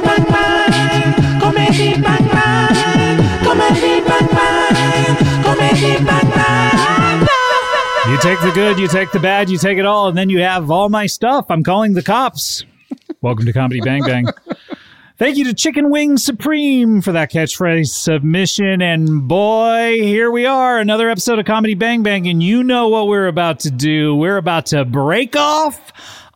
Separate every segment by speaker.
Speaker 1: bang bang, comedy bang bang, comedy bang bang.
Speaker 2: You take the good, you take the bad, you take it all, and then you have all my stuff. I'm calling the cops. Welcome to Comedy Bang Bang. Thank you to Chicken Wing Supreme for that catchphrase submission. And boy, here we are, another episode of Comedy Bang Bang. And you know what we're about to do. We're about to break off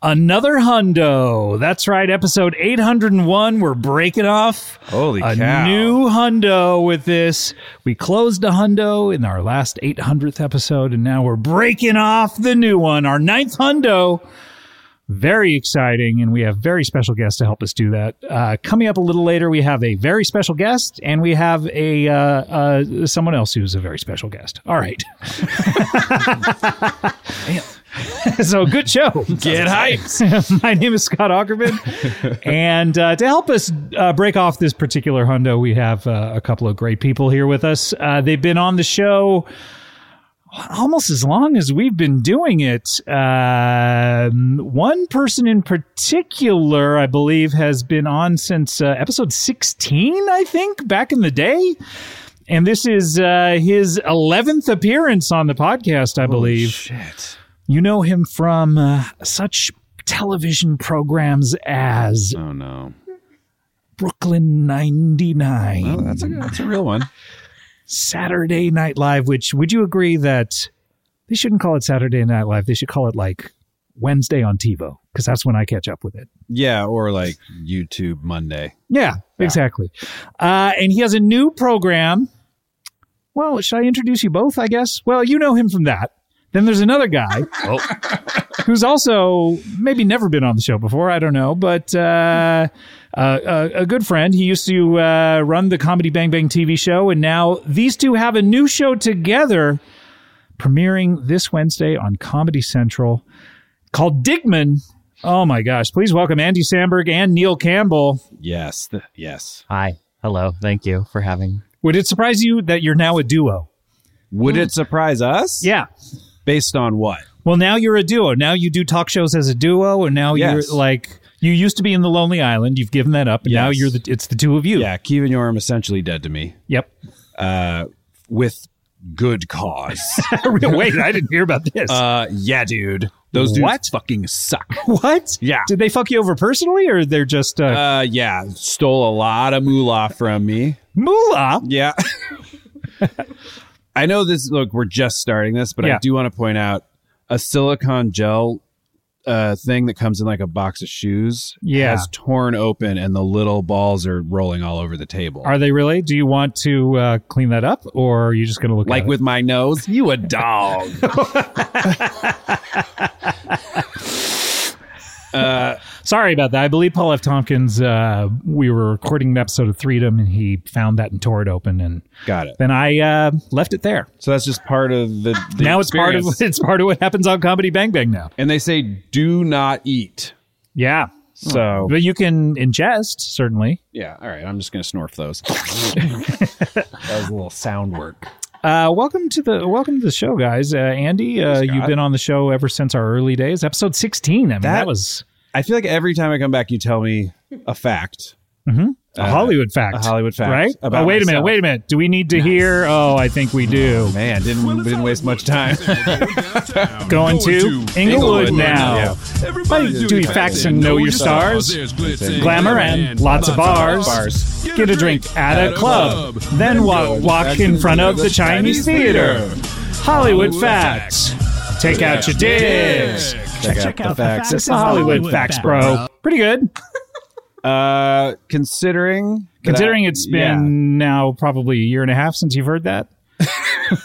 Speaker 2: another hundo. That's right, episode 801. We're breaking off
Speaker 3: Holy
Speaker 2: a
Speaker 3: cow.
Speaker 2: new hundo with this. We closed a hundo in our last 800th episode, and now we're breaking off the new one, our ninth hundo very exciting, and we have very special guests to help us do that. Uh, coming up a little later, we have a very special guest, and we have a uh, uh, someone else who's a very special guest. All right, so good show. Get hyped. My name is Scott Aukerman, and uh, to help us uh, break off this particular hundo, we have uh, a couple of great people here with us. Uh, they've been on the show almost as long as we've been doing it. Um one person in particular, I believe, has been on since uh, episode 16, I think, back in the day. And this is uh, his 11th appearance on the podcast, I believe.
Speaker 3: Shit.
Speaker 2: You know him from uh, such television programs as
Speaker 3: Oh no.
Speaker 2: Brooklyn 99,
Speaker 3: Oh, that's a that's a real one.
Speaker 2: Saturday Night Live, which would you agree that they shouldn't call it Saturday Night Live? They should call it like Wednesday on TiVo because that's when I catch up with it.
Speaker 3: Yeah, or like YouTube Monday.
Speaker 2: Yeah, exactly. Uh, and he has a new program. Well, should I introduce you both? I guess. Well, you know him from that. Then there's another guy who's also maybe never been on the show before. I don't know, but uh, uh, uh, a good friend. He used to uh, run the Comedy Bang Bang TV show, and now these two have a new show together, premiering this Wednesday on Comedy Central, called Digman. Oh my gosh! Please welcome Andy Samberg and Neil Campbell.
Speaker 3: Yes, th- yes.
Speaker 4: Hi. Hello. Thank you for having.
Speaker 2: Would it surprise you that you're now a duo?
Speaker 3: Would it surprise us?
Speaker 2: Yeah.
Speaker 3: Based on what?
Speaker 2: Well, now you're a duo. Now you do talk shows as a duo, and now
Speaker 3: Yes.
Speaker 2: you're like you used to be in the Lonely Island. You've given that up, and now
Speaker 3: Yes.
Speaker 2: you're the it's the two of you.
Speaker 3: Yeah, Kevin Yorm essentially dead to me.
Speaker 2: Yep.
Speaker 3: Uh, with good cause.
Speaker 2: Wait, I didn't hear about this.
Speaker 3: uh, yeah, dude. Those dudes
Speaker 2: What?
Speaker 3: fucking suck.
Speaker 2: what?
Speaker 3: Yeah.
Speaker 2: Did they fuck you over personally, or they're just uh,
Speaker 3: Uh, yeah, stole a lot of moolah from me.
Speaker 2: moolah?
Speaker 3: Yeah. I know this. Look, we're just starting this, but
Speaker 2: Yeah.
Speaker 3: I do want to point out a silicone gel uh, thing that comes in like a box of shoes.
Speaker 2: Yeah.
Speaker 3: has torn open, and the little balls are rolling all over the table.
Speaker 2: Are they really? Do you want to uh, clean that up, or are you just going to look
Speaker 3: like
Speaker 2: at
Speaker 3: with my nose, you a dog.
Speaker 2: It? Sorry about that. I believe Paul F. Tompkins. Uh, we were recording an episode of Freedom, and he found that and tore it open, and
Speaker 3: Got it.
Speaker 2: then I uh, left it there.
Speaker 3: So that's just part of the. the
Speaker 2: now it's part of
Speaker 3: experience.
Speaker 2: it's part of what happens on Comedy Bang Bang now.
Speaker 3: And they say do not eat.
Speaker 2: Yeah.
Speaker 3: So
Speaker 2: Hmm. But you can ingest certainly.
Speaker 3: yeah, all right. I'm just gonna snorf those. that was a little sound work.
Speaker 2: Uh, welcome to the welcome to the show, guys. Uh, Andy, uh,
Speaker 3: Scott.
Speaker 2: you've been on the show ever since our early days, episode sixteen. I mean, that,
Speaker 3: That-
Speaker 2: was
Speaker 3: I feel like every time I come back, you tell me a fact.
Speaker 2: a Hollywood fact.
Speaker 3: uh, a Hollywood fact
Speaker 2: right?
Speaker 3: about
Speaker 2: oh, wait a minute,
Speaker 3: myself.
Speaker 2: wait a minute. Do we need to hear? Oh, I think we do.
Speaker 3: Man, didn't didn't waste much time.
Speaker 2: Going to Inglewood now.
Speaker 3: now.
Speaker 2: Everybody do your facts and know your stars. Glamour and lots of bars.
Speaker 3: Bars.
Speaker 2: Get a drink at a club. Then walk walk in front of the Chinese theater. Hollywood facts. Take out your dicks.
Speaker 3: Check, out the facts.
Speaker 2: It's the Hollywood facts, bro. Pretty good.
Speaker 3: Uh, considering that
Speaker 2: Considering
Speaker 3: I-
Speaker 2: it's been now probably a year and a half since you've heard that,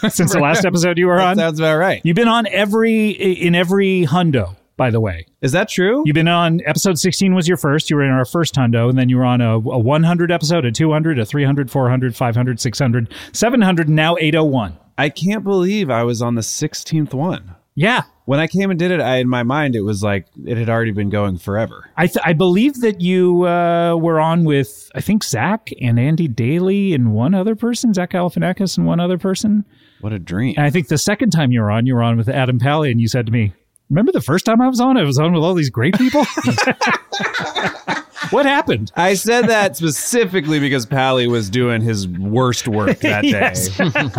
Speaker 2: since the last episode you were
Speaker 3: yeah, that
Speaker 2: on,
Speaker 3: sounds about right.
Speaker 2: you've been on every in every hundo. By the way,
Speaker 3: Is that true?
Speaker 2: you've been on episode 16 was your first. You were in our first hundo, and then you were on a, a 100 episode, a 200, a 300, 400, 500, 600, 700, and now 801.
Speaker 3: I can't believe I was on the sixteenth one.
Speaker 2: Yeah,
Speaker 3: When I came and did it, I in my mind it was like it had already been going forever.
Speaker 2: I, th- I believe that you uh, were on with I think Zach and Andy Daly and one other person, Zach Galifianakis and one other person.
Speaker 3: What a dream!
Speaker 2: And I think the second time you were on, you were on with Adam Pally, and you said to me, "Remember the first time I was on? I was on with all these great people." what happened?
Speaker 3: I said that specifically because Pally was doing his worst work that day.
Speaker 2: Yes.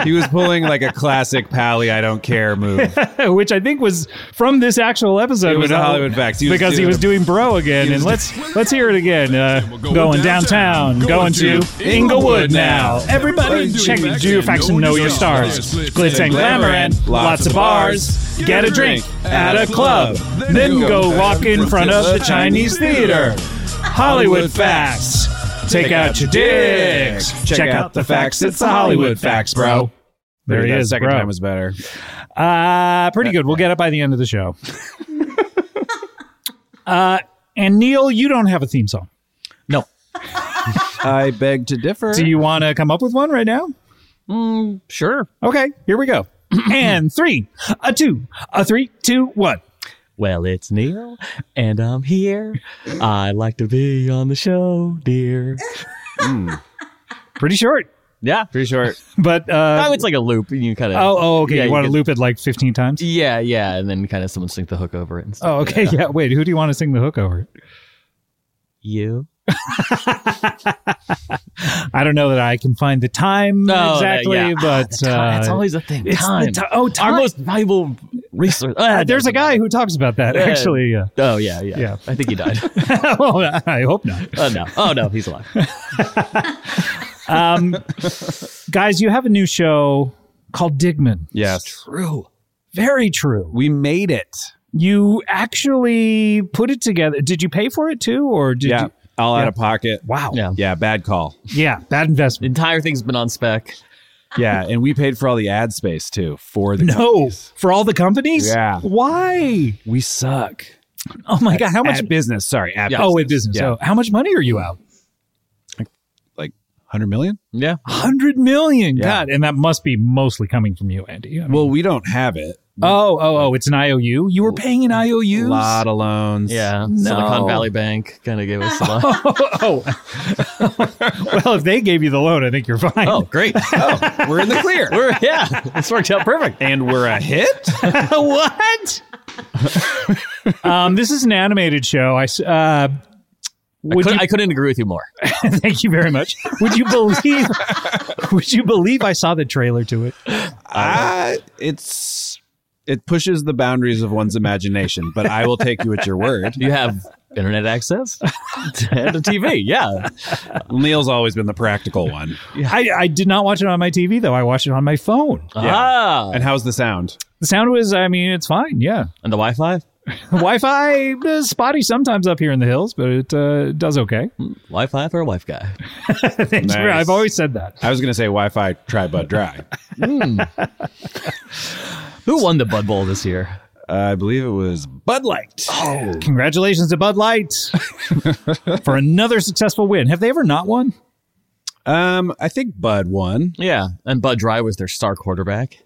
Speaker 3: he was pulling like a classic Pally I don't care move.
Speaker 2: Which I think was from this actual episode.
Speaker 3: It was
Speaker 2: when
Speaker 3: a
Speaker 2: I-
Speaker 3: Hollywood Facts. He was
Speaker 2: because he
Speaker 3: doing
Speaker 2: was
Speaker 3: a-
Speaker 2: doing bro again, and
Speaker 3: was
Speaker 2: let's let's hear it again. Uh,
Speaker 5: going
Speaker 2: going downtown,
Speaker 5: downtown,
Speaker 2: going
Speaker 5: going
Speaker 2: to
Speaker 5: to
Speaker 2: Inglewood
Speaker 5: Inglewood
Speaker 2: now.
Speaker 5: now.
Speaker 2: Everybody,
Speaker 5: Everybody do
Speaker 2: check
Speaker 5: your facts
Speaker 2: do your
Speaker 5: and
Speaker 2: facts and know your stars. Glitz and glamour and lots of bars. Get a drink at a club, then go walk in front of the Chinese theater. Hollywood facts. Take out your dicks. Check out the facts. It's the Hollywood facts, bro. There he
Speaker 3: That
Speaker 2: is,
Speaker 3: Second
Speaker 2: bro.
Speaker 3: time was better.
Speaker 2: Uh, pretty good. We'll get it by the end of the show. uh, and Neil, you don't have a theme song.
Speaker 4: No.
Speaker 3: I beg to differ.
Speaker 2: Do you want to come up with one right now?
Speaker 4: Mm, Sure.
Speaker 2: Okay, here we go. and three, a two, a three, two, one.
Speaker 4: Well, it's Neil, and I'm here. I'd like to be on the show, dear.
Speaker 2: Pretty short,
Speaker 4: Yeah.
Speaker 3: Pretty short.
Speaker 2: but
Speaker 4: Oh,
Speaker 2: uh,
Speaker 4: it's like a loop. and You kind of.
Speaker 2: oh, oh, okay.
Speaker 4: Yeah,
Speaker 2: you want to
Speaker 4: could-
Speaker 2: loop it like fifteen times?
Speaker 4: Yeah, yeah. And then kind of someone sings the hook over it and stuff.
Speaker 2: Oh, okay. Yeah. Wait, who do you want to sing the hook over?
Speaker 4: You?
Speaker 2: I don't know that I can find the time
Speaker 4: No, that-
Speaker 2: exactly,
Speaker 4: yeah. Ah,
Speaker 2: but
Speaker 4: It's
Speaker 2: uh,
Speaker 4: always a thing.
Speaker 2: it's the
Speaker 4: Time.
Speaker 2: ti- oh, time.
Speaker 4: Our most valuable resource. Ah,
Speaker 2: Uh, there's a guy who talks about that
Speaker 4: Yeah.
Speaker 2: actually. Uh,
Speaker 4: Oh, yeah, yeah.
Speaker 2: Yeah.
Speaker 4: I think he died.
Speaker 2: well, I hope not.
Speaker 4: oh, no. Oh, no. He's alive.
Speaker 2: guys you have a new show called digman
Speaker 3: Yes.
Speaker 4: True.
Speaker 2: very true
Speaker 3: We made it.
Speaker 2: you actually put it together did you pay for it too or did
Speaker 3: yeah.
Speaker 2: you
Speaker 3: All out of pocket.
Speaker 2: wow
Speaker 4: Yeah.
Speaker 3: Yeah. Bad call.
Speaker 2: yeah bad
Speaker 4: The
Speaker 2: investment
Speaker 4: entire thing's been on spec.
Speaker 3: Yeah. And we paid for all the ad space too for the.
Speaker 2: no for all the companies
Speaker 3: Yeah.
Speaker 2: why
Speaker 3: We suck.
Speaker 2: oh my god how much
Speaker 3: Ad business. Sorry. Ad
Speaker 4: Yeah.
Speaker 2: oh it business
Speaker 3: Yeah.
Speaker 2: so how much money are you out
Speaker 3: Like 100 million?
Speaker 4: Yeah.
Speaker 2: 100 million
Speaker 3: Yeah.
Speaker 2: god and that must be mostly coming from you andy I mean-
Speaker 3: Well, we don't have it.
Speaker 2: oh oh oh it's an iou you were paying an iou
Speaker 3: A lot of loans.
Speaker 4: Yeah.
Speaker 2: No.
Speaker 4: Silicon Valley Bank kind of gave us a lot.
Speaker 2: oh well if they gave you the loan i think you're fine
Speaker 4: Oh, great.
Speaker 3: Oh, we're in the clear.
Speaker 4: We're, yeah, this worked out perfect.
Speaker 3: and we're a hit?
Speaker 2: what? um, this is an animated show. I s- uh, would
Speaker 4: Could-
Speaker 2: you,
Speaker 4: I couldn't agree with you more.
Speaker 2: thank you very much. Would you believe? would you believe I saw the trailer to it?
Speaker 3: I, it's it pushes the boundaries of one's imagination, but I will take you at your word.
Speaker 4: You have internet access and a TV. Yeah.
Speaker 3: Neil's always been the practical one.
Speaker 2: I, I did not watch it on my TV though. I watched it on my phone.
Speaker 4: Ah.
Speaker 3: And how's the sound?
Speaker 2: The sound was, I mean, it's fine. Yeah,
Speaker 4: And the Wi Fi?
Speaker 2: Wi-Fi is spotty sometimes up here in the hills, but it uh, does okay.
Speaker 4: Wi Fi for a wife guy.
Speaker 2: Thanks for-
Speaker 3: Nice.
Speaker 2: I've always said that.
Speaker 3: I was going to say Wi-Fi try Bud Dry.
Speaker 4: Who won the Bud Bowl this year?
Speaker 3: Uh, I believe it was Bud Light.
Speaker 2: Congratulations to Bud Light for another successful win. Have they ever not won?
Speaker 3: Um, I think Bud won.
Speaker 4: Yeah. And Bud Dry was their star quarterback.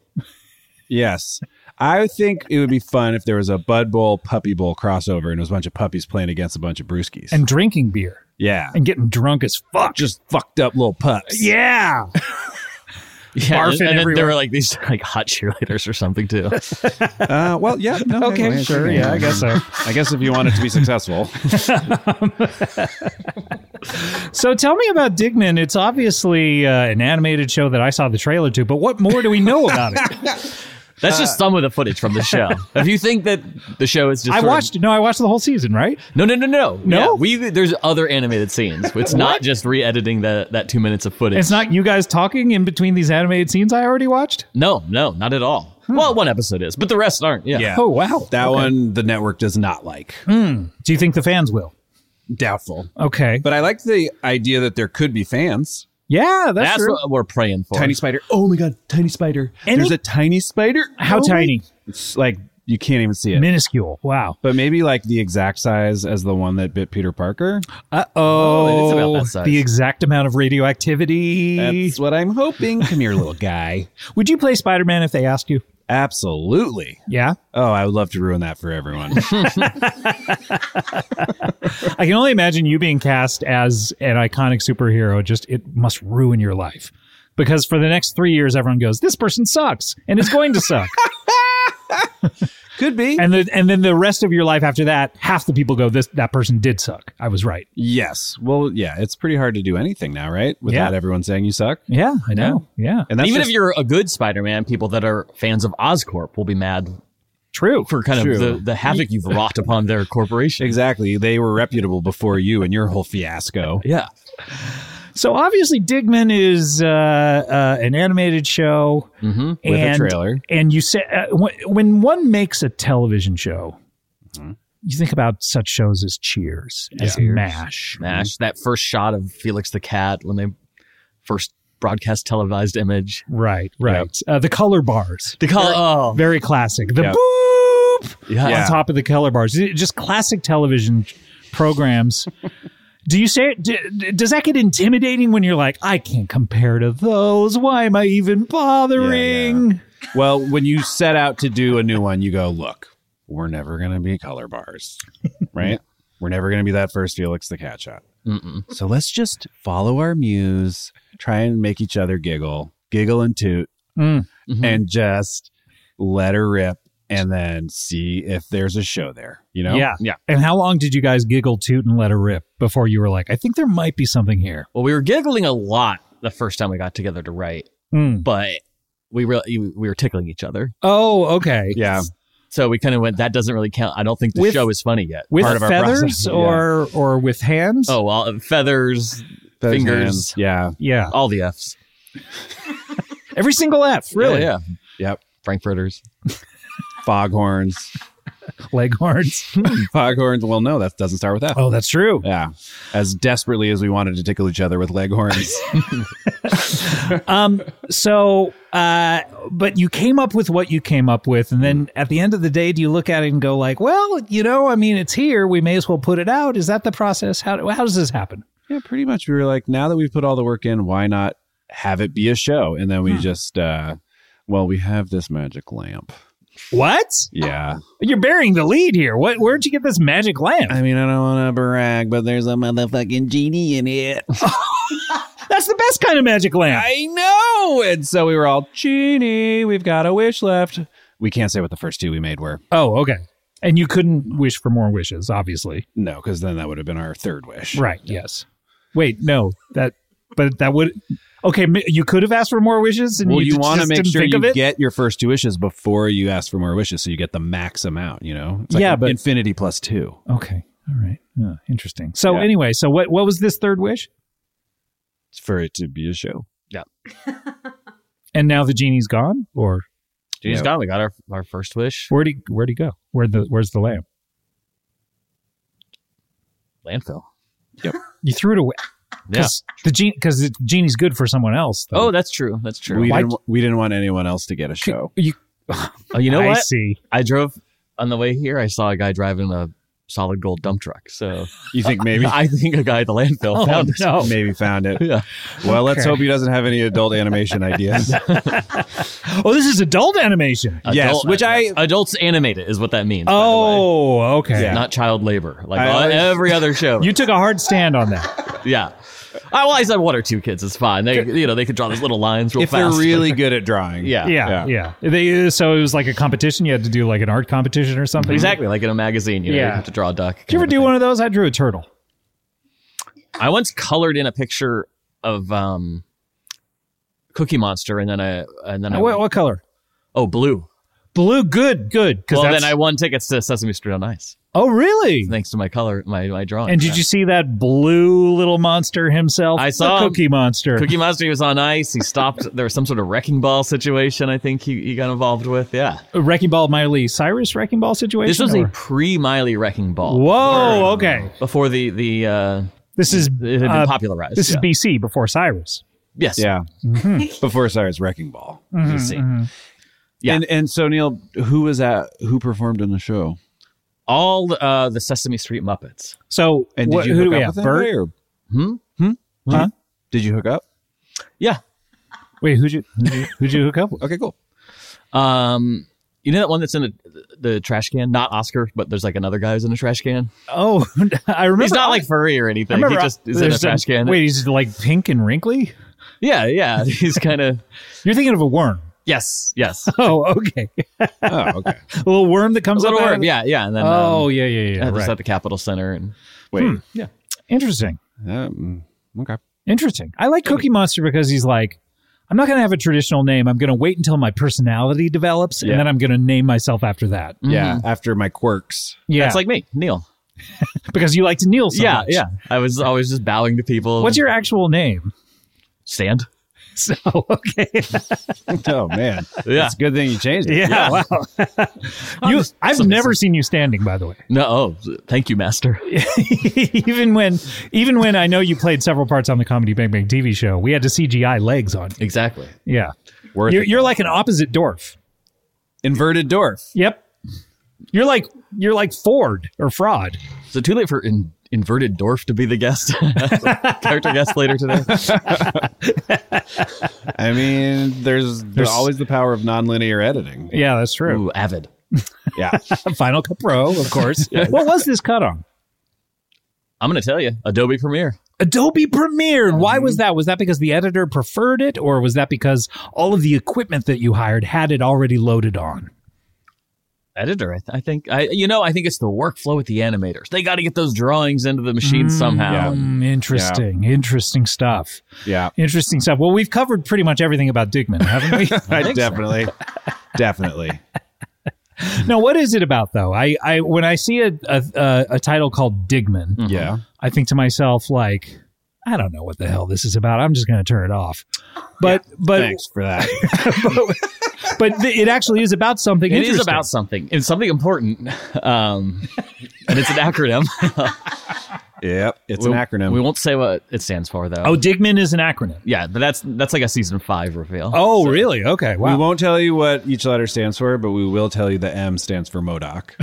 Speaker 3: Yes. I think it would be fun if there was a Bud Bowl Puppy Bowl crossover and it was a bunch of puppies playing against a bunch of brewskis.
Speaker 2: And drinking beer
Speaker 3: yeah.
Speaker 2: and getting drunk as fuck.
Speaker 3: just fucked up little pups.
Speaker 2: Yeah.
Speaker 4: Yeah.
Speaker 2: Barfing
Speaker 4: and- and then there
Speaker 2: everywhere.
Speaker 4: were like these like hot cheerleaders or something too.
Speaker 3: Uh, well, yeah. no,
Speaker 2: Okay,
Speaker 3: anyway,
Speaker 2: sure.
Speaker 3: okay.
Speaker 2: Yeah, I guess so.
Speaker 3: I guess if you want it to be successful.
Speaker 2: So tell me about Dignan. It's obviously uh, an animated show that I saw the trailer to, but what more do we know about it?
Speaker 4: That's
Speaker 2: Uh,
Speaker 4: just some of the footage from the show. if you think that the show is just
Speaker 2: I
Speaker 4: sort of-
Speaker 2: watched no, I watched the whole season, right?
Speaker 4: No, no, no, no,
Speaker 2: No?
Speaker 4: Yeah, we there's other animated scenes. It's not just re-editing the, that two minutes of footage.
Speaker 2: It's not you guys talking in between these animated scenes I already watched.
Speaker 4: No, no, not at all. Well, one episode is, but the rest aren't. Yeah.
Speaker 3: Yeah.
Speaker 2: Oh wow. Hmm.
Speaker 3: That one the network does not like.
Speaker 2: Do you think the fans will?
Speaker 3: Doubtful.
Speaker 2: Okay.
Speaker 3: But I like the idea that there could be fans.
Speaker 2: yeah, that's,
Speaker 4: That's
Speaker 2: true.
Speaker 4: what we're praying for.
Speaker 3: Tiny spider. Oh my god, tiny spider.
Speaker 2: Any-
Speaker 3: There's a tiny spider.
Speaker 2: How
Speaker 3: Oh my-
Speaker 2: tiny?
Speaker 3: It's like you can't even see it.
Speaker 2: Minuscule. Wow.
Speaker 3: but maybe like the exact size as the one that bit Peter Parker.
Speaker 2: Uh
Speaker 4: it is about
Speaker 2: oh.
Speaker 4: that size.
Speaker 2: The exact amount of radioactivity.
Speaker 3: That's what I'm hoping. Come here, little guy.
Speaker 2: Would you play Spider Man if they asked you?
Speaker 3: Absolutely.
Speaker 2: Yeah.
Speaker 3: Oh, I would love to ruin that for everyone.
Speaker 2: I can only imagine you being cast as an iconic superhero. Just it must ruin your life because for the next three years, everyone goes, "This person sucks," and it's going to suck.
Speaker 3: Could be.
Speaker 2: and the, and then the rest of your life after that, half the people go, "This that person did suck. I was right."
Speaker 3: yes. Well, yeah, it's pretty hard to do anything now, right? Without
Speaker 2: Yeah.
Speaker 3: everyone saying you suck.
Speaker 2: Yeah, I know. Yeah,
Speaker 3: And
Speaker 4: Even
Speaker 3: just-
Speaker 4: if you're a good Spider-Man, people that are fans of Oscorp will be mad
Speaker 2: true.
Speaker 4: for kind
Speaker 3: True.
Speaker 4: of the, the havoc you've wrought upon their corporation.
Speaker 3: exactly, they were reputable before you and your whole fiasco.
Speaker 4: Yeah.
Speaker 2: So obviously, Digman is uh, uh, an animated show
Speaker 4: Mm-hmm.
Speaker 3: With a
Speaker 2: and,
Speaker 3: trailer.
Speaker 2: and you say uh, when, when one makes a television show.
Speaker 4: Mm-hmm.
Speaker 2: You think about such shows as Cheers, as MASH,
Speaker 4: Nash, that first shot of Felix the Cat when they first broadcast televised image.
Speaker 2: Right, right. Uh, the color bars,
Speaker 4: The color. Oh.
Speaker 2: very classic. The
Speaker 3: Yep.
Speaker 2: boop
Speaker 4: Yeah.
Speaker 2: on top of the color bars, It- just classic television programs. do you say? d d- does that get intimidating when you're like, I can't compare to those? Why am I even bothering?
Speaker 3: Well, when you set out to do a new one, you go, look, we're never going to be color bars, right? We're never going to be that first Felix the Cat shot.
Speaker 4: Mm-mm.
Speaker 3: So let's just follow our muse, try and make each other giggle, giggle and toot,
Speaker 2: Mm.
Speaker 4: Mhm.
Speaker 3: and just let her rip and then see if there's a show there, you know?
Speaker 2: Yeah.
Speaker 4: Yeah.
Speaker 2: And how long did you guys giggle, toot, and let her rip before you were like, I think there might be something here?
Speaker 4: Well, we were giggling a lot the first time we got together to write,
Speaker 2: Mm.
Speaker 4: but we really we were tickling each other.
Speaker 2: Oh, okay.
Speaker 3: Yeah.
Speaker 4: So we kind of went. That doesn't really count. I don't think the
Speaker 2: With-
Speaker 4: show is funny yet.
Speaker 2: With
Speaker 4: Part of our
Speaker 2: feathers
Speaker 4: process.
Speaker 2: or or with hands?
Speaker 4: Oh well, feathers,
Speaker 3: Those
Speaker 4: Fingers.
Speaker 3: hands. Yeah.
Speaker 2: yeah.
Speaker 4: all the F's.
Speaker 2: Every single F, really.
Speaker 4: Yeah. yeah.
Speaker 3: Yep.
Speaker 4: Frankfurters.
Speaker 3: Foghorns.
Speaker 2: Leghorns.
Speaker 3: Foghorns. Well, no, that doesn't start with F.
Speaker 2: oh, that's true.
Speaker 3: Yeah. As desperately as we wanted to tickle each other with leghorns.
Speaker 2: Um, so, uh, but you came up with what you came up with, and then at the end of the day, do you look at it and go like, "Well, you know, I mean, it's here. We may as well put it out." Is that the process? How how does this happen?
Speaker 3: Yeah, pretty much. We were like, now that we've put all the work in, why not have it be a show? And then we just, uh, well, we have this magic lamp.
Speaker 2: What
Speaker 3: Yeah.
Speaker 2: you're burying the lead here? What where'd you get this magic lamp?
Speaker 3: I mean, I don't want to brag, but there's a motherfucking genie in it.
Speaker 2: That's the best kind of magic lamp.
Speaker 3: I know. And so we were all, genie, we've got a wish left. We can't say what the first two we made were.
Speaker 2: Oh, okay. And you couldn't wish for more wishes, obviously.
Speaker 3: No, because then that would have been our third wish.
Speaker 2: Right? Yes. Wait, no. That, but that would. okay, m- you could have asked for more wishes, and
Speaker 3: well,
Speaker 2: you,
Speaker 3: you want to
Speaker 2: just
Speaker 3: make
Speaker 2: didn't
Speaker 3: sure
Speaker 2: think
Speaker 3: you
Speaker 2: of it.
Speaker 3: get your first two wishes before you ask for more wishes, so you get the max amount. You know, it's like
Speaker 2: Yeah, but-
Speaker 3: infinity plus two.
Speaker 2: okay, all right, Yeah, interesting. So
Speaker 3: Yeah.
Speaker 2: anyway, so what what was this third wish?
Speaker 3: It's for it to be a show.
Speaker 2: And now the genie's gone, or
Speaker 3: Yeah.
Speaker 4: Genie's gone. We got our, our first wish.
Speaker 2: where'd he where'd he go? Where the where's the lamp?
Speaker 4: Landfill.
Speaker 2: You threw it away.
Speaker 4: Yeah.
Speaker 2: 'Cause the genie because the genie's good for someone else. Though.
Speaker 4: Oh, that's true. That's true.
Speaker 3: We
Speaker 2: Why-
Speaker 3: didn't, we didn't want anyone else to get a show.
Speaker 4: oh, you know
Speaker 2: I
Speaker 4: what?
Speaker 2: see.
Speaker 4: I drove on the way here. I saw a guy driving a solid gold dump truck. So
Speaker 3: You think maybe Oh,
Speaker 4: I think a guy at the landfill found it.
Speaker 3: maybe found it?
Speaker 4: Yeah.
Speaker 3: Well, let's
Speaker 2: Okay.
Speaker 3: hope he doesn't have any adult animation ideas.
Speaker 2: Oh, this is adult animation.
Speaker 3: Yes, which I-
Speaker 4: adults animate it is what that means. by the way.
Speaker 2: Oh, okay.
Speaker 3: Yeah.
Speaker 4: not child labor like
Speaker 3: I
Speaker 4: on
Speaker 3: always-
Speaker 4: every other show.
Speaker 2: You took a hard stand on that.
Speaker 4: yeah. I, well, I said one or two kids. It's fine. They, you know, they could draw those little lines real
Speaker 3: if they're
Speaker 4: fast.
Speaker 3: really good at drawing,
Speaker 4: yeah,
Speaker 2: Yeah, yeah. They, so it was like a competition. You had to do like an art competition or something.
Speaker 4: exactly. Like in a magazine, you know,
Speaker 2: Yeah.
Speaker 4: you have to draw a duck.
Speaker 2: Did you ever do one of those? I drew a turtle.
Speaker 4: I once colored in a picture of um, Cookie Monster, and then I and then I
Speaker 2: Uh, What, what color?
Speaker 4: oh blue.
Speaker 2: Blue. Good, good. 'cause
Speaker 4: Well,
Speaker 2: that's-
Speaker 4: then I won tickets to Sesame Street on Ice
Speaker 2: Oh, really?
Speaker 4: thanks to my color, my my drawing.
Speaker 2: And did
Speaker 4: Yeah.
Speaker 2: you see that blue little monster himself?
Speaker 4: I
Speaker 2: The
Speaker 4: saw him.
Speaker 2: Cookie Monster.
Speaker 4: Cookie Monster he was on ice. He stopped. there was some sort of wrecking ball situation. I think he, he got involved with. Yeah,
Speaker 2: Wrecking Ball Miley Cyrus wrecking ball situation.
Speaker 4: this was
Speaker 2: or-
Speaker 4: a pre Miley wrecking ball. Um,
Speaker 2: Whoa, okay.
Speaker 4: Before the the uh,
Speaker 2: This is
Speaker 4: it had been
Speaker 2: uh,
Speaker 4: popularized.
Speaker 2: This
Speaker 4: yeah.
Speaker 2: is BC before Cyrus.
Speaker 4: yes.
Speaker 3: yeah.
Speaker 2: Mm-hmm.
Speaker 3: Before Cyrus Wrecking Ball, you see.
Speaker 4: Yeah.
Speaker 3: And and so Neil, who was that? Who performed in the show?
Speaker 4: All uh, the Sesame Street Muppets.
Speaker 2: So
Speaker 3: And
Speaker 2: what-
Speaker 3: did you
Speaker 2: who
Speaker 3: hook
Speaker 2: do we
Speaker 3: up
Speaker 2: have?
Speaker 3: with
Speaker 2: Bert? Hmm?
Speaker 3: anybody, or-
Speaker 2: Huh?
Speaker 3: Hmm? Did you hook up?
Speaker 4: Yeah.
Speaker 2: Wait, who'd you who'd you, who'd you hook up with?
Speaker 3: Okay, cool.
Speaker 4: Um, you know that one that's in the, the trash can? Not Oscar, but there's like another guy who's in a trash can.
Speaker 2: Oh, I remember.
Speaker 4: He's not like furry or
Speaker 2: I
Speaker 4: anything. He
Speaker 2: remember.
Speaker 4: just is in a
Speaker 2: there's
Speaker 4: trash can.
Speaker 2: Wait, he's like pink and wrinkly.
Speaker 4: Yeah, yeah. He's kind of
Speaker 2: You're thinking of a worm.
Speaker 4: yes, yes.
Speaker 2: Oh, okay.
Speaker 3: Oh, okay.
Speaker 2: A little worm that comes
Speaker 4: little
Speaker 2: up. out of
Speaker 4: worm.
Speaker 2: the-
Speaker 4: Yeah, yeah. And then
Speaker 2: Oh,
Speaker 4: um,
Speaker 2: yeah, yeah, yeah.
Speaker 4: yeah, just
Speaker 2: right.
Speaker 4: at the Capitol Center and
Speaker 3: Wait.
Speaker 2: Interesting.
Speaker 3: Um, okay.
Speaker 2: Interesting. I like Cookie Monster because he's like, I'm not going to have a traditional name. I'm going to wait until my personality develops,
Speaker 3: Yeah. Mm-hmm.
Speaker 2: and then I'm going to name myself after that.
Speaker 3: Yeah. After my quirks.
Speaker 2: Yeah,
Speaker 4: it's like me, Neil.
Speaker 2: because you like to kneel. So
Speaker 4: yeah,
Speaker 2: much.
Speaker 4: yeah. I was always just bowing to people.
Speaker 2: What's your actual name?
Speaker 4: stand?
Speaker 2: So okay,
Speaker 3: oh man,
Speaker 4: Yeah.
Speaker 3: it's a good thing you changed it.
Speaker 2: yeah, wow. you, I've
Speaker 4: some-
Speaker 2: never seen you standing, by the way.
Speaker 4: No. Oh, thank you, Master.
Speaker 2: even when, even when I know you played several parts on the Comedy Bang Bang TV show, we had to CGI legs on. you.
Speaker 4: Exactly.
Speaker 2: Yeah,
Speaker 3: Worth
Speaker 2: you're,
Speaker 3: it.
Speaker 2: you're like an opposite dwarf.
Speaker 3: Inverted dwarf.
Speaker 2: Yep, you're like you're like Ford or Fraud.
Speaker 4: Is it too late for in, inverted dwarf to be the guest character guest later today?
Speaker 3: I mean, there's, there's always the power of nonlinear editing.
Speaker 2: Yeah, that's true.
Speaker 4: Ooh, avid.
Speaker 3: Yeah.
Speaker 2: Final Cut Pro, of course. What was this cut on?
Speaker 4: I'm gonna tell you, Adobe Premiere.
Speaker 2: Adobe Premiere. And Why was that? Was that because the editor preferred it, or was that because all of the equipment that you hired had it already loaded on?
Speaker 4: editor. I, th- I think I, you know, I think it's the workflow with the animators. They got to get those drawings into the machine somehow.
Speaker 2: Mm, interesting, interesting stuff.
Speaker 3: Yeah.
Speaker 2: Interesting stuff. Well, we've covered pretty much everything about Digman, haven't we?
Speaker 3: I definitely. Definitely.
Speaker 2: no, what is it about though? I, I when I see a a, a, a title called Digman,
Speaker 3: Yeah.
Speaker 2: I think to myself like, I don't know what the hell this is about. I'm just going to turn it off. But but
Speaker 3: Thanks for that.
Speaker 2: but th- it actually is about something.
Speaker 4: It
Speaker 2: interesting.
Speaker 4: is about something. It's something important, um, and it's an acronym.
Speaker 3: yep. It's an acronym.
Speaker 4: We won't say what it stands for, though.
Speaker 2: Oh, Digman is an acronym.
Speaker 4: yeah, but that's that's like a season five reveal.
Speaker 2: Oh, really? Okay.
Speaker 3: We
Speaker 2: Wow.
Speaker 3: won't tell you what each letter stands for, but we will tell you the M stands for Modoc.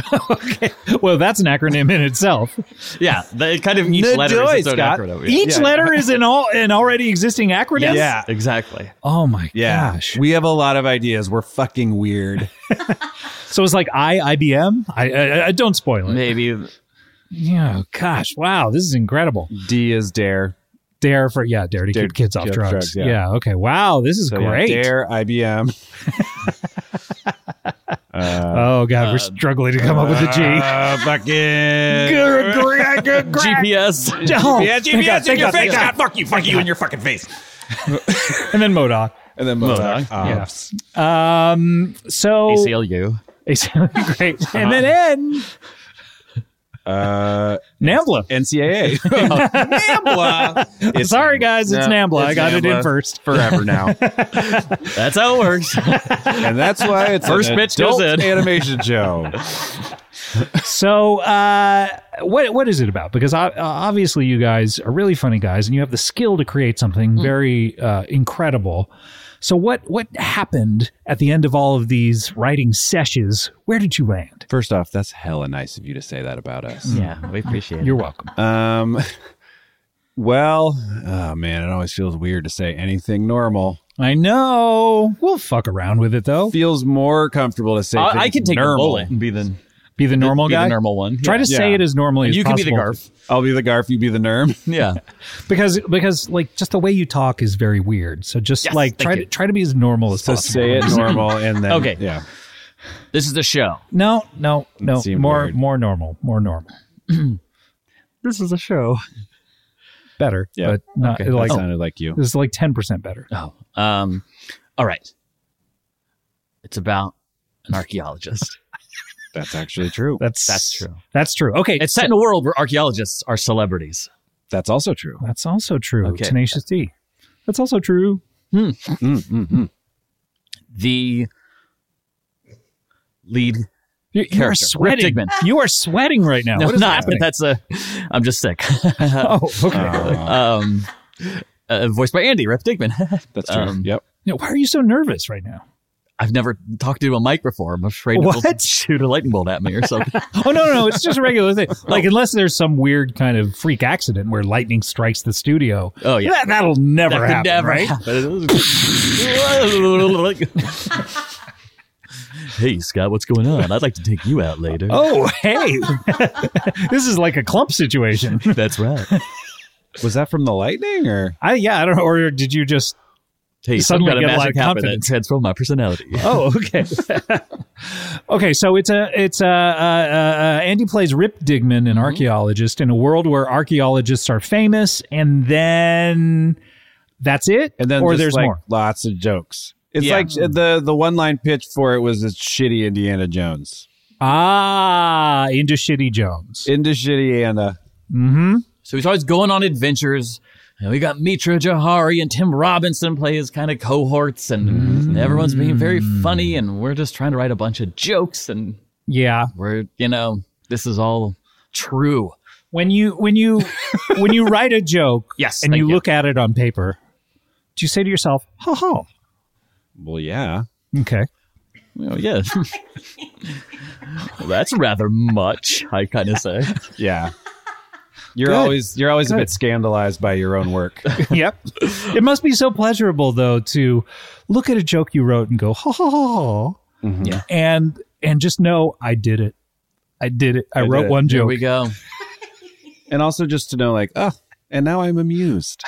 Speaker 2: well, that's an acronym in itself.
Speaker 4: yeah, the, kind of each
Speaker 3: No
Speaker 4: letter
Speaker 3: joy,
Speaker 4: is its own
Speaker 3: Scott.
Speaker 4: acronym. Yeah.
Speaker 2: Each letter is an all an already existing acronym.
Speaker 4: Yes,
Speaker 3: Yeah.
Speaker 4: exactly.
Speaker 2: Oh my
Speaker 3: Yeah.
Speaker 2: gosh.
Speaker 3: We have a lot of ideas. We're fucking weird.
Speaker 2: So it's like I IBM. I, I, I don't spoil
Speaker 3: Mm.
Speaker 2: it.
Speaker 4: Maybe
Speaker 2: Yeah. Gosh. Wow. This is incredible.
Speaker 3: D is dare.
Speaker 2: Dare for yeah. Dare to
Speaker 3: Dare
Speaker 2: keep kids off
Speaker 3: kids
Speaker 2: drugs.
Speaker 3: drugs,
Speaker 2: yeah.
Speaker 3: yeah.
Speaker 2: Okay. Wow. This is
Speaker 3: So, yeah,
Speaker 2: great.
Speaker 3: dare IBM.
Speaker 2: oh God. we're struggling to come up with a G.
Speaker 3: Uh, fucking.
Speaker 2: Good, great, good, great.
Speaker 4: GPS.
Speaker 2: Oh,
Speaker 3: Yeah,
Speaker 2: thank
Speaker 3: GPS
Speaker 2: God,
Speaker 3: in
Speaker 2: thank
Speaker 3: your
Speaker 2: God,
Speaker 3: face.
Speaker 2: thank
Speaker 3: God, fuck you. Fuck you in your fucking face.
Speaker 2: and then Modoc.
Speaker 1: and then Modoc.
Speaker 3: Uh,
Speaker 2: yes. Um. So
Speaker 4: ACLU.
Speaker 2: ACL, great. And then
Speaker 4: Uh-huh.
Speaker 2: N.
Speaker 3: Uh,
Speaker 2: Nambla.
Speaker 3: NCAA. Nambla. It's-
Speaker 2: Sorry, guys, it's
Speaker 3: No,
Speaker 2: Nambla. I
Speaker 3: it's
Speaker 2: got it in
Speaker 3: Nambla
Speaker 2: first.
Speaker 3: Forever now.
Speaker 4: That's how it works.
Speaker 3: and that's why it's
Speaker 4: First
Speaker 3: an
Speaker 4: bitch goes
Speaker 3: adult
Speaker 4: in.
Speaker 3: animation show.
Speaker 2: So, uh, what what is it about? Because uh, obviously, you guys are really funny guys, and you have the skill to create something very uh, incredible. So, what what happened at the end of all of these writing sessions? Where did you land?
Speaker 3: First off, that's hella nice of you to say that about us.
Speaker 4: yeah, we appreciate
Speaker 2: You're welcome.
Speaker 3: Um, well, oh man, it always feels weird to say anything normal.
Speaker 2: I know we'll fuck around with it though.
Speaker 3: Feels more comfortable to say.
Speaker 4: I, I
Speaker 3: things
Speaker 4: can take
Speaker 3: normal.
Speaker 4: the bullet and be the
Speaker 2: Be the normal
Speaker 4: be
Speaker 2: guy.
Speaker 4: the normal one.
Speaker 2: Try to
Speaker 4: Yeah.
Speaker 2: say
Speaker 3: Yeah.
Speaker 2: it as normally as
Speaker 4: you can be the
Speaker 2: possible.
Speaker 4: Garf.
Speaker 3: I'll be the Garf. You be the Nerm.
Speaker 4: Yeah,
Speaker 2: because because like just the way you talk is very weird. So just
Speaker 4: Yes,
Speaker 2: like
Speaker 4: thank
Speaker 2: try to
Speaker 4: you.
Speaker 2: try to be as normal as
Speaker 3: So
Speaker 2: possible.
Speaker 3: say it normal and then
Speaker 4: Okay.
Speaker 3: yeah.
Speaker 4: this is the show.
Speaker 2: No, no, no.
Speaker 3: seemed
Speaker 2: More
Speaker 3: weird.
Speaker 2: more normal. More normal.
Speaker 6: This is a show.
Speaker 2: Better.
Speaker 3: Yeah.
Speaker 2: But not
Speaker 3: Okay,
Speaker 2: like
Speaker 3: that sounded like you.
Speaker 2: This is like 10% better.
Speaker 4: Oh, um, all right. It's about an archaeologist.
Speaker 3: That's actually true.
Speaker 2: That's
Speaker 4: That's true.
Speaker 2: That's true. Okay.
Speaker 4: It's set in a world where archaeologists are celebrities.
Speaker 3: That's also true.
Speaker 2: that's also true.
Speaker 4: Okay.
Speaker 2: Tenacious D. That's also true.
Speaker 3: Mm, mm, mm.
Speaker 4: The lead
Speaker 2: You, you are
Speaker 4: character, Rip
Speaker 2: sweating.
Speaker 4: Digman.
Speaker 2: You are sweating right now.
Speaker 4: No,
Speaker 2: what is
Speaker 4: not,
Speaker 2: happening?
Speaker 4: but that's a. I'm just sick.
Speaker 2: oh, okay.
Speaker 3: Uh,
Speaker 4: um, uh, voiced by Andy Rip Digman.
Speaker 3: that's true.
Speaker 4: um,
Speaker 3: yep.
Speaker 2: Yeah, why are you so nervous right now?
Speaker 4: I've never talked to a mic before. I'm afraid it'll
Speaker 2: What?
Speaker 4: shoot a lightning bolt at me or something.
Speaker 2: Oh, no, no, no. It's just a regular thing. Like, unless there's some weird kind of freak accident where lightning strikes the studio.
Speaker 4: Oh, yeah.
Speaker 2: That, that'll never
Speaker 4: That could
Speaker 2: happen.
Speaker 4: never
Speaker 2: right?
Speaker 4: happen. hey, Scott, what's going on? I'd like to take you out later.
Speaker 2: Oh, hey. this is like a clump situation.
Speaker 4: That's right.
Speaker 3: Was that from the lightning or?
Speaker 2: I, yeah, I don't know. Or did you just.
Speaker 4: Hey,
Speaker 2: Suddenly
Speaker 4: suddenly got
Speaker 2: get
Speaker 4: a
Speaker 2: a lot
Speaker 4: magic
Speaker 2: of
Speaker 4: happen that
Speaker 2: confidence.
Speaker 4: transformed my personality.
Speaker 2: Oh, okay. okay, so it's a it's a, uh, uh, uh, Andy plays Rip Digman, an archaeologist, in a world where archaeologists are famous, and then that's it.
Speaker 3: And then
Speaker 2: or
Speaker 3: just,
Speaker 2: there's
Speaker 3: like,
Speaker 2: more.
Speaker 3: Lots of jokes. It's
Speaker 4: Yeah.
Speaker 3: like uh, the the one line pitch for it was it's shitty Indiana Jones.
Speaker 2: Ah, into Shitty Jones.
Speaker 3: Into shitty Anna.
Speaker 2: mm-hmm.
Speaker 4: So he's always going on adventures. And we got Mitra Jahari and Tim Robinson play his kind of cohorts, and,
Speaker 2: Mm.
Speaker 4: and everyone's being very funny. And we're just trying to write a bunch of jokes, and
Speaker 2: Yeah.
Speaker 4: we're you know this is all true.
Speaker 2: When you when you when you write a joke,
Speaker 4: Yes,
Speaker 2: and
Speaker 4: thank
Speaker 2: you,
Speaker 4: you.
Speaker 2: look at it on paper, do you say to yourself, "Ha ha"?
Speaker 3: Well, yeah.
Speaker 2: Okay.
Speaker 4: Oh yeah. well, that's rather much. I kind of say.
Speaker 3: Yeah. You're
Speaker 2: Good.
Speaker 3: always you're always a
Speaker 2: Good.
Speaker 3: bit scandalized by your own work.
Speaker 2: yep. It must be so pleasurable though to look at a joke you wrote and go ha ha ha, ha
Speaker 4: Yeah.
Speaker 2: and and just know I did it. I did it. I,
Speaker 3: I
Speaker 2: wrote
Speaker 3: did it.
Speaker 2: one
Speaker 4: Here
Speaker 2: joke.
Speaker 4: we go.
Speaker 3: and also just to know like, oh, and now I'm amused.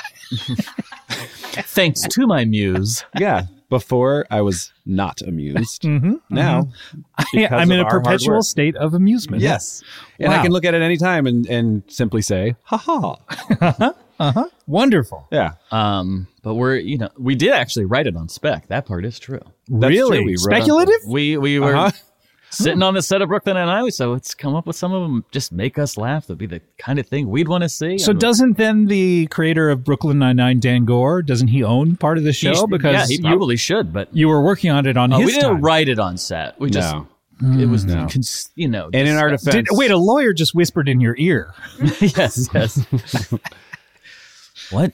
Speaker 4: Thanks to my muse.
Speaker 3: Yeah. Before I was not amused. Now,
Speaker 2: Mm-hmm. Yeah,
Speaker 3: because
Speaker 2: I'm in a
Speaker 3: of our hard
Speaker 2: perpetual
Speaker 3: work.
Speaker 2: state of amusement.
Speaker 3: yes. And I
Speaker 2: Wow.
Speaker 3: can look at it any time and, and simply say, ha ha.
Speaker 2: Wonderful.
Speaker 3: Yeah.
Speaker 4: Um, but we're you know we did actually write it on spec. That part is true.
Speaker 3: That's
Speaker 2: really
Speaker 3: true. We wrote on-
Speaker 2: speculative.
Speaker 4: We we were
Speaker 3: Uh-huh.
Speaker 4: sitting on the set of Brooklyn and I, so it's come up with some of them just make us laugh. That'd be the kind of thing we'd want to see.
Speaker 2: So
Speaker 4: And
Speaker 2: doesn't then the creator of Brooklyn Nine Nine, Dan Gore, doesn't he own part of the
Speaker 4: he-
Speaker 2: show? because
Speaker 4: yeah, he
Speaker 2: you-
Speaker 4: probably should, but
Speaker 2: you, were working on it on
Speaker 4: uh,
Speaker 2: his
Speaker 4: we didn't
Speaker 2: time.
Speaker 4: write it on set. We just
Speaker 3: No.
Speaker 4: it was
Speaker 3: no.
Speaker 4: cons- you know
Speaker 3: And in
Speaker 4: just-
Speaker 3: our defense,
Speaker 2: uh, Did, wait, a lawyer just whispered in your ear.
Speaker 4: yes, yes. what?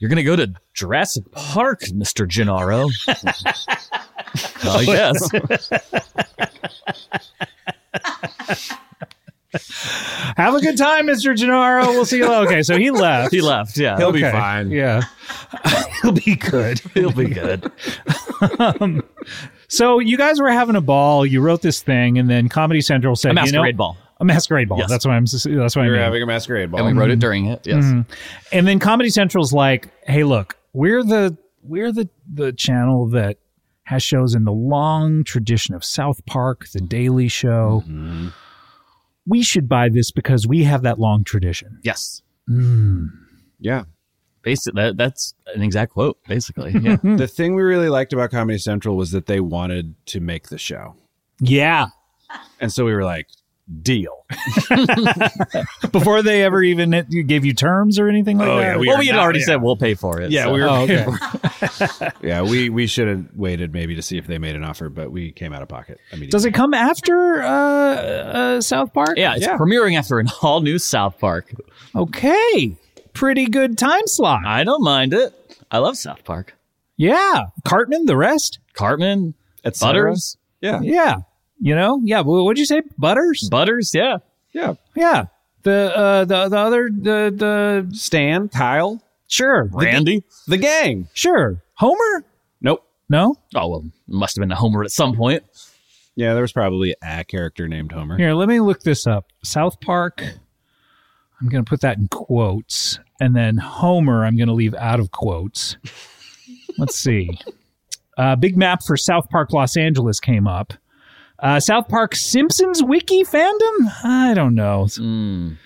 Speaker 4: You're gonna go to Jurassic Park, Mister Gennaro? Oh, I guess.
Speaker 2: Have a good time, Mr. Gennaro. We'll see you. later. Okay, so he left.
Speaker 4: He left. Yeah,
Speaker 3: he'll be
Speaker 2: Okay.
Speaker 3: fine.
Speaker 2: Yeah. He'll be good.
Speaker 4: he'll be good.
Speaker 2: So you guys were having a ball. You wrote this thing, and then Comedy Central said,
Speaker 4: A masquerade
Speaker 2: you know,
Speaker 4: ball.
Speaker 2: a masquerade ball.
Speaker 4: Yes.
Speaker 2: That's what I'm. s- That's what I
Speaker 3: We were
Speaker 2: mean.
Speaker 3: having a masquerade ball.
Speaker 4: And we wrote it during it. Yes.
Speaker 2: and then Comedy Central's like, "Hey, look, we're the we're the the channel that has shows in the long tradition of South Park, The Daily Show. We should buy this because we have that long tradition."
Speaker 4: Yes.
Speaker 3: Yeah.
Speaker 4: Basically, that, that's an exact quote. Basically, yeah.
Speaker 3: The thing we really liked about Comedy Central was that they wanted to make the show.
Speaker 2: Yeah.
Speaker 3: And so we were like, deal.
Speaker 2: Before they ever even gave you terms or anything like that.
Speaker 4: well, Oh, we had already said we'll pay for it.
Speaker 3: Yeah,
Speaker 4: so.
Speaker 3: we were
Speaker 2: Oh, okay.
Speaker 3: Yeah, we we should have waited maybe to see if they made an offer, but we came out of pocket immediately.
Speaker 2: Does it come after uh, uh, South Park?
Speaker 4: yeah, it's premiering after an all new South Park.
Speaker 2: Okay. Pretty good time slot.
Speaker 4: I don't mind it. I love South Park.
Speaker 2: yeah. Cartman, the rest?
Speaker 4: Cartman,
Speaker 3: Et cetera.
Speaker 4: Butters,
Speaker 3: Yeah,
Speaker 2: Yeah. You know? Yeah. wh- What'd you say? Butters?
Speaker 4: Butters, yeah.
Speaker 3: yeah.
Speaker 2: yeah. The uh the the other the the
Speaker 3: Stan, Kyle,
Speaker 2: sure The-
Speaker 4: Randy.
Speaker 3: the gang.
Speaker 2: sure Homer
Speaker 3: Nope.
Speaker 2: no
Speaker 4: Oh well, must have been a Homer at some point.
Speaker 3: Yeah, there was probably a character named Homer.
Speaker 2: Here, let me look this up. South Park. I'm going to put that in quotes. And then Homer, I'm going to leave out of quotes. Let's see. Uh, big map for South Park Los Angeles came up. Uh, South Park Simpsons Wiki fandom? I don't know.
Speaker 4: Mm.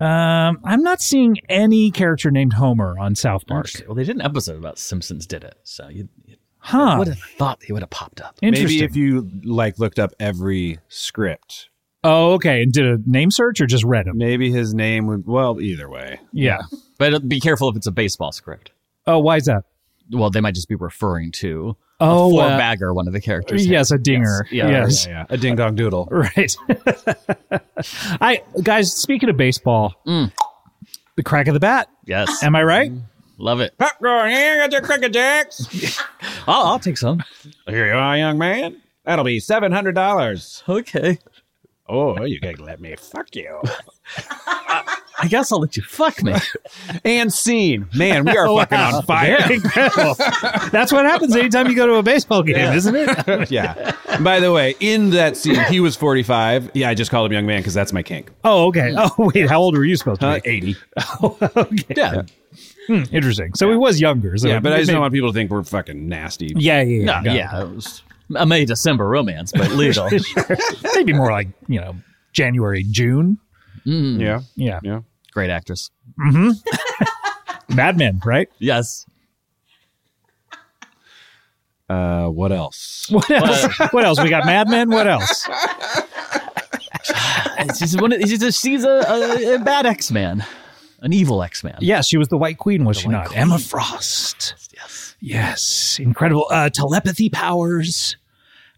Speaker 2: Um, I'm not seeing any character named Homer on South Park.
Speaker 4: Well, they did an episode about Simpsons did it, so you, you
Speaker 2: Huh.
Speaker 4: would have thought he would have popped up.
Speaker 2: Interesting.
Speaker 3: Maybe if you like looked up every script,
Speaker 2: oh, okay. And did a name search or just read them?
Speaker 3: maybe his name would. Well, either way,
Speaker 2: Yeah.
Speaker 4: But uh, be careful if it's a baseball script.
Speaker 2: Oh, why is that?
Speaker 4: Well, they might just be referring to
Speaker 2: Oh,
Speaker 4: a four
Speaker 2: uh,
Speaker 4: bagger one of the characters. hit.
Speaker 2: yes, a dinger.
Speaker 4: Yes. Yeah.
Speaker 2: yes.
Speaker 3: yeah, a ding dong doodle.
Speaker 2: Right. I guys, speaking of baseball,
Speaker 4: Mm.
Speaker 2: the crack of the bat.
Speaker 4: Yes.
Speaker 2: Am I right?
Speaker 4: Love it.
Speaker 3: Pop going here at your cricket jacks.
Speaker 4: I'll, I'll take some.
Speaker 3: Here you are, young man. That'll be seven hundred dollars.
Speaker 4: Okay.
Speaker 3: Oh, you can let me fuck you.
Speaker 4: I guess I'll let you fuck me.
Speaker 3: And scene, man, we are fucking on fire.
Speaker 2: Incredible. That's what happens anytime you go to a baseball game, isn't it?
Speaker 3: yeah. By the way, in that scene, he was 45. Yeah, I just called him young man because that's my kink.
Speaker 2: Oh, okay.
Speaker 3: Mm.
Speaker 2: Oh, wait. How old were you supposed to
Speaker 3: Uh,
Speaker 2: be?
Speaker 3: 80.
Speaker 4: yeah.
Speaker 2: Interesting. So he was younger. So
Speaker 3: Yeah, but I just
Speaker 2: maybe-
Speaker 3: don't want people to think we're fucking nasty.
Speaker 2: Yeah, yeah,
Speaker 4: No,
Speaker 2: yeah. got
Speaker 4: yeah. It was a May December romance, but legal.
Speaker 2: it. Maybe more like you know January, June.
Speaker 4: Mm.
Speaker 3: Yeah.
Speaker 2: Yeah,
Speaker 3: Yeah.
Speaker 4: Great actress.
Speaker 2: Mad Men, right?
Speaker 4: Yes.
Speaker 3: Uh, what else?
Speaker 2: What else? what else? We got Mad Men. What else?
Speaker 4: She's, one of, she's, a, she's a, a, a bad X Man, an evil X Man.
Speaker 2: Yeah, she was the White Queen, was she
Speaker 4: White
Speaker 2: not?
Speaker 4: Queen.
Speaker 2: Emma Frost.
Speaker 4: Yes.
Speaker 2: Yes, incredible uh, telepathy powers,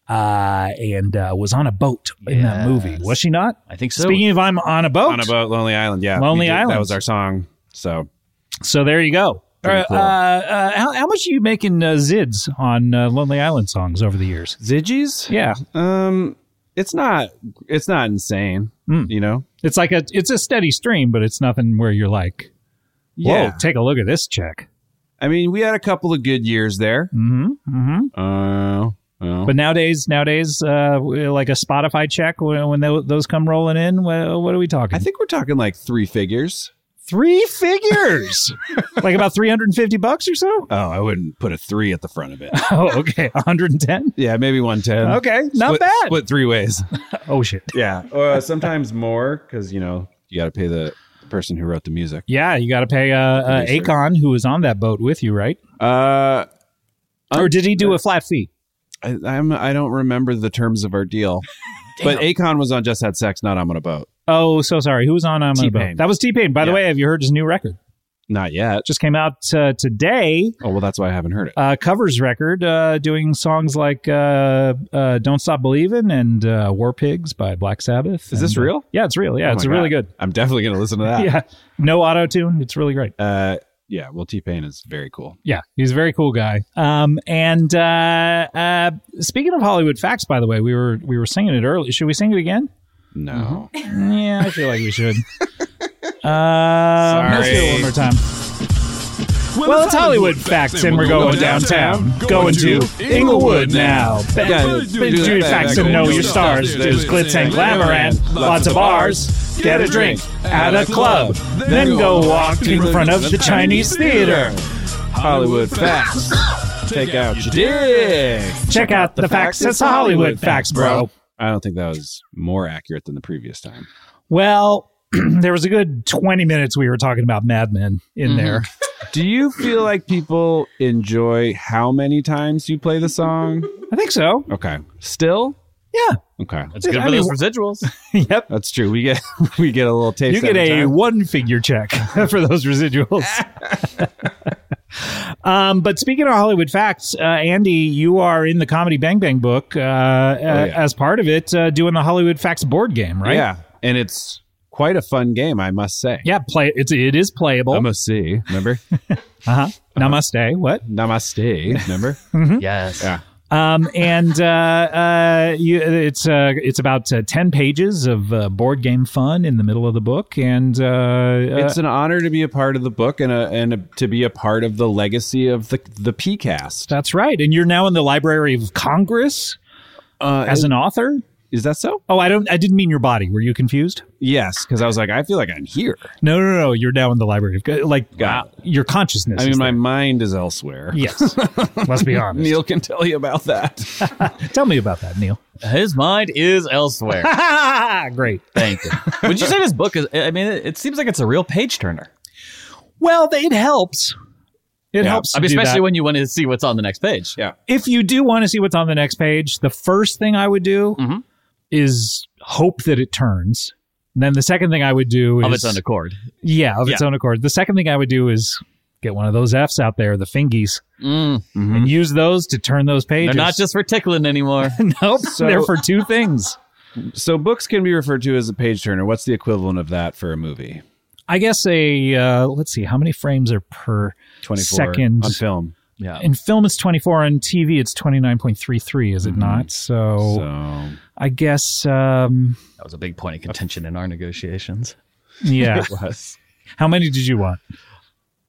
Speaker 2: uh, and uh, was on a boat in that
Speaker 4: Yes.
Speaker 2: movie. Was she not?
Speaker 4: I think so.
Speaker 2: Speaking of, I'm on a boat.
Speaker 3: On a boat, Lonely Island. Yeah.
Speaker 2: Lonely
Speaker 3: we did-
Speaker 2: Island.
Speaker 3: That was our song. So
Speaker 2: So there you go.
Speaker 3: Pretty
Speaker 2: Uh,
Speaker 3: cool.
Speaker 2: uh, uh, how, how much are you making uh, zids on uh, Lonely Island songs over the years?
Speaker 3: Zidgies?
Speaker 2: Yeah,
Speaker 3: Um, it's not. It's not insane.
Speaker 2: Mm.
Speaker 3: You know.
Speaker 2: it's like a it's a steady stream, but it's nothing where you're like, whoa,
Speaker 3: Yeah.
Speaker 2: take a look at this check.
Speaker 3: I mean, we had a couple of good years there.
Speaker 2: hmm hmm
Speaker 3: Uh, well,
Speaker 2: But nowadays, nowadays, uh, like a Spotify check when, when tho- those come rolling in, well, what are we talking?
Speaker 3: I think we're talking like three figures.
Speaker 2: three figures, like about three hundred and fifty bucks or so.
Speaker 3: Oh, I wouldn't put a three at the front of it.
Speaker 2: Oh, okay. 110?
Speaker 3: yeah, maybe one ten.
Speaker 2: Okay. Not
Speaker 3: Split-
Speaker 2: bad.
Speaker 3: Split three ways.
Speaker 2: Oh, shit.
Speaker 3: Yeah, uh, sometimes more because you know you got to pay the person who wrote the music.
Speaker 2: Yeah, you got to pay uh, uh,
Speaker 3: Pretty sure.
Speaker 2: Akon, who was on that boat with you, right?
Speaker 3: Uh,
Speaker 2: or did he do a flat fee?
Speaker 3: I, I'm I don't remember the terms of our deal, but Akon was on Just Had Sex, not I'm on a boat.
Speaker 2: Oh, so sorry. Who was on I'm on a
Speaker 3: T-Pain.
Speaker 2: boat? That was T Pain. By the
Speaker 3: Yeah.
Speaker 2: way, have you heard his new record?
Speaker 3: Not yet.
Speaker 2: Just came out uh, today.
Speaker 3: Oh well, that's why I haven't heard it.
Speaker 2: Uh, covers record, uh, doing songs like uh, uh, "Don't Stop Believing" and uh, "War Pigs" by Black Sabbath.
Speaker 3: Is this
Speaker 2: And, uh,
Speaker 3: real?
Speaker 2: yeah, it's real. Yeah,
Speaker 3: Oh
Speaker 2: it's
Speaker 3: my
Speaker 2: really
Speaker 3: God.
Speaker 2: good.
Speaker 3: I'm definitely gonna listen to that.
Speaker 2: Yeah, no auto tune. It's really great.
Speaker 3: Uh, yeah. Well, T Pain is very cool.
Speaker 2: Yeah, he's a very cool guy. Um, and uh, uh, speaking of Hollywood facts, by the way, we were we were singing it early. Should we sing it again? Mm-hmm.
Speaker 3: No.
Speaker 2: Yeah, I feel like we should. Uh, let's do it one more time. Well, it's Hollywood facts, and we're going downtown. Going to Inglewood now.
Speaker 3: Yeah,
Speaker 2: Been
Speaker 3: do
Speaker 2: doing
Speaker 3: that.
Speaker 2: facts and know your stars. There's glitz and glamour and lots of bars. Get a drink at a club, then go walk in front of the Chinese theater.
Speaker 3: Hollywood facts. Take out your dick.
Speaker 2: Check out the facts. It's Hollywood facts, bro.
Speaker 3: I don't think that was more accurate than the previous time.
Speaker 2: Mm-hmm. Well, there was a good 20 minutes we were talking about Mad Men in there.
Speaker 3: Do you feel like people enjoy how many times you play the song?
Speaker 2: I think so.
Speaker 3: Okay. Still?
Speaker 2: Yeah.
Speaker 3: Okay.
Speaker 4: That's good
Speaker 2: I
Speaker 4: for
Speaker 2: mean,
Speaker 4: those residuals.
Speaker 2: Yep.
Speaker 3: That's true. We get we get a little taste.
Speaker 2: You get
Speaker 3: every
Speaker 2: a
Speaker 3: time.
Speaker 2: one figure check for those residuals. um, but speaking of Hollywood facts, uh, Andy, you are in the Comedy Bang Bang book uh, uh,
Speaker 3: yeah.
Speaker 2: as part of it, uh, doing the Hollywood facts board game, right?
Speaker 3: Yeah. And it's quite a fun game, I must say.
Speaker 2: Yeah, play it's it is playable.
Speaker 3: Namaste. Remember?
Speaker 2: Uh-huh. Namaste. What?
Speaker 3: Namaste. Remember?
Speaker 4: yes.
Speaker 3: Yeah.
Speaker 2: Um, and uh, uh, you, it's uh, it's about uh, ten pages of uh, board game fun in the middle of the book, and uh, uh,
Speaker 3: it's an honor to be a part of the book and a, and a, to be a part of the legacy of the the PCast.
Speaker 2: that's right. And you're now in the Library of Congress
Speaker 3: Uh,
Speaker 2: as an author.
Speaker 3: is that so?
Speaker 2: Oh, I don't. I didn't mean your body. Were you confused?
Speaker 3: Yes, because I was like, I feel like I'm here.
Speaker 2: No, no, no. You're now in the Library of Co- like
Speaker 3: Got
Speaker 2: uh, your consciousness.
Speaker 3: I
Speaker 2: is
Speaker 3: mean, my
Speaker 2: there.
Speaker 3: mind is elsewhere.
Speaker 2: yes. Let's be honest.
Speaker 3: Neil can tell you about that.
Speaker 2: Tell me about that, Neil.
Speaker 4: His mind is elsewhere.
Speaker 2: Great.
Speaker 4: Thank you. Would you say this book is? I mean, it, it seems like it's a real page turner.
Speaker 2: Well, it helps. It
Speaker 3: Yeah.
Speaker 2: helps.
Speaker 4: I mean,
Speaker 2: to do
Speaker 4: especially
Speaker 2: that.
Speaker 4: when you want to see what's on the next page.
Speaker 3: yeah.
Speaker 2: if you do want to see what's on the next page, the first thing I would do
Speaker 4: Mhm.
Speaker 2: is hope that it turns. And then the second thing I would do is
Speaker 4: Of its own accord.
Speaker 2: yeah, of its own accord. The second thing I would do is get one of those Fs out there, the fingies,
Speaker 4: Mm.
Speaker 2: and use those to turn those pages.
Speaker 4: They're not just for tickling anymore.
Speaker 2: nope. they're for two things.
Speaker 3: So books can be referred to as a page turner. What's the equivalent of that for a movie?
Speaker 2: I guess a uh, let's see, how many frames are per
Speaker 3: 24
Speaker 2: second?
Speaker 3: on film.
Speaker 4: yeah.
Speaker 2: In film, it's twenty four. On TV, it's twenty nine point three three. Is it
Speaker 4: Mm-hmm.
Speaker 2: not? So,
Speaker 3: So
Speaker 2: I guess, um,
Speaker 4: That was a big point of contention in our negotiations.
Speaker 2: yeah.
Speaker 4: Was.
Speaker 2: how many did you want?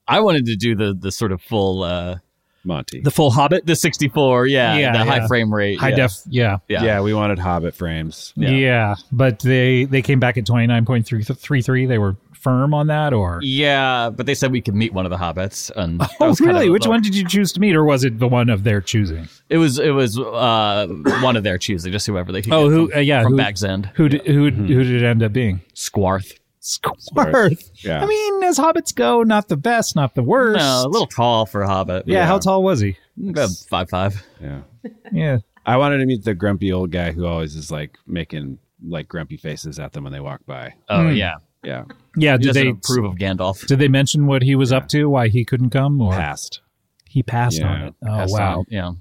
Speaker 4: I wanted to do the the sort of full uh
Speaker 3: Monty.
Speaker 4: the full Hobbit, the sixty four, yeah,
Speaker 2: Yeah,
Speaker 4: the
Speaker 2: yeah.
Speaker 4: high frame rate,
Speaker 2: High
Speaker 4: yeah.
Speaker 2: def, yeah.
Speaker 4: yeah.
Speaker 3: yeah. we wanted Hobbit frames.
Speaker 2: Yeah.
Speaker 4: Yeah.
Speaker 2: but they they came back at 29.33. They were firm on that or
Speaker 4: Yeah, but they said we could meet one of the hobbits, and that
Speaker 2: Oh,
Speaker 4: was kind of
Speaker 2: really?
Speaker 4: a
Speaker 2: Which
Speaker 4: little-
Speaker 2: one did you choose to meet or was it the one of their choosing?
Speaker 4: It was it was uh, one of their choosing, just whoever they could
Speaker 2: Oh,
Speaker 4: get
Speaker 2: who-
Speaker 4: from,
Speaker 2: uh, yeah,
Speaker 4: from
Speaker 2: who-
Speaker 4: Bag's Mm-hmm. End,
Speaker 2: Who did, who who did it end up being?
Speaker 4: Squarth.
Speaker 2: Squirth.
Speaker 3: Yeah.
Speaker 2: I mean, as hobbits go, not the best, not the worst.
Speaker 4: No, a little tall for a hobbit.
Speaker 2: yeah, how tall was he?
Speaker 4: About five five.
Speaker 3: Yeah.
Speaker 2: Yeah.
Speaker 3: I wanted to meet the grumpy old guy who always is like making like grumpy faces at them when they walk by.
Speaker 4: Oh yeah,
Speaker 3: Yeah.
Speaker 2: Yeah,
Speaker 4: he
Speaker 2: did
Speaker 4: doesn't
Speaker 2: Hmm. they
Speaker 4: approve of Gandalf.
Speaker 2: did they mention what he was up to, why he couldn't come or
Speaker 3: Past.
Speaker 2: he passed
Speaker 3: Yeah,
Speaker 2: on it? Oh,
Speaker 4: Passed
Speaker 2: wow.
Speaker 4: on, yeah,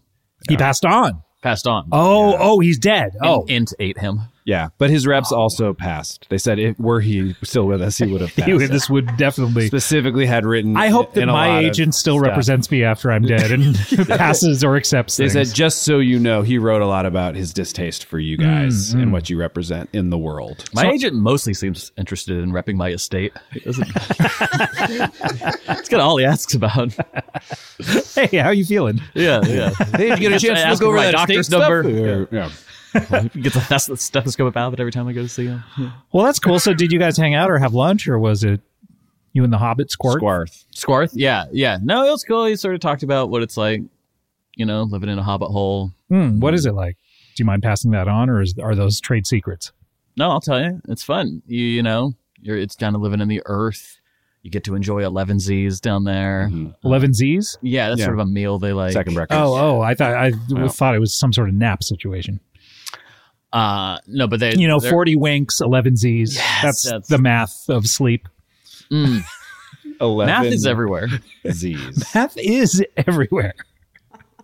Speaker 2: He passed on.
Speaker 4: passed on.
Speaker 2: Oh, oh, he's dead. Oh.
Speaker 4: and Int ate him.
Speaker 3: Yeah. But his reps
Speaker 4: Oh,
Speaker 3: also passed. They said it were he still with us, he would have
Speaker 2: He
Speaker 3: passed.
Speaker 2: would- this would definitely
Speaker 3: specifically had written
Speaker 2: I hope that
Speaker 3: in a
Speaker 2: my
Speaker 3: lot of
Speaker 2: agent still
Speaker 3: stuff.
Speaker 2: represents me after I'm dead and passes or accepts
Speaker 3: They
Speaker 2: things.
Speaker 3: said, just so you know, he wrote a lot about his distaste for you guys and what you represent in the world.
Speaker 4: My agent mostly seems interested in repping my estate. It doesn't- That's kind of all he asks about.
Speaker 2: "Hey, how you feeling?"
Speaker 4: Yeah, yeah.
Speaker 3: Hey, did you get a
Speaker 4: Yes, I ask him my doctor's number.
Speaker 3: Yeah.
Speaker 4: Gets a test stethoscope out every time I go to see him.
Speaker 2: Well, that's cool. So, did you guys hang out or have lunch, or was it you and the Hobbit squirt?
Speaker 3: Squarth.
Speaker 4: Squarth? Yeah, yeah. No, it was cool. He sort of talked about what it's like, you know, living in a hobbit hole.
Speaker 2: Hmm, what is it like? Do you mind passing that on, or is, are those trade secrets?
Speaker 4: No, I'll tell you, it's fun. You, you know, you're it's kind of living in the earth. You get to enjoy eleven Z's down there.
Speaker 2: Eleven Z's.
Speaker 4: Yeah,
Speaker 3: Mm-hmm.
Speaker 4: that's
Speaker 3: Yeah.
Speaker 4: sort of a meal they like.
Speaker 3: Second breakfast.
Speaker 2: Oh, oh, I thought I
Speaker 3: Wow.
Speaker 2: thought it was some sort of nap situation.
Speaker 4: Uh, no, but they,
Speaker 2: You know,
Speaker 4: they're-
Speaker 2: forty winks, eleven Z's.
Speaker 4: Yes,
Speaker 2: that's,
Speaker 4: that's-
Speaker 2: the math of sleep.
Speaker 4: Mm.
Speaker 3: 11
Speaker 4: math is everywhere.
Speaker 3: Z's.
Speaker 2: Math is everywhere.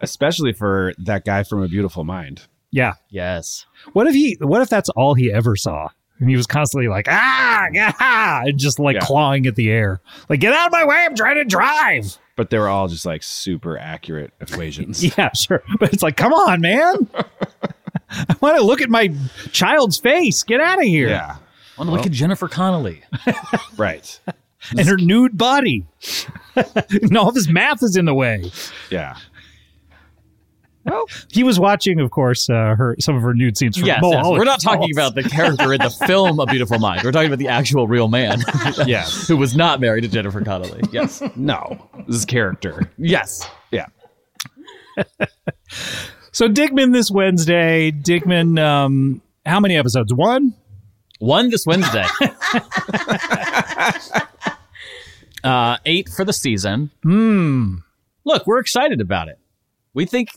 Speaker 3: Especially for that guy from A Beautiful Mind.
Speaker 2: Yeah.
Speaker 4: Yes.
Speaker 2: What if he? What if that's all he ever saw? And he was constantly like, ah, ah, and just like
Speaker 3: Yeah.
Speaker 2: clawing at the air, like, get out of my way! I'm trying to drive.
Speaker 3: But they were all just like super accurate equations.
Speaker 2: Yeah, sure, but it's like, come on, man! I want to look at my child's face. Get out of here!
Speaker 3: Yeah.
Speaker 4: I want to look at Jennifer Connolly.
Speaker 3: Right.
Speaker 2: And her nude body. and all this math is in the way.
Speaker 3: Yeah.
Speaker 2: He was watching, of course, uh, her some of her nude scenes from
Speaker 4: yes, yes.
Speaker 2: Mulholland
Speaker 4: we're not talking
Speaker 2: Falls.
Speaker 4: about the character in the film A Beautiful Mind. We're talking about the actual real man.
Speaker 3: Yes.
Speaker 4: Who was not married to Jennifer Connelly. Yes.
Speaker 3: No. This is character.
Speaker 4: Yes.
Speaker 3: Yeah.
Speaker 2: So Dickman this Wednesday. Dickman, um, how many episodes? One.
Speaker 4: One this Wednesday. uh, eight for the season.
Speaker 3: Hmm.
Speaker 4: Look, we're excited about it. We think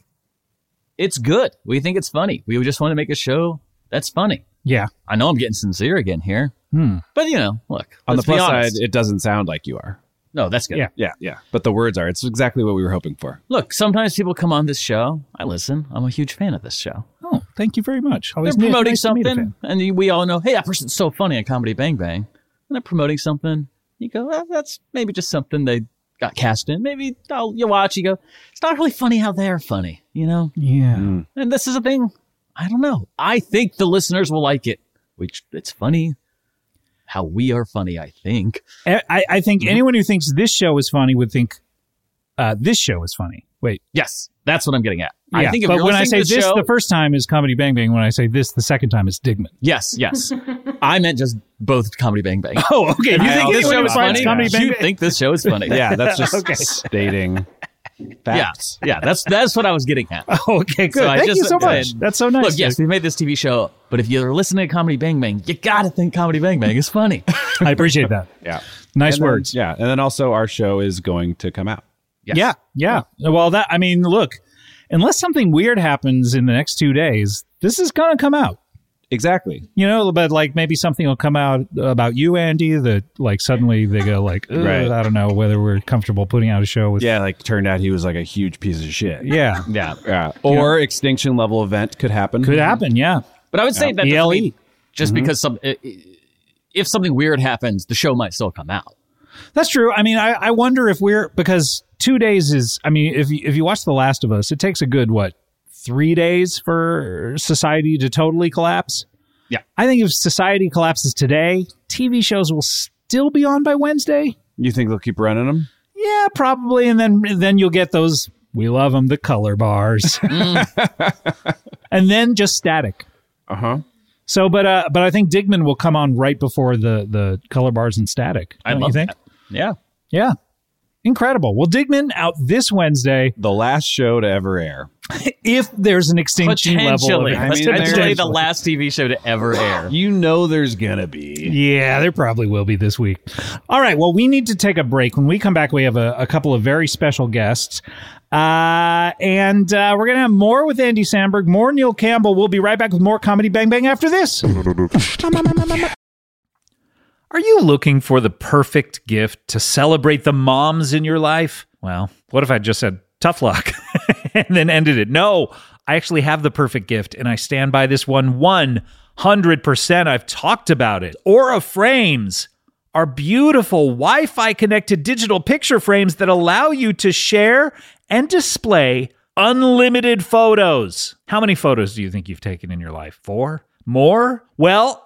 Speaker 4: it's good. We think it's funny. We just want to make a show that's funny.
Speaker 7: Yeah.
Speaker 4: I know I'm getting sincere again here, but you know, look.
Speaker 3: Hmm. On the
Speaker 4: let's be
Speaker 3: plus side,
Speaker 4: honest.
Speaker 3: it doesn't sound like you are.
Speaker 4: no, that's good.
Speaker 7: Yeah.
Speaker 3: Yeah, yeah. But the words are. It's exactly what we were hoping for.
Speaker 4: Look, sometimes people come on this show. I listen. I'm a huge fan of this show.
Speaker 7: Oh, thank you very much.
Speaker 4: They're
Speaker 7: Always nice-
Speaker 4: promoting
Speaker 7: nice to meet a
Speaker 4: something, and we all know, hey, that person's so funny on Comedy Bang Bang. And they're promoting something. You go, "Well, that's maybe just something they got cast in. Maybe oh, you watch. You go, it's not really funny how they're funny, you know.
Speaker 7: fan. Yeah.
Speaker 3: Mm.
Speaker 4: And this is a thing. I don't know. I think the listeners will like it. Which it's funny how we are funny. I think.
Speaker 7: I, I- I think
Speaker 4: Mm-hmm.
Speaker 7: anyone who thinks this show is funny would think uh, this show is funny. Wait,
Speaker 4: Yes, that's what I'm getting at. I
Speaker 7: yeah,
Speaker 4: think if
Speaker 7: but
Speaker 4: you're
Speaker 7: when I
Speaker 4: listening
Speaker 7: say
Speaker 4: to the
Speaker 7: this
Speaker 4: show,
Speaker 7: the first time is Comedy Bang Bang. When I say this the second time is Digman.
Speaker 4: yes, yes, I meant just both Comedy Bang Bang.
Speaker 7: Oh, okay. If you
Speaker 4: I
Speaker 7: think
Speaker 4: also
Speaker 7: this show is funny, Comedy Bang
Speaker 4: you
Speaker 7: Bang.
Speaker 4: think this show is funny.
Speaker 3: Yeah, Uh, that's just stating
Speaker 4: yeah,
Speaker 3: facts.
Speaker 4: yeah. That's that's what I was getting at.
Speaker 7: Oh, okay, good.
Speaker 4: So I
Speaker 7: Thank you
Speaker 4: just-
Speaker 7: so much.
Speaker 4: and-
Speaker 7: That's so nice.
Speaker 4: Look, yes, we made this TV show, but if you're listening to Comedy Bang Bang, you gotta think Comedy Bang Bang is funny.
Speaker 7: I appreciate that.
Speaker 3: Yeah.
Speaker 7: Nice
Speaker 3: And then-
Speaker 7: words.
Speaker 3: yeah. And then also, our show is going to come out.
Speaker 4: Yes.
Speaker 7: Yeah, yeah. Well, that I mean, look, unless something weird happens in the next two days, this is gonna come out.
Speaker 3: Exactly.
Speaker 7: You know, but like maybe something will come out about you, Andy. That like suddenly they go like, "Ugh,
Speaker 3: Right.
Speaker 7: I don't know whether we're comfortable putting out a show with.
Speaker 3: Yeah. Like, turned out he was like a huge piece of shit.
Speaker 7: yeah,
Speaker 3: Yeah. yeah. Or extinction level event could happen.
Speaker 7: could happen. Yeah, E
Speaker 4: But I would say that doesn't
Speaker 7: ELE.
Speaker 4: mean just
Speaker 7: Mm-hmm.
Speaker 4: because some i- i- if something weird happens, the show might still come out.
Speaker 7: that's true. I mean, I, I wonder if we're because two days is. I mean, if you- if you watch The Last of Us, it takes a good what three days for society to totally collapse.
Speaker 4: Yeah.
Speaker 7: I think if society collapses today, TV shows will still be on by Wednesday.
Speaker 3: You think they'll keep running them?
Speaker 7: Yeah, probably, and then then you'll get those. We love them, the color bars,
Speaker 4: Mm.
Speaker 7: and then just static.
Speaker 3: Uh huh.
Speaker 7: So, but uh, but I think Digman will come on right before the the color bars and static.
Speaker 4: I
Speaker 7: don't you
Speaker 4: love
Speaker 7: think?
Speaker 4: that. Yeah.
Speaker 7: Yeah, incredible. Well, Digman out this Wednesday.
Speaker 3: The last show to ever air.
Speaker 7: If there's an extinction level,
Speaker 4: Potentially.
Speaker 7: of
Speaker 3: I mean,
Speaker 4: Potentially
Speaker 3: there's-
Speaker 4: the last TV show to ever air.
Speaker 3: You know there's going to be.
Speaker 7: Yeah, there probably will be this week. All right. Well, we need to take a break. When we come back, we have a, a couple of very special guests. Uh, and uh, we're going to have more with Andy Sandberg, more Neil Campbell. We'll be right back with more Comedy Bang Bang after this.
Speaker 2: Are you looking for the perfect gift to celebrate the moms in your life? Well, what if I just said tough luck and then ended it? No, I actually have the perfect gift and I stand by this one 100%. I've talked about it. Aura Frames are beautiful Wi Fi connected digital picture frames that allow you to share and display unlimited photos. How many photos do you think you've taken in your life? Four? More? Well,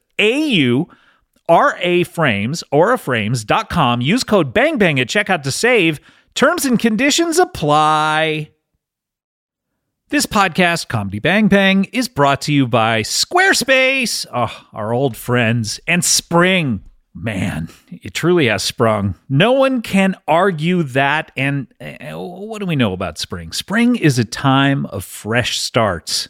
Speaker 2: AU. RA Frames, auraframes.com. Use code BANGBANG at checkout to save. Terms and conditions apply. This podcast, Comedy Bang Bang, is brought to you by Squarespace, oh, our old friends, and Spring. Man, it truly has sprung. No one can argue that. And eh, what do we know about spring? Spring is a time of fresh starts.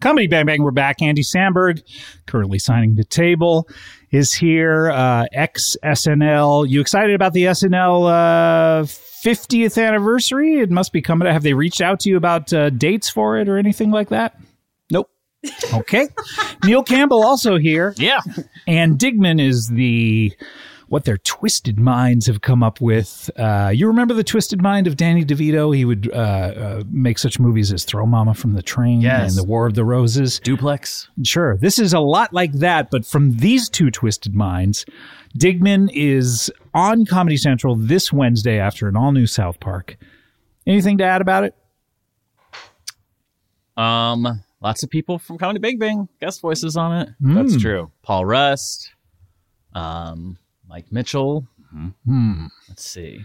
Speaker 2: Comedy Bang Bang, we're back. Andy Samberg, currently signing the table, is here. Uh, Ex SNL. You excited about the SNL uh, 50th anniversary? It must be coming. Have they reached out to you about uh, dates for it or anything like that?
Speaker 4: Nope.
Speaker 2: Okay. Neil Campbell also here.
Speaker 4: Yeah.
Speaker 2: And Digman is the what their twisted minds have come up with. Uh, you remember the twisted mind of Danny DeVito? He would uh, uh, make such movies as Throw Mama from the Train
Speaker 4: Yes.
Speaker 2: and The War of the Roses.
Speaker 4: Duplex.
Speaker 2: Sure, this is a lot like that, but from these two twisted minds. Digman is on Comedy Central this Wednesday after an all new South Park. Anything to add about it?
Speaker 4: Um, lots of people from Comedy Big Bang guest voices on it.
Speaker 3: That's
Speaker 2: Mm.
Speaker 3: true.
Speaker 4: Paul Rust, um, Mike Mitchell.
Speaker 2: Hmm.
Speaker 4: Let's see.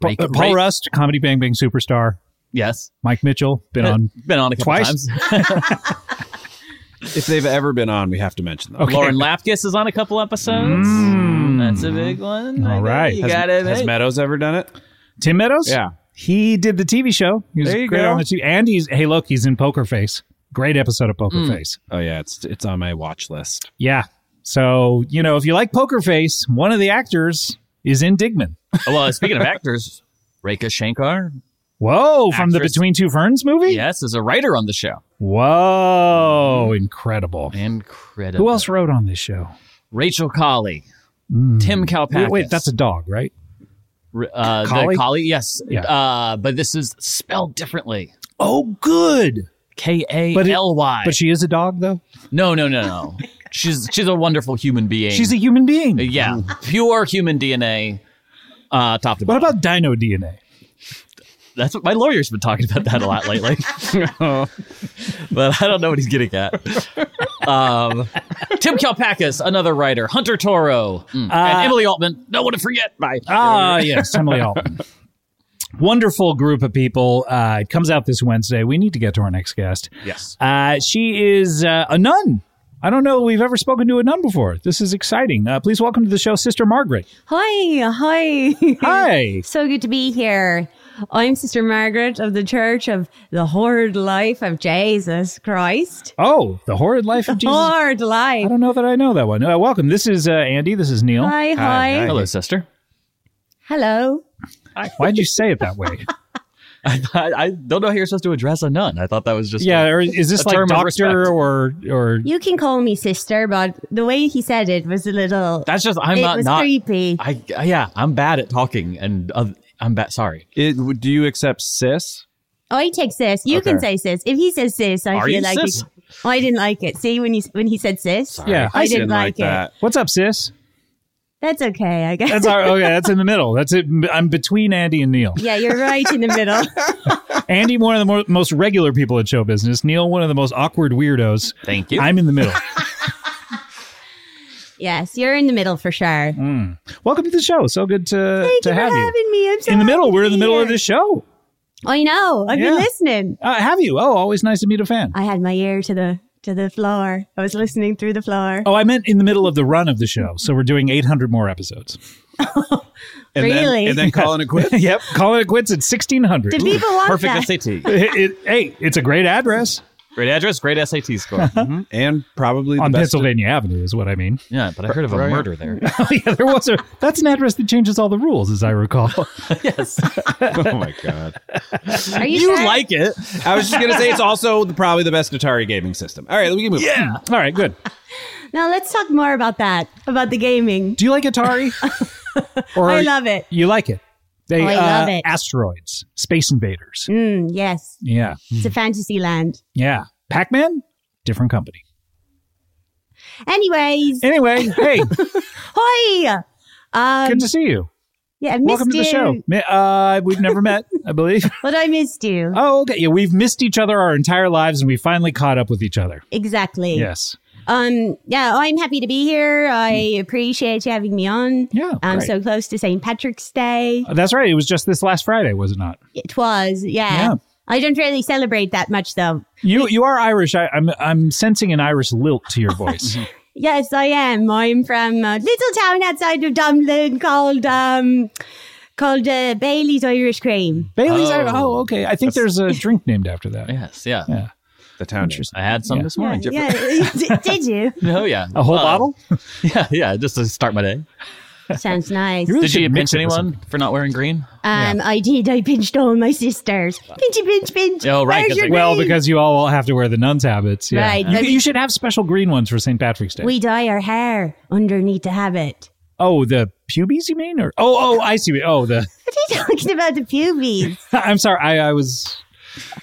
Speaker 2: Pa-
Speaker 4: Rake-
Speaker 2: uh, Paul
Speaker 4: Rake-
Speaker 2: Rust, Comedy Bang Bang superstar.
Speaker 4: Yes,
Speaker 2: Mike Mitchell, been on.
Speaker 4: been on a couple
Speaker 2: Twice?
Speaker 4: times.
Speaker 3: If they've ever been on, we have to mention them.
Speaker 2: Okay.
Speaker 4: Lauren Lapkus is on a couple episodes.
Speaker 2: Mm.
Speaker 4: That's a big one.
Speaker 2: All
Speaker 4: I think
Speaker 2: right.
Speaker 4: you
Speaker 3: Has,
Speaker 4: got it.
Speaker 3: has Meadows ever done it?
Speaker 2: Tim Meadows?
Speaker 3: Yeah.
Speaker 2: He did the TV show. He was
Speaker 3: There you
Speaker 2: great
Speaker 3: go.
Speaker 2: on the TV. And he's hey, look, he's in Poker Face. Great episode of Poker Face.
Speaker 3: Oh yeah, it's it's on my watch list.
Speaker 2: Yeah. So you know, if you like Poker Face, one of the actors is in Digman.
Speaker 4: Oh, well, speaking of actors, Rekha Shankar,
Speaker 2: Whoa, from the
Speaker 4: Actress.
Speaker 2: Between Two Ferns movie.
Speaker 4: yes, is a writer on the show.
Speaker 3: Hmm.
Speaker 2: Whoa, incredible.
Speaker 4: Incredible.
Speaker 2: Who else wrote on this show?
Speaker 4: Rachel Colley, Tim Kalpakis.
Speaker 2: Wait, wait, that's a dog, right?
Speaker 4: R- uh,
Speaker 2: Colley?
Speaker 4: The Colley, yes.
Speaker 2: Yeah.
Speaker 4: Uh, but this is spelled differently.
Speaker 2: Oh, good.
Speaker 4: K A
Speaker 2: But it-
Speaker 4: L Y.
Speaker 2: But she is a dog, though.
Speaker 4: No, no, no, no. she's she's a wonderful human being.
Speaker 2: She's a human being.
Speaker 4: yeah, pure human DNA. Uh, top to
Speaker 2: What
Speaker 4: bottom.
Speaker 2: about Dino DNA?
Speaker 4: That's what my lawyer's been talking about that a lot lately. but I don't know what he's getting at. Um, Tim Kalpakis, another writer. Hunter Toro. Mm.
Speaker 2: Uh,
Speaker 4: and Emily Altman. No one to forget. Bye.
Speaker 2: Ah, yes, Emily Alton. Wonderful group of people. Uh, it comes out this Wednesday. We need to get to our next guest.
Speaker 4: Yes.
Speaker 2: Uh, she is uh, a nun. I don't know we've ever spoken to a nun before. This is exciting. Uh, please welcome to the show, Sister Margaret.
Speaker 1: Hi, hi.
Speaker 2: Hi.
Speaker 1: so good to be here. I'm Sister Margaret of the Church of the Horrid Life of Jesus Christ.
Speaker 2: Oh, the horrid life of Jesus. I
Speaker 1: Horrid Life.
Speaker 2: don't know that I know that one. Uh, welcome. This is uh, Andy. This is Neil.
Speaker 1: Hi, hi.
Speaker 4: Hello, sister.
Speaker 1: Hello.
Speaker 2: Why'd you say it that way?
Speaker 4: I, I, I don't know how you're supposed to address a nun. I thought that was just.
Speaker 2: yeah,
Speaker 4: a-
Speaker 2: or is this
Speaker 4: A
Speaker 2: like
Speaker 4: term of
Speaker 2: doctor
Speaker 4: respect.
Speaker 2: or or?
Speaker 1: You can call me sister, but the way he said it was a little.
Speaker 4: that's just. I'm
Speaker 1: it
Speaker 4: not.
Speaker 1: was
Speaker 4: not
Speaker 1: creepy.
Speaker 4: I yeah. I'm bad at talking, and uh, I'm bad. Sorry.
Speaker 3: It, do you accept cis?
Speaker 1: I take sis. You can say sis. If he says sis, I
Speaker 4: Are
Speaker 1: feel
Speaker 4: you
Speaker 1: like
Speaker 4: sis?
Speaker 1: it- I didn't like it. See when he when he said sis,
Speaker 2: Yeah.
Speaker 1: I didn't like it.
Speaker 2: What's up, sis?
Speaker 1: That's okay, I guess.
Speaker 2: That's our okay. That's in the middle. That's it. I'm between Andy and Neil.
Speaker 1: yeah, you're right in the middle.
Speaker 2: Andy, one of the more, most regular people at show business. Neil, one of the most awkward weirdos.
Speaker 4: Thank you.
Speaker 2: I'm in the middle.
Speaker 1: yes, you're in the middle for sure.
Speaker 2: Welcome to the show. So good to Mm,
Speaker 1: Thank
Speaker 2: to
Speaker 1: you
Speaker 2: have
Speaker 1: for
Speaker 2: you.
Speaker 1: having me. I'm so
Speaker 2: In the middle,
Speaker 1: happy
Speaker 2: we're
Speaker 1: to
Speaker 2: in the
Speaker 1: be
Speaker 2: middle of
Speaker 1: here.
Speaker 2: this show.
Speaker 1: I know. I've
Speaker 2: Yeah.
Speaker 1: been listening.
Speaker 2: Uh, have you? Oh, always nice to meet a fan.
Speaker 1: I had my ear to the to the floor. I was listening through the floor.
Speaker 2: Oh, I meant in the middle of the run of the show. So we're doing 800 more episodes.
Speaker 3: And
Speaker 1: Really?
Speaker 3: Then, and then calling it quits.
Speaker 2: yep. Call it quits at 1600.
Speaker 1: Did people want
Speaker 4: Perfect
Speaker 1: that?
Speaker 4: SAT.
Speaker 2: It- it- hey, it's a great address
Speaker 4: Great address, great SAT score. Mhm.
Speaker 3: And probably the
Speaker 2: on
Speaker 3: best.
Speaker 2: Pennsylvania Avenue, is what I mean.
Speaker 4: Yeah, but I heard of a
Speaker 3: Right.
Speaker 4: murder there.
Speaker 2: oh, yeah, there was a. That's an address that changes all the rules, as I recall.
Speaker 4: yes.
Speaker 3: Oh my god!
Speaker 1: Are you,
Speaker 4: You
Speaker 1: sure?
Speaker 4: like it.
Speaker 3: I was just gonna say it's also the, probably the best Atari gaming system. All right, we can move. Yeah.
Speaker 2: all right, good.
Speaker 1: Now let's talk more about that, about the gaming.
Speaker 2: Do you like Atari? or
Speaker 1: I love it.
Speaker 2: You like it? They, uh,
Speaker 1: Oh, I love it.
Speaker 2: Asteroids, Space Invaders.
Speaker 1: Mm, yes,
Speaker 2: Yeah,
Speaker 1: it's a fantasy land.
Speaker 2: yeah. Pac Man, different company.
Speaker 1: Anyways,
Speaker 2: Anyway, hey,
Speaker 1: hoi. Um,
Speaker 2: good to see you.
Speaker 1: yeah, I missed
Speaker 2: Welcome to
Speaker 1: you.
Speaker 2: the show. Mi- Uh, we've never met, I believe.
Speaker 1: But I missed you.
Speaker 2: Oh, okay. Yeah, we've missed each other our entire lives, and we finally caught up with each other.
Speaker 1: Exactly.
Speaker 2: Yes.
Speaker 1: Um. Yeah. I'm happy to be here. I appreciate you having me on.
Speaker 2: Hmm. Yeah,
Speaker 1: I'm
Speaker 2: great.
Speaker 1: so close to St. Patrick's Day.
Speaker 2: That's right. It was just this last Friday, was it not?
Speaker 1: It was. Yeah.
Speaker 2: Yeah.
Speaker 1: I don't really celebrate that much though.
Speaker 2: You you are Irish. I, I'm I'm sensing an Irish lilt to your voice.
Speaker 1: Yes, I am. I'm from a little town outside of Dublin called um called uh, Bailey's Irish Cream.
Speaker 2: Bailey's.
Speaker 4: Oh.
Speaker 2: Irish. oh, okay. I think there's a drink named after that.
Speaker 4: Yes, yeah.
Speaker 3: The township.
Speaker 4: I had some
Speaker 2: Yeah.
Speaker 4: this morning. Different-
Speaker 1: Yeah, did, did you?
Speaker 4: No, yeah.
Speaker 2: A whole
Speaker 4: Uh,
Speaker 2: bottle.
Speaker 4: Yeah, yeah, just to start my day.
Speaker 1: Sounds nice.
Speaker 2: You really
Speaker 4: Did you
Speaker 2: should mix
Speaker 4: pinch
Speaker 2: it with
Speaker 4: anyone for not wearing green?
Speaker 1: Um, I did. I pinched all my sisters. Pinchy, pinch, pinch.
Speaker 4: Oh, right,
Speaker 1: Where's
Speaker 4: 'cause
Speaker 1: your
Speaker 4: they-
Speaker 2: Well,
Speaker 1: green?
Speaker 2: because you all have to wear the nun's habits. Yeah.
Speaker 1: Right.
Speaker 2: You, you should have special green ones for St. Patrick's Day.
Speaker 1: we dye our hair underneath the habit.
Speaker 2: oh, the pubes, you mean? Or oh, oh, I see. Oh, the.
Speaker 1: What are you talking about the pubes?
Speaker 2: I'm sorry. I, I was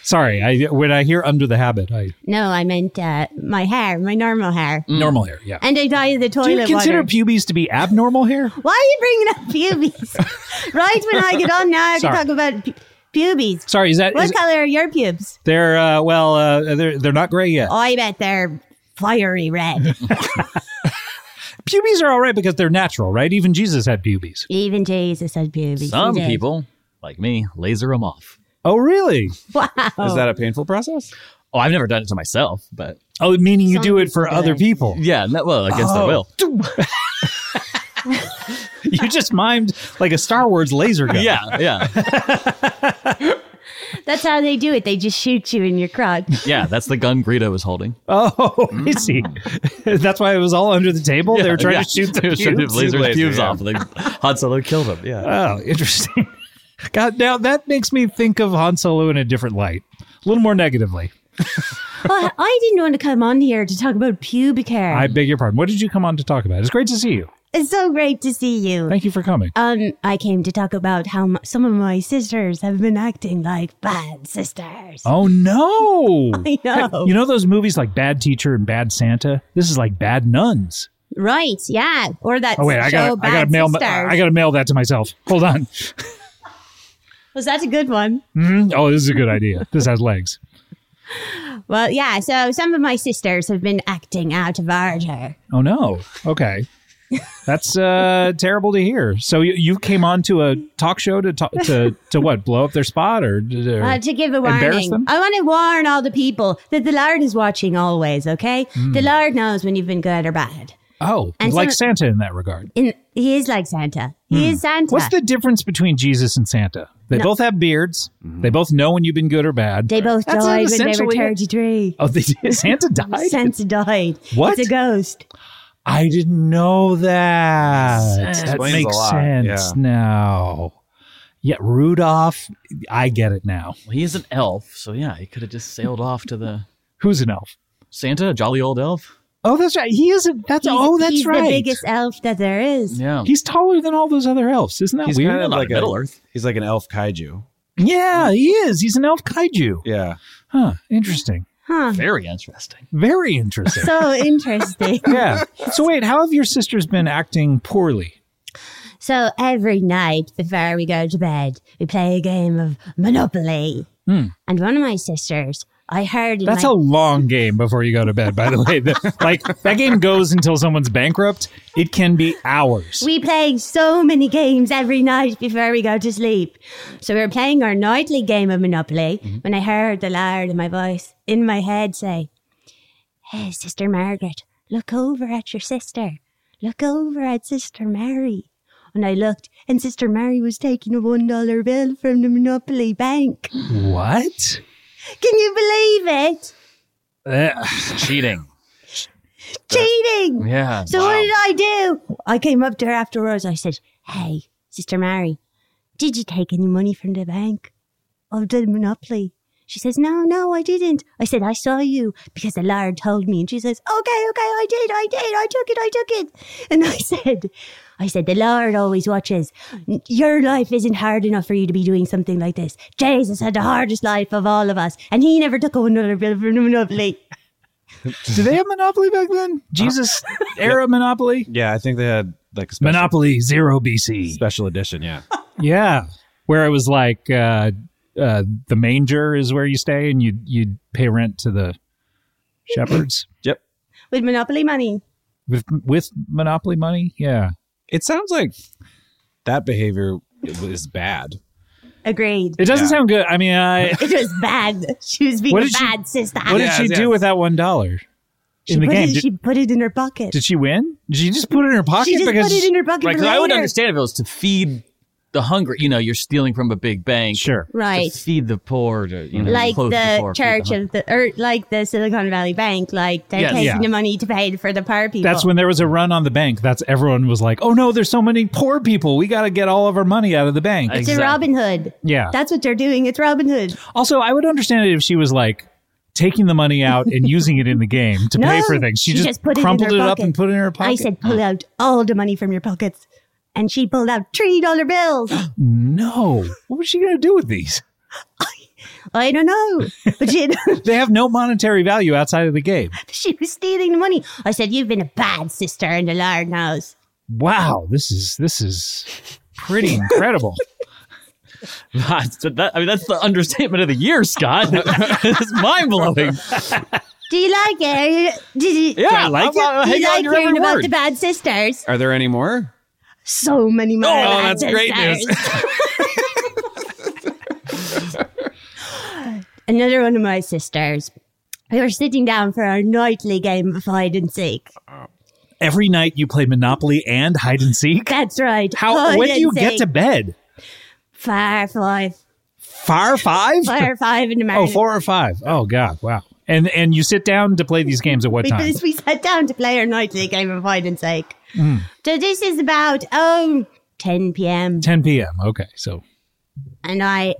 Speaker 2: sorry. I when I hear under the habit, I
Speaker 1: No, I meant uh, my hair, my normal hair.
Speaker 2: normal hair. Yeah.
Speaker 1: And I dye the toilet
Speaker 2: Mm. Do you consider
Speaker 1: water.
Speaker 2: pubes to be abnormal hair?
Speaker 1: Why are you bringing up pubes? right when I get on now to
Speaker 2: Sorry.
Speaker 1: talk about pu- pubes.
Speaker 2: Sorry, is that
Speaker 1: What
Speaker 2: is-
Speaker 1: color are your pubes?
Speaker 2: they're uh, well uh, they're they're not gray yet.
Speaker 1: I bet they're fiery red.
Speaker 2: Pubes are all right because they're natural, right? Even Jesus had pubes.
Speaker 1: Even Jesus had pubes.
Speaker 4: Some
Speaker 1: He did.
Speaker 4: people, like me, laser them off.
Speaker 2: Oh, really?
Speaker 1: Wow.
Speaker 3: Is that a painful process?
Speaker 4: Oh, I've never done it to myself, but
Speaker 2: Oh, meaning you
Speaker 1: Some
Speaker 2: do it
Speaker 1: people
Speaker 2: for
Speaker 1: do
Speaker 2: other
Speaker 1: that.
Speaker 2: people.
Speaker 4: yeah, no, well, against
Speaker 2: Oh.
Speaker 4: their will.
Speaker 2: You just mimed like a Star Wars laser gun.
Speaker 4: Yeah, yeah,
Speaker 1: That's how they do it. They just shoot you in your crotch.
Speaker 4: yeah. That's the gun Greedo was holding.
Speaker 2: Oh, I see. That's why it was all under the table. they were trying
Speaker 4: Mm. Yeah.
Speaker 2: to shoot the
Speaker 4: They were
Speaker 2: pubes.
Speaker 4: trying to laser his
Speaker 3: Laser,
Speaker 4: pubes
Speaker 3: yeah.
Speaker 4: off. And then Han Solo killed him. Yeah.
Speaker 2: Oh, interesting. God, now that makes me think of Han Solo in a different light, a little more negatively.
Speaker 1: well, Oh, I didn't want to come on here to talk about pubic hair.
Speaker 2: I beg your pardon. What did you come on to talk about? It's great to see you.
Speaker 1: it's so great to see you.
Speaker 2: Thank you for coming.
Speaker 1: Um, I came to talk about how m- some of my sisters have been acting like bad sisters.
Speaker 2: Oh no!
Speaker 1: I know.
Speaker 2: You know those movies like Bad Teacher and Bad Santa. This is like Bad Nuns.
Speaker 1: Right? Yeah. Or that
Speaker 2: Oh wait, I
Speaker 1: show
Speaker 2: got I got to
Speaker 1: Bad
Speaker 2: mail
Speaker 1: Sisters.
Speaker 2: I got to mail that to myself. Hold on.
Speaker 1: Was that a good one?
Speaker 2: Mhm. Oh, this is a good idea. This has legs.
Speaker 1: Well, yeah. So some of my sisters have been acting out of order.
Speaker 2: Oh no. Okay. That's uh, terrible to hear. So you, you came on to a talk show to talk, to to what blow up their spot or, or
Speaker 1: Uh, to give a
Speaker 2: Embarrass
Speaker 1: warning,
Speaker 2: them?
Speaker 1: I want to warn all the people that the Lord is watching always. Okay, the
Speaker 2: Mm.
Speaker 1: Lord knows when you've been good or bad,
Speaker 2: oh
Speaker 1: and
Speaker 2: like
Speaker 1: some-
Speaker 2: Santa in that regard.
Speaker 1: and He is like Santa. He is Santa.
Speaker 2: Hmm. What's the difference between Jesus and Santa? They both have beards.
Speaker 3: Mm-hmm.
Speaker 2: They both know when you've been good or bad.
Speaker 1: they both
Speaker 2: That's
Speaker 1: died when they were
Speaker 2: essentially it.
Speaker 1: thirty-three.
Speaker 2: oh, they did. Santa died.
Speaker 1: Santa died.
Speaker 2: What?
Speaker 1: It's a ghost.
Speaker 2: I didn't know that. that
Speaker 3: Explains
Speaker 2: makes
Speaker 3: a lot,
Speaker 2: sense now. Yeah, Rudolph. I get it now.
Speaker 4: Well, he is an elf, so yeah, he could have just sailed off to the
Speaker 2: Who's an elf?
Speaker 4: Santa, a jolly old elf.
Speaker 2: Oh, that's right. He isn't. That's
Speaker 1: He's-
Speaker 2: oh, that's
Speaker 1: he's
Speaker 2: right.
Speaker 1: The biggest elf that there is.
Speaker 4: Yeah.
Speaker 2: He's taller than all those other elves. Isn't that
Speaker 3: He's
Speaker 2: weird?
Speaker 3: kind of
Speaker 4: Not
Speaker 3: like a
Speaker 4: Middle Earth.
Speaker 3: He's like an elf kaiju.
Speaker 2: yeah, he is. He's an elf kaiju.
Speaker 3: Yeah.
Speaker 2: Huh. Interesting.
Speaker 1: Huh.
Speaker 4: Very interesting.
Speaker 2: Very interesting.
Speaker 1: So interesting.
Speaker 2: yeah. So wait, how have your sisters been acting poorly?
Speaker 1: So every night before we go to bed, we play a game of Monopoly. And one of my sisters, I heard in
Speaker 2: Hmm. That's
Speaker 1: my,
Speaker 2: a long game before you go to bed, by the way. The- like, that game goes until someone's bankrupt. It can be hours.
Speaker 1: we play so many games every night before we go to sleep. So we were playing our nightly game of Monopoly when I heard the loud of my voice in my head say, Hey, Sister Margaret, look over at your sister. Look over at Sister Mary. And I looked, and Sister Mary was taking a $1 bill from the Monopoly bank.
Speaker 2: What?
Speaker 1: Can you believe it?
Speaker 4: Cheating.
Speaker 1: Cheating!
Speaker 4: Yeah.
Speaker 1: So what did I do? I came up to her afterwards. I said, "Hey, Sister Mary, did you take any money from the bank of the monopoly?" She says, "No, no, I didn't." I said, "I saw you because the lard told me." And she says, "Okay, okay, I did, I did, I took it, I took it." And I said, "I said the lard always watches. Your life isn't hard enough for you to be doing something like this. Jesus had the hardest life of all of us, and he never took another bill from the monopoly."
Speaker 2: Did they have Monopoly back then? Jesus era Monopoly?
Speaker 3: Yeah, I think they had like a special,
Speaker 2: Monopoly Zero BC.
Speaker 3: special edition. Yeah.
Speaker 2: Yeah. Where it was like uh, uh, the manger is where you stay and you'd, you'd pay rent to the shepherds
Speaker 1: With monopoly money.
Speaker 2: with, with Monopoly money. Yeah.
Speaker 3: It sounds like that behavior is bad.
Speaker 1: Agreed.
Speaker 2: It doesn't
Speaker 3: Yeah.
Speaker 2: sound good. I mean, I,
Speaker 1: It was bad. She was being
Speaker 2: What
Speaker 1: a
Speaker 2: did she-
Speaker 1: bad sister.
Speaker 2: what did
Speaker 3: Yes,
Speaker 2: she
Speaker 3: yes.
Speaker 2: do with that $1
Speaker 1: she
Speaker 2: in the
Speaker 1: put
Speaker 2: game?
Speaker 1: It,
Speaker 2: Did-
Speaker 1: she put it in her pocket.
Speaker 2: Did she win? Did she just put it in her pocket?
Speaker 1: she just
Speaker 2: because
Speaker 1: put it in her pocket.
Speaker 4: Right,
Speaker 1: for
Speaker 4: because I would
Speaker 1: later.
Speaker 4: understand if it was to feed the hungry. You know, you're stealing from a big bank.
Speaker 2: Sure.
Speaker 1: Right.
Speaker 4: To feed the poor. To, you know,
Speaker 1: Like
Speaker 4: clothe
Speaker 1: the
Speaker 4: poor, feed
Speaker 1: church
Speaker 4: hungry.
Speaker 1: of the, or like the Silicon Valley Bank, like they're
Speaker 4: Yes.
Speaker 1: taking
Speaker 2: Yeah.
Speaker 1: the money to pay for the poor people.
Speaker 2: That's when there was a run on the bank. That's everyone was like, "Oh no, there's so many poor people. We got to get all of our money out of the bank."
Speaker 1: it's
Speaker 4: Exactly.
Speaker 1: a Robin Hood.
Speaker 2: yeah.
Speaker 1: That's what they're doing. It's Robin Hood.
Speaker 2: also, I would understand it if she was like taking the money out and using it in the game to
Speaker 1: No,
Speaker 2: pay for things. She,
Speaker 1: she
Speaker 2: just,
Speaker 1: just put it in
Speaker 2: crumpled
Speaker 1: her
Speaker 2: it up
Speaker 1: pocket.
Speaker 2: and put it in her pocket.
Speaker 1: I said, pull out all the money from your pockets. And she pulled out $3 bills.
Speaker 2: "No. What was she going to do with these?
Speaker 1: I don't know. But she,
Speaker 2: They have no monetary value outside of the game."
Speaker 1: she was stealing the money. I said, you've been a bad sister in the Lord knows.
Speaker 2: Wow, this is this is pretty incredible.
Speaker 4: So that- I mean, that's the understatement of the year, Scott. it's mind blowing.
Speaker 1: Do you like it? Did you,
Speaker 4: Yeah, I like
Speaker 1: Do
Speaker 4: it. Hang
Speaker 1: you
Speaker 4: on
Speaker 1: like
Speaker 4: your every
Speaker 1: hearing about
Speaker 4: word.
Speaker 1: the bad sisters?
Speaker 3: Are there any more?
Speaker 1: So many more.
Speaker 3: Oh,
Speaker 1: bad
Speaker 3: that's great news.
Speaker 1: sisters. Another one of my sisters. We were sitting down for our nightly game of hide and seek.
Speaker 2: Every night you play Monopoly and hide and seek.
Speaker 1: That's right.
Speaker 2: How
Speaker 1: hide
Speaker 2: when do
Speaker 1: and
Speaker 2: you get
Speaker 1: seek.
Speaker 2: to bed?
Speaker 1: Fire five,
Speaker 2: Far five?
Speaker 1: fire five in the
Speaker 2: Oh,
Speaker 1: morning?
Speaker 2: four or five. Oh God, wow. And and you sit down to play these games at what time?
Speaker 1: because we sat down to play our nightly game of hide and seek. So this is about oh 10 p.m.
Speaker 2: 10 p.m. Okay, so
Speaker 1: and I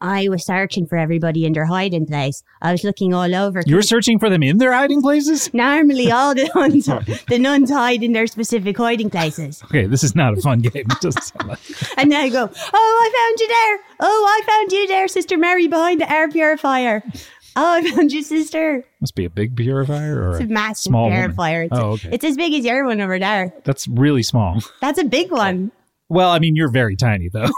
Speaker 1: I was searching for everybody in their hiding place. I was looking all over.
Speaker 2: you're searching for them in their hiding places.
Speaker 1: Normally, all the nuns the nuns hide in their specific hiding places,
Speaker 2: Okay, this is not a fun game. It doesn't sound like.
Speaker 1: and then I go, "Oh, I found you there! Oh, I found you there, Sister Mary, behind the air purifier. Oh, I found you, Sister.
Speaker 2: Must be a big purifier or
Speaker 1: It's a
Speaker 2: a,
Speaker 1: massive
Speaker 2: Small woman.
Speaker 1: purifier. It's,
Speaker 2: Oh, okay.
Speaker 1: it's as big as your one over there.
Speaker 2: that's really small.
Speaker 1: That's a big one.
Speaker 2: Well, I mean, you're very tiny though.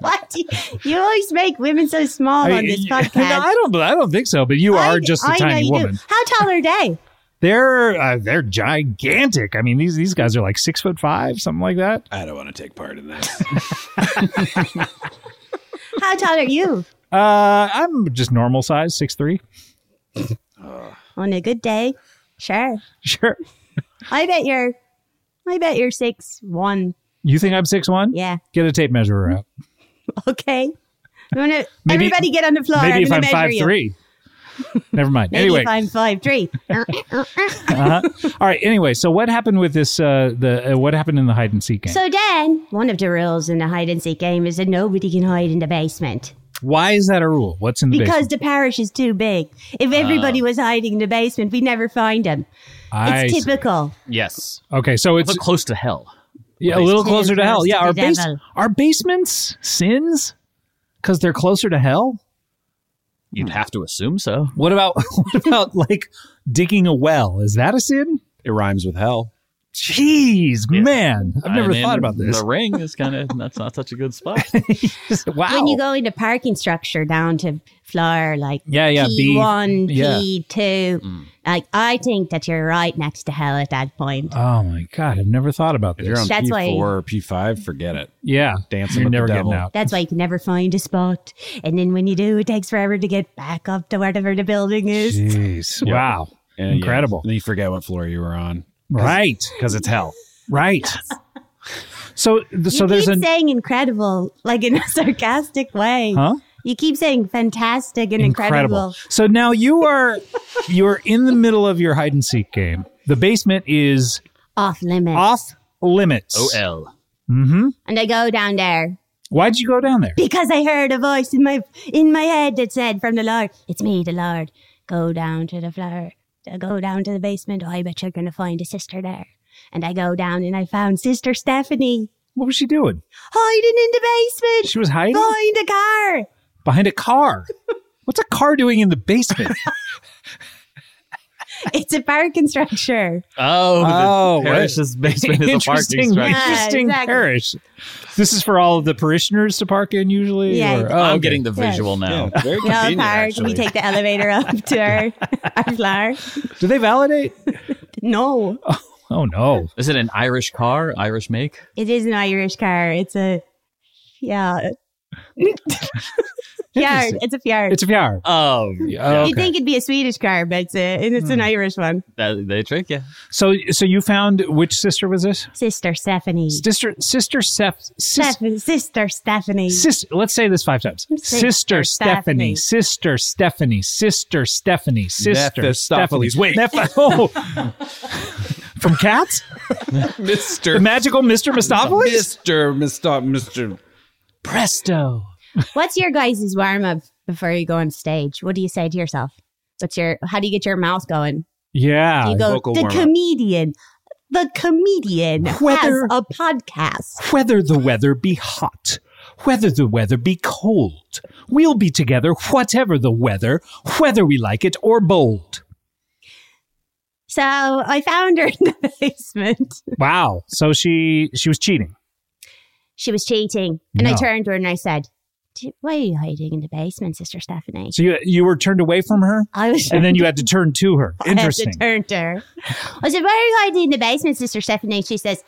Speaker 1: What? You, you always make women so small
Speaker 2: I,
Speaker 1: on this
Speaker 2: I-
Speaker 1: podcast.
Speaker 2: I don't. I don't think so. But you
Speaker 1: I-
Speaker 2: are just a
Speaker 1: I know
Speaker 2: tiny
Speaker 1: you do.
Speaker 2: woman.
Speaker 1: How tall are they?
Speaker 2: They're uh, they're gigantic. I mean, these these guys are like six foot five, something like that.
Speaker 3: I don't want to take part in that.
Speaker 1: How tall are you?
Speaker 2: Uh, I'm just normal size, six three.
Speaker 1: On a good day, sure.
Speaker 2: Sure.
Speaker 1: I bet you're, I bet you're six one.
Speaker 2: You think I'm six one?
Speaker 1: Yeah.
Speaker 2: Get a tape measure out.
Speaker 1: Okay. You wanna-
Speaker 2: Maybe-
Speaker 1: everybody get on the floor.
Speaker 2: Maybe
Speaker 1: I'm
Speaker 2: if
Speaker 1: gonna
Speaker 2: I'm
Speaker 1: measure
Speaker 2: five
Speaker 1: you.
Speaker 2: three. Never mind.
Speaker 1: Maybe
Speaker 2: anyway,
Speaker 1: if I'm five three.
Speaker 2: Uh-huh. All right. Anyway, so what happened with this? Uh, the uh, what happened in the hide and seek game?
Speaker 1: so then, one of the rules in the hide and seek game is that nobody can hide in the basement
Speaker 2: Why is that a rule? What's in the
Speaker 1: because
Speaker 2: basement? Ah.
Speaker 1: the parish is too big. If everybody was hiding in the basement, we'd never find them.
Speaker 2: I
Speaker 1: It's
Speaker 2: see.
Speaker 1: typical.
Speaker 4: Yes.
Speaker 2: okay, so it's
Speaker 4: But close to hell.
Speaker 2: yeah, a little
Speaker 1: Damn
Speaker 2: closer to hell.
Speaker 1: close
Speaker 2: Yeah,
Speaker 1: to
Speaker 2: our
Speaker 1: the
Speaker 2: base,
Speaker 1: devil.
Speaker 2: our basements sins because they're closer to hell.
Speaker 4: You'd have to assume so.
Speaker 2: What about what about like digging a well? Is that a sin?
Speaker 3: It rhymes with hell.
Speaker 2: Jeez, man. I've never
Speaker 4: I mean,
Speaker 2: thought about this.
Speaker 4: The ring is kind of that's not such a good spot.
Speaker 2: wow.
Speaker 1: When you go into parking structure down to floor like
Speaker 2: yeah, yeah. B.
Speaker 1: P1,
Speaker 2: yeah.
Speaker 1: P2,
Speaker 4: Mm.
Speaker 1: like I think that you're right next to hell at that point.
Speaker 2: Oh my god, I've never thought about
Speaker 3: If you're
Speaker 2: this.
Speaker 3: on P4
Speaker 1: That's why-
Speaker 3: or P5, forget it.
Speaker 2: Yeah.
Speaker 3: Dancing
Speaker 2: You're
Speaker 3: with
Speaker 2: never
Speaker 3: the devil.
Speaker 2: getting out.
Speaker 1: That's why you can never find a spot. And then when you do, it takes forever to get back up to wherever the building is.
Speaker 2: Jeez.
Speaker 3: Yeah.
Speaker 2: Wow.
Speaker 3: And, yeah,
Speaker 2: Incredible.
Speaker 3: then you forget what floor you were on
Speaker 2: Right.
Speaker 3: because it's hell.
Speaker 2: Right. So th- so
Speaker 1: you
Speaker 2: there's
Speaker 1: keep
Speaker 2: an
Speaker 1: saying incredible, like in a sarcastic way.
Speaker 2: Huh?
Speaker 1: You keep saying fantastic and incredible.
Speaker 2: So now you are you're in the middle of your hide and seek game. The basement is
Speaker 1: Off limit.
Speaker 2: off limits.
Speaker 4: L.
Speaker 2: Mm-hmm.
Speaker 1: and I go down there
Speaker 2: Why'd you go down there?
Speaker 1: because I heard a voice in my in my head that said from the Lord, "It's me, the Lord. Go down to the floor. Go down to the basement. Oh, I bet you're gonna find a sister there." And I go down and I found Sister Stephanie
Speaker 2: What was she doing?
Speaker 1: hiding in the basement
Speaker 2: She was hiding
Speaker 1: behind a car.
Speaker 2: behind a car. What's a car doing in the basement?
Speaker 1: It's a parking structure.
Speaker 4: Oh,
Speaker 2: Oh,
Speaker 4: the Parrish's basement is a parking
Speaker 2: interesting,
Speaker 4: structure.
Speaker 2: interesting
Speaker 1: Yeah, exactly.
Speaker 2: parish. This is for all of the parishioners to park in usually.
Speaker 1: Yeah,
Speaker 2: or-
Speaker 1: it's-
Speaker 2: oh,
Speaker 4: I'm
Speaker 2: okay.
Speaker 4: getting the visual now.
Speaker 3: Yeah, very
Speaker 1: We all
Speaker 3: convenient,
Speaker 1: park. We
Speaker 3: actually.
Speaker 1: take the elevator up to our, our floor.
Speaker 2: Do they validate?
Speaker 1: No,
Speaker 2: Oh no.
Speaker 4: Is it an Irish car? Irish make?
Speaker 1: It is an Irish car. It's a yeah. Fjord. It's a fjord.
Speaker 2: It's a VR.
Speaker 4: Oh,
Speaker 2: Yeah,
Speaker 1: You'd
Speaker 2: okay. Hmm.
Speaker 1: think it'd be a Swedish car, but it's, a, and it's an Irish one.
Speaker 4: that, they trick you.
Speaker 2: So so you found which sister was this?
Speaker 1: Sister Stephanie.
Speaker 2: Sister sister Seth sis,
Speaker 1: Steph- Sister Stephanie.
Speaker 2: sis, let's say this five times. Sister
Speaker 1: Sister
Speaker 2: Stephanie,
Speaker 1: Stephanie.
Speaker 2: sister Stephanie, sister Stephanie, sister Stephanie.
Speaker 3: Mephistopheles. Wait.
Speaker 2: Neph- oh. From Cats? The
Speaker 3: Mr.
Speaker 2: magical Mr. Mistopheles?
Speaker 3: Mr. Mr. Mr.
Speaker 2: Presto.
Speaker 1: What's your guys' warm up before you go on stage? What do you say to yourself? What's your? How do you get your mouth going? Do
Speaker 2: Yeah.
Speaker 1: you go
Speaker 3: vocal
Speaker 1: the
Speaker 3: warm-up."
Speaker 1: comedian. The comedian
Speaker 2: Whether-
Speaker 1: has a podcast.
Speaker 2: Whether the weather be hot, whether the weather be cold, we'll be together whatever the weather, whether we like it or bold.
Speaker 1: So I found her in the basement.
Speaker 2: Wow. So she she was cheating.
Speaker 1: She was cheating. And I
Speaker 2: No.
Speaker 1: turned to her and I said, "Do- Why are you hiding in the basement, Sister Stephanie?
Speaker 2: So you you were turned away from her
Speaker 1: I was
Speaker 2: and then you had to turn to her. Interesting.
Speaker 1: I had to turn to her. I said, Why are you hiding in the basement, Sister Stephanie? She says,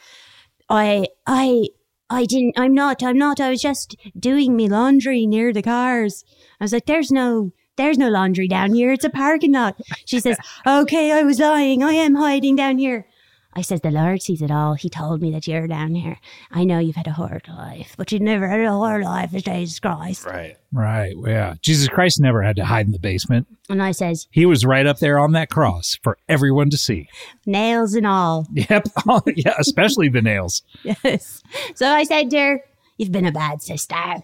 Speaker 1: I, I, I didn't, I'm not, I'm not. I was just doing me laundry near the cars. I was like, There's no, there's no laundry down here. It's a parking lot. She says, Okay, I was lying. I am hiding down here. I says, The Lord sees it all. He told me that you're down here. I know you've had a horrid life, but you've never had a horrid life as Jesus Christ.
Speaker 3: Right.
Speaker 2: Right. Yeah. Jesus Christ never had to hide in the basement.
Speaker 1: And I says,
Speaker 2: He was right up there on that cross for everyone to see.
Speaker 1: Nails and all.
Speaker 2: Yep. Oh, yeah, especially the nails.
Speaker 1: Yes. So I said to her, You've been a bad sister.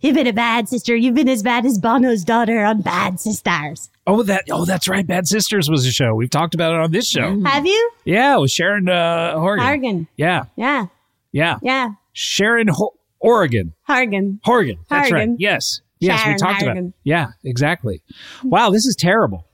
Speaker 1: You've been a bad sister. You've been as bad as Bono's daughter on Bad Sisters.
Speaker 2: Oh, that oh, that's right. Bad Sisters was a show. We've talked about it on this show.
Speaker 1: Have you?
Speaker 2: Yeah, with Sharon uh, Horgan.
Speaker 1: Hargan.
Speaker 2: Yeah,
Speaker 1: Yeah.
Speaker 2: yeah.
Speaker 1: Yeah.
Speaker 2: Sharon Ho- Oregon.
Speaker 1: Hargan.
Speaker 2: Horgan. That's
Speaker 1: Horgan.
Speaker 2: right. Yes. Yes, we
Speaker 1: Sharon
Speaker 2: talked about it.
Speaker 1: Horgan.
Speaker 2: Yeah, exactly. Wow, this is terrible.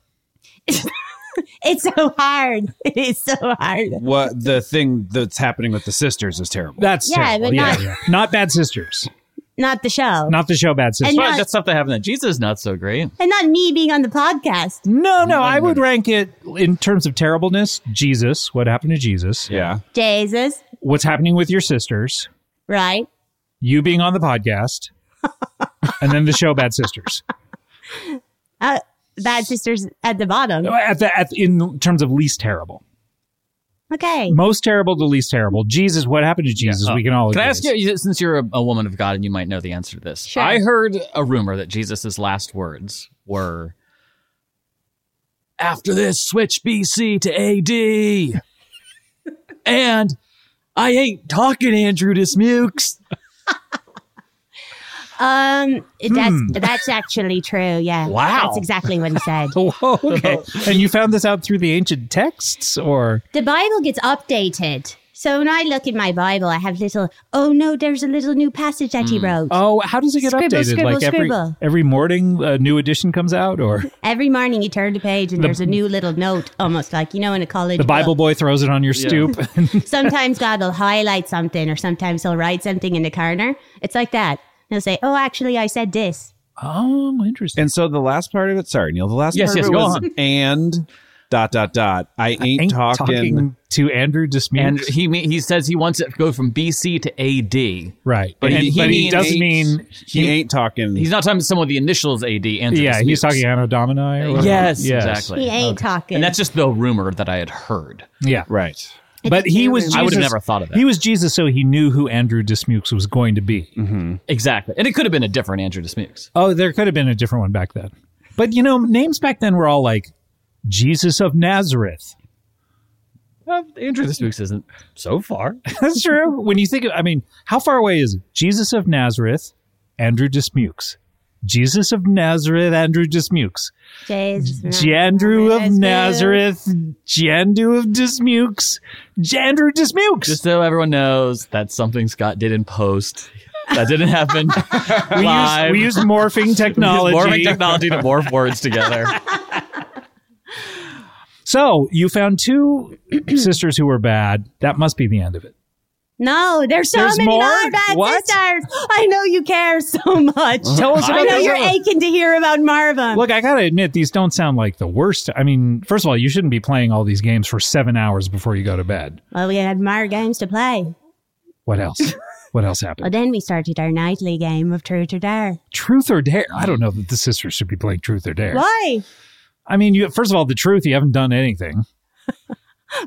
Speaker 1: It's so hard. It is so hard.
Speaker 3: What the thing that's happening with the sisters is terrible.
Speaker 2: That's
Speaker 1: Yeah,
Speaker 2: terrible.
Speaker 1: but not-
Speaker 2: Not Bad Sisters.
Speaker 1: Not the show.
Speaker 2: Not the show Bad Sisters.
Speaker 1: And
Speaker 4: But
Speaker 1: not-
Speaker 4: that's stuff that happened that Jesus is not so great.
Speaker 1: And not me being on the podcast.
Speaker 2: No, no, I would rank it in terms of terribleness. Jesus, what happened to Jesus?
Speaker 3: yeah.
Speaker 1: Jesus.
Speaker 2: What's happening with your sisters?
Speaker 1: Right.
Speaker 2: You being on the podcast, and then the show Bad Sisters.
Speaker 1: Uh, bad Sisters at the bottom.
Speaker 2: At the at, in terms of least terrible,
Speaker 1: Okay.
Speaker 2: most terrible to least terrible. Jesus, what happened to Jesus?
Speaker 4: Uh,
Speaker 2: we can all.
Speaker 4: Can
Speaker 2: agree.
Speaker 4: I ask you, since you're a, a woman of God and you might know the answer to this?
Speaker 1: Sure.
Speaker 4: I heard a rumor that Jesus' last words were, "After this, switch BC to AD," and I ain't talking Andrew Dismukes.
Speaker 1: Um, that's, that's actually true. Yeah.
Speaker 4: Wow.
Speaker 1: That's exactly what he said.
Speaker 2: Whoa, okay. and you found this out through the ancient texts, or
Speaker 1: the Bible gets updated. So when I look in my Bible, I have little, oh no, there's a little new passage that he wrote.
Speaker 2: Oh, how does it get
Speaker 1: Scribble,
Speaker 2: updated?
Speaker 1: scribble,
Speaker 2: like every
Speaker 1: scribble.
Speaker 2: every morning, a new edition comes out, or
Speaker 1: Every morning you turn the page and there's a new little note, almost like, you know, in a college.
Speaker 2: the Bible
Speaker 1: book.
Speaker 2: boy throws it on your stoop.
Speaker 1: Sometimes God will highlight something or sometimes he'll write something in the corner. It's like that. And he'll say, oh, actually, I said this.
Speaker 2: oh, interesting.
Speaker 3: And so the last part of it, sorry, Neil, the last
Speaker 4: Yes,
Speaker 3: part
Speaker 4: yes,
Speaker 3: of it
Speaker 4: go
Speaker 3: was
Speaker 4: on.
Speaker 3: and dot dot dot. I ain't,
Speaker 2: Ain't
Speaker 3: talking,
Speaker 2: to Andrew Dismukes.
Speaker 4: And he me- he says he wants it to go from BC to AD.
Speaker 2: right,
Speaker 4: but
Speaker 2: And-
Speaker 4: he-
Speaker 2: but
Speaker 4: he
Speaker 2: he does mean
Speaker 3: he, ain't talking.
Speaker 4: He's not talking to someone with the initials AD. Andrew
Speaker 2: yeah, he's
Speaker 4: Dismukes.
Speaker 2: talking Anno Domini. Or whatever.
Speaker 4: Yes, exactly.
Speaker 1: He ain't talking.
Speaker 4: And that's just the rumor that I had heard.
Speaker 2: Yeah,
Speaker 3: right.
Speaker 2: but
Speaker 1: a
Speaker 2: he was.
Speaker 1: terrible-
Speaker 2: Jesus,
Speaker 4: I would've never thought of that.
Speaker 2: He was Jesus, so he knew who Andrew Dismukes was going to be.
Speaker 4: Exactly. And it could have been a different Andrew Dismukes.
Speaker 2: Oh, there could have been a different one back then. But you know, names back then were all like Jesus of Nazareth.
Speaker 4: Well, Andrew Dismukes isn't so far.
Speaker 2: That's true. when you think of, I mean, how far away is it? Jesus of Nazareth, Andrew Dismukes. Jesus of Nazareth, Andrew Dismukes.
Speaker 1: Jesus.
Speaker 2: Jandrew of Nazareth, Jandu of Dismukes, Jandrew Dismukes.
Speaker 4: Just so everyone knows, that's something Scott did in post. That didn't happen.
Speaker 2: we, use,
Speaker 4: live.
Speaker 2: we use morphing technology.
Speaker 4: Morphing technology to morph words together.
Speaker 2: So you found two sisters who were bad. That must be the end of it.
Speaker 1: No, there's so
Speaker 2: There's
Speaker 1: many
Speaker 2: more?
Speaker 1: more bad
Speaker 2: What?
Speaker 1: sisters. I know you care so much.
Speaker 2: Tell us
Speaker 1: I
Speaker 2: about
Speaker 1: know
Speaker 2: those
Speaker 1: you're
Speaker 2: other-
Speaker 1: aching to hear about Marvin.
Speaker 2: Look, I gotta admit, these don't sound like the worst. I mean, first of all, you shouldn't be playing all these games for seven hours before you go to bed.
Speaker 1: well, we had more games to play.
Speaker 2: What else? what else
Speaker 1: Well,
Speaker 2: happened?
Speaker 1: then we started our nightly game of Truth or Dare.
Speaker 2: Truth or dare? I don't know that the sisters should be playing truth or dare.
Speaker 1: Why?
Speaker 2: I mean, you, first of all, the truth, you haven't done anything.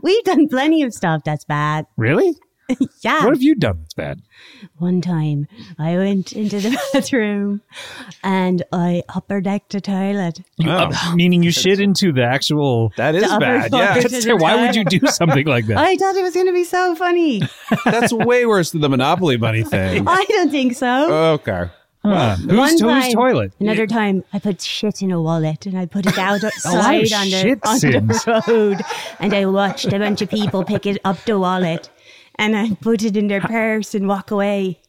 Speaker 1: We've done plenty of stuff that's bad.
Speaker 2: Really?
Speaker 1: Yeah.
Speaker 2: What have you done that's bad?
Speaker 1: One time I went into the bathroom and I upper decked the toilet.
Speaker 2: Uh, meaning you shit into the actual.
Speaker 3: Oh. That is
Speaker 1: The upper
Speaker 3: bad.
Speaker 1: floor
Speaker 3: Yeah,
Speaker 1: is-
Speaker 2: That's- why would you do something like that?
Speaker 1: I thought it was going to be so funny.
Speaker 3: that's way worse than the Monopoly money thing.
Speaker 1: I don't think so.
Speaker 3: Okay.
Speaker 2: Huh.
Speaker 1: One
Speaker 2: Who's, who's
Speaker 1: time-
Speaker 2: Uh, toilet?
Speaker 1: Another time, I put shit in a wallet and I put it
Speaker 2: A lot of
Speaker 1: outside on the,
Speaker 2: shit
Speaker 1: on
Speaker 2: sins.
Speaker 1: the road. And I watched a bunch of people pick it up the wallet and I put it in their purse and walk away.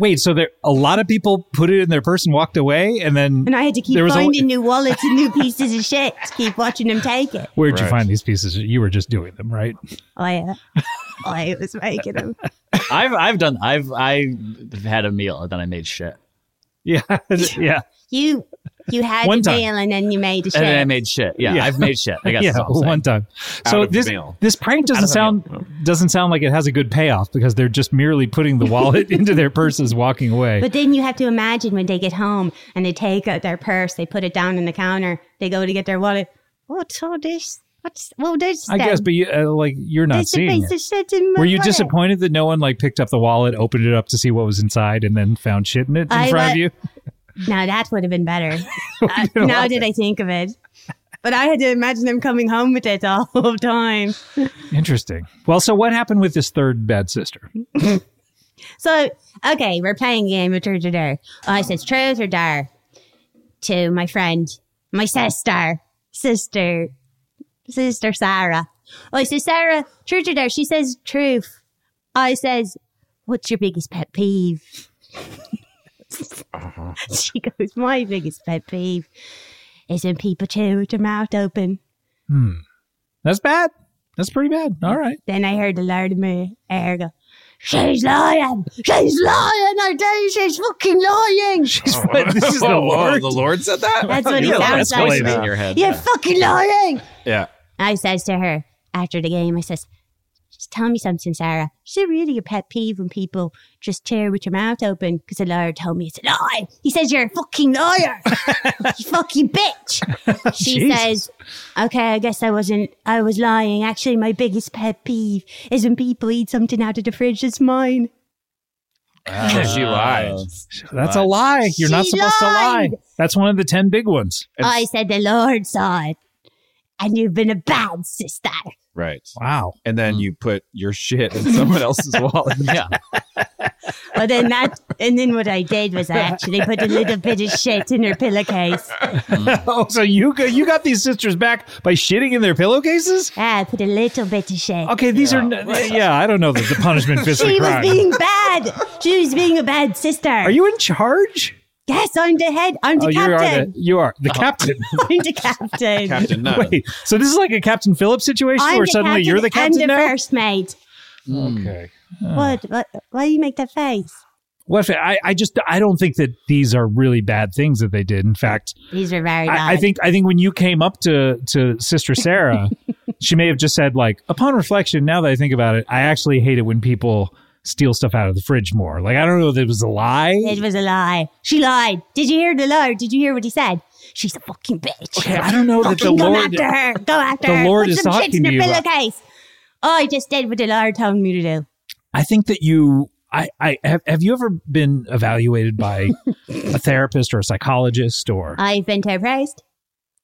Speaker 2: Wait, so there a lot of people put it in their purse and walked away, and then
Speaker 1: And I had to keep
Speaker 2: There was a-
Speaker 1: finding new wallets and new pieces of shit to keep watching them take it.
Speaker 2: Where'd you
Speaker 3: Right.
Speaker 2: find these pieces? You were just doing them, right?
Speaker 1: I, uh, I was making them.
Speaker 4: I've I've done I've I've had a meal and then I made shit.
Speaker 2: Yeah, yeah.
Speaker 1: You you had
Speaker 2: One
Speaker 1: a
Speaker 2: time.
Speaker 1: meal and then you made a shit.
Speaker 4: And then I made shit. Yeah,
Speaker 2: Yeah.
Speaker 4: I've made shit. I guess
Speaker 2: yeah,
Speaker 4: that's all I'm saying.
Speaker 2: one time. So
Speaker 3: of the
Speaker 2: this
Speaker 3: mail.
Speaker 2: this prank doesn't
Speaker 4: Out
Speaker 2: sound doesn't sound like it has a good payoff because they're just merely putting the wallet into their purses, walking away.
Speaker 1: but then you have to imagine when they get home and they take out their purse, they put it down on the counter, they go to get their wallet. What's all this? What's well this?
Speaker 2: I
Speaker 1: then?
Speaker 2: guess, but you, uh, like you're not
Speaker 1: There's a
Speaker 2: seeing
Speaker 1: piece
Speaker 2: it.
Speaker 1: of shit in my
Speaker 2: Were you
Speaker 1: wallet.
Speaker 2: disappointed that no one like picked up the wallet, opened it up to see what was inside, and then found shit in it in
Speaker 1: I
Speaker 2: front of
Speaker 1: wa-
Speaker 2: you?
Speaker 1: Now that would have been better. Uh, now that I think of it. But I had to imagine them coming home with it all the time.
Speaker 2: Interesting. Well, so what happened with this third bad sister?
Speaker 1: So, okay, we're playing a game of truth or dare. Oh, I says truth or dare to my friend, my sister, sister, sister Sarah. I says, Sarah, truth or dare? She says, truth. I says, what's your biggest pet peeve? she goes, my biggest pet peeve is when people chew with their mouth open.
Speaker 2: That's bad. That's pretty bad. All right.
Speaker 1: Then I heard the loud in my ear go, She's lying! She's lying! I tell you, she's fucking
Speaker 3: Oh,
Speaker 1: lying!
Speaker 2: this is the Lord.
Speaker 3: the Lord said that?
Speaker 1: That's what he
Speaker 3: Yeah,
Speaker 1: sounds
Speaker 2: that's
Speaker 1: like.
Speaker 2: crazy.
Speaker 1: to me.
Speaker 4: in your head.
Speaker 1: You're fucking lying!
Speaker 3: Yeah.
Speaker 1: I says to her after the game, I says, just tell me something, Sarah. Is it really a pet peeve when people just cheer with your mouth open? Because the lawyer told me it's a lie. He says you're a fucking liar. you fucking bitch. She
Speaker 2: Jeez.
Speaker 1: says, okay, I guess I wasn't, I was lying. Actually, my biggest pet peeve is when people eat something out of the fridge that's mine.
Speaker 4: Uh,
Speaker 3: she lied.
Speaker 2: That's a lie. You're not
Speaker 1: She
Speaker 2: supposed
Speaker 1: lied.
Speaker 2: to lie. That's one of the 10 big ones.
Speaker 1: I said the Lord saw it. And you've been a bad sister.
Speaker 3: Right.
Speaker 2: Wow.
Speaker 3: And then you put your shit in someone else's wallet.
Speaker 4: Yeah.
Speaker 1: But then that, and then what I did was I actually put a little bit of shit in her pillowcase.
Speaker 2: oh, so you got, you got these sisters back by shitting in their pillowcases?
Speaker 1: Ah, I put a little bit of shit.
Speaker 2: Okay, these are n- yeah. I don't know that the punishment fits the
Speaker 1: She was
Speaker 2: crime.
Speaker 1: being bad. She was being a bad sister.
Speaker 2: Are you in charge?
Speaker 1: Yes, I'm the head. I'm the
Speaker 2: oh, you are the
Speaker 1: captain. Uh-huh.
Speaker 2: you are the captain.
Speaker 1: I'm the captain.
Speaker 3: Captain Nut.
Speaker 2: Wait, so this is like a Captain Phillips situation
Speaker 1: I'm
Speaker 2: where
Speaker 1: the
Speaker 2: suddenly
Speaker 1: captain.
Speaker 2: you're the captain
Speaker 1: I'm the
Speaker 2: now. Hmm.
Speaker 1: first mate.
Speaker 2: Okay.
Speaker 1: What, what? Why do you make that face?
Speaker 2: What if I, I just I don't think that these are really bad things that they did. In fact,
Speaker 1: These were very bad.
Speaker 2: I, I think I think when you came up to to Sister Sarah, she may have just said like, upon reflection, now that I think about it, I actually hate it when people steal stuff out of the fridge more. Like I don't know if it was a lie.
Speaker 1: it was a lie. She lied. Did you hear the lie? Did you hear what he said? She's a fucking bitch.
Speaker 2: Okay, I don't know that the
Speaker 1: Fucking go
Speaker 2: Lord.
Speaker 1: after her. Go after
Speaker 2: the
Speaker 1: her.
Speaker 2: Lord
Speaker 1: Put
Speaker 2: is
Speaker 1: some shit
Speaker 2: talking
Speaker 1: in
Speaker 2: to
Speaker 1: her
Speaker 2: you about-
Speaker 1: pillowcase. Oh, I just did what the Lord told me to do.
Speaker 2: I think that you. I, I have, have you ever been evaluated by a therapist or a psychologist or
Speaker 1: I've been surprised.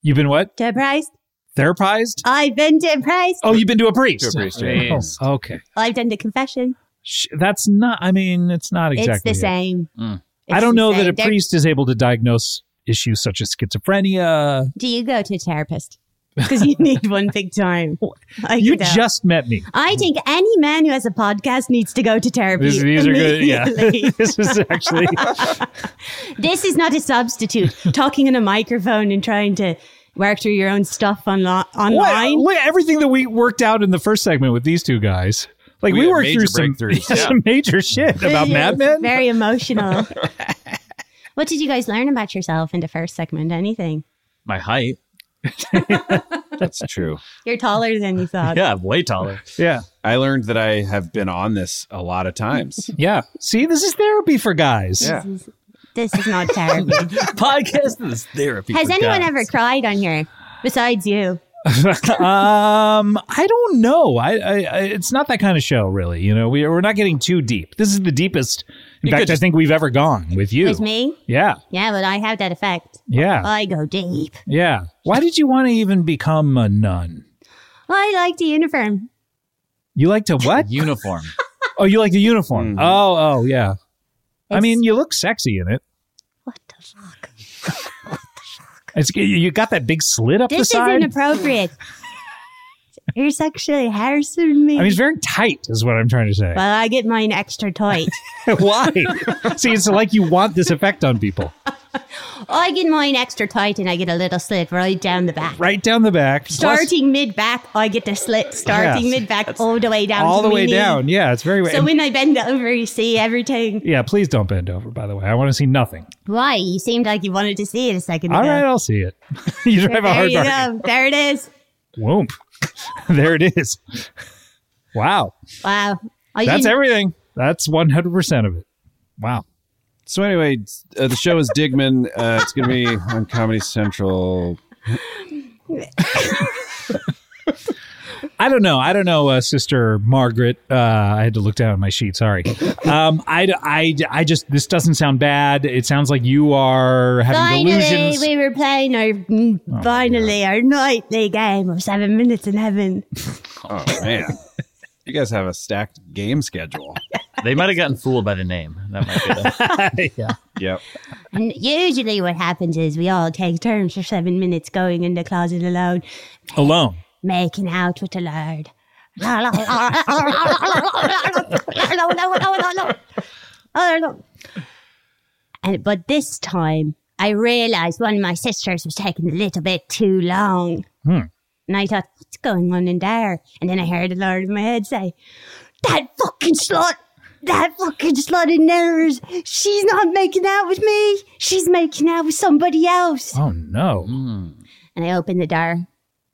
Speaker 2: you've been what
Speaker 1: Surprised.
Speaker 2: therapized?
Speaker 1: I've been surprised.
Speaker 2: Oh, you've been to a priest.
Speaker 3: To a priest,
Speaker 2: Oh,
Speaker 3: yeah.
Speaker 2: okay,
Speaker 1: I've done the confession.
Speaker 2: Sh- that's not. I mean, it's not exactly.
Speaker 1: it's the
Speaker 2: it.
Speaker 1: same.
Speaker 4: Mm.
Speaker 2: I
Speaker 1: It's
Speaker 2: don't
Speaker 1: the
Speaker 2: know that
Speaker 1: same.
Speaker 2: a
Speaker 1: They're-
Speaker 2: priest is able to diagnose issues such as schizophrenia.
Speaker 1: Do you go to a therapist? Because you need one big time. I
Speaker 2: You
Speaker 1: could, uh,
Speaker 2: just met me.
Speaker 1: I think any man who has a podcast needs to go to therapy.
Speaker 2: These, these are good. Yeah,
Speaker 1: immediately.
Speaker 2: this is actually.
Speaker 1: this is not a substitute. Talking in a microphone and trying to work through your own stuff onlo-
Speaker 2: What?
Speaker 1: online.
Speaker 2: Look, everything that we worked out in the first segment with these two guys. Like
Speaker 3: We
Speaker 2: we,
Speaker 3: had
Speaker 2: worked
Speaker 3: major
Speaker 2: through some,
Speaker 3: breakthroughs, yeah.
Speaker 2: some major shit about
Speaker 1: Yeah,
Speaker 2: Mad
Speaker 1: it's
Speaker 2: Men.
Speaker 1: Very emotional. what did you guys learn about yourself in the first segment? Anything?
Speaker 4: My height.
Speaker 3: That's true.
Speaker 1: You're taller than you thought.
Speaker 4: Yeah, I'm way taller.
Speaker 2: Yeah.
Speaker 3: I learned that I have been on this a lot of times.
Speaker 2: Yeah. See, this is therapy for guys.
Speaker 3: Yeah.
Speaker 1: This is not therapy.
Speaker 4: Podcast is therapy.
Speaker 1: Has
Speaker 4: for
Speaker 1: anyone
Speaker 4: guys.
Speaker 1: ever cried on here besides you?
Speaker 2: um, I don't know. I, I, I, it's not that kind of show, really. You know, we, we're not getting too deep. This is the deepest. In fact,
Speaker 4: could
Speaker 2: I
Speaker 4: just-
Speaker 2: think we've ever gone with Uh, you.
Speaker 1: With me?
Speaker 2: Yeah.
Speaker 1: Yeah, but I have that effect.
Speaker 2: Yeah.
Speaker 1: I go deep.
Speaker 2: Yeah. Why did you want to even become a nun?
Speaker 1: I like the uniform.
Speaker 2: You like to what?
Speaker 4: uniform?
Speaker 2: oh, you like the uniform.
Speaker 3: Mhm.
Speaker 2: Oh, oh, yeah. I
Speaker 1: It's-
Speaker 2: mean, you look sexy in it.
Speaker 1: What the fuck?
Speaker 2: It's, you got that big slit up the
Speaker 1: This is
Speaker 2: side.
Speaker 1: inappropriate. You're sexually harassing me.
Speaker 2: I mean, it's very tight, is what I'm trying to say.
Speaker 1: well, I get mine extra tight.
Speaker 2: Why? See, it's like you want this effect on people.
Speaker 1: I get mine extra tight and I get a little slit right down the back.
Speaker 2: Right down the back. plus
Speaker 1: Starting mid back, I get the slit starting
Speaker 2: Yes.
Speaker 1: mid back all the way down.
Speaker 2: all
Speaker 1: to
Speaker 2: the
Speaker 1: my
Speaker 2: way
Speaker 1: knee.
Speaker 2: down. Yeah, it's very.
Speaker 1: So
Speaker 2: and-
Speaker 1: when I bend over, you see everything.
Speaker 2: yeah, please don't bend over. By the way, I want to see nothing.
Speaker 1: Why? You seemed like you wanted to see it a second
Speaker 2: All
Speaker 1: ago.
Speaker 2: right, I'll see it. you drive a
Speaker 1: there
Speaker 2: hard
Speaker 1: you
Speaker 2: bargain.
Speaker 1: go. There it is.
Speaker 2: Whoomp. there it is. Wow,
Speaker 1: Wow. I
Speaker 2: that's
Speaker 1: didn't-
Speaker 2: everything. That's one hundred percent of it. Wow.
Speaker 3: So anyway, uh, the show is Digman. Uh, it's going to be on Comedy Central.
Speaker 2: I don't know. I don't know, uh, Sister Margaret. Uh, I had to look down at my sheet. Sorry. Um, I, I, I just this doesn't sound bad. It sounds like you are having
Speaker 1: Finally,
Speaker 2: delusions.
Speaker 1: we were playing our mm,
Speaker 2: Oh,
Speaker 1: finally our nightly game of seven minutes in heaven.
Speaker 3: Oh man, you guys have a stacked game schedule.
Speaker 4: They might have gotten fooled by the name. That might be the,
Speaker 2: yeah.
Speaker 3: Yep.
Speaker 1: And usually, what happens is we all take turns for seven minutes going in the closet alone,
Speaker 2: Alone.
Speaker 1: making out with the Lord. and, but this time, I realized one of my sisters was taking a little bit too long.
Speaker 2: Hmm.
Speaker 1: And I thought, what's going on in there? And then I heard the Lord in my head say, that fucking slut, that fucking slut in there is, she's not making out with me. She's making out with somebody else.
Speaker 2: Oh no.
Speaker 1: And I opened the door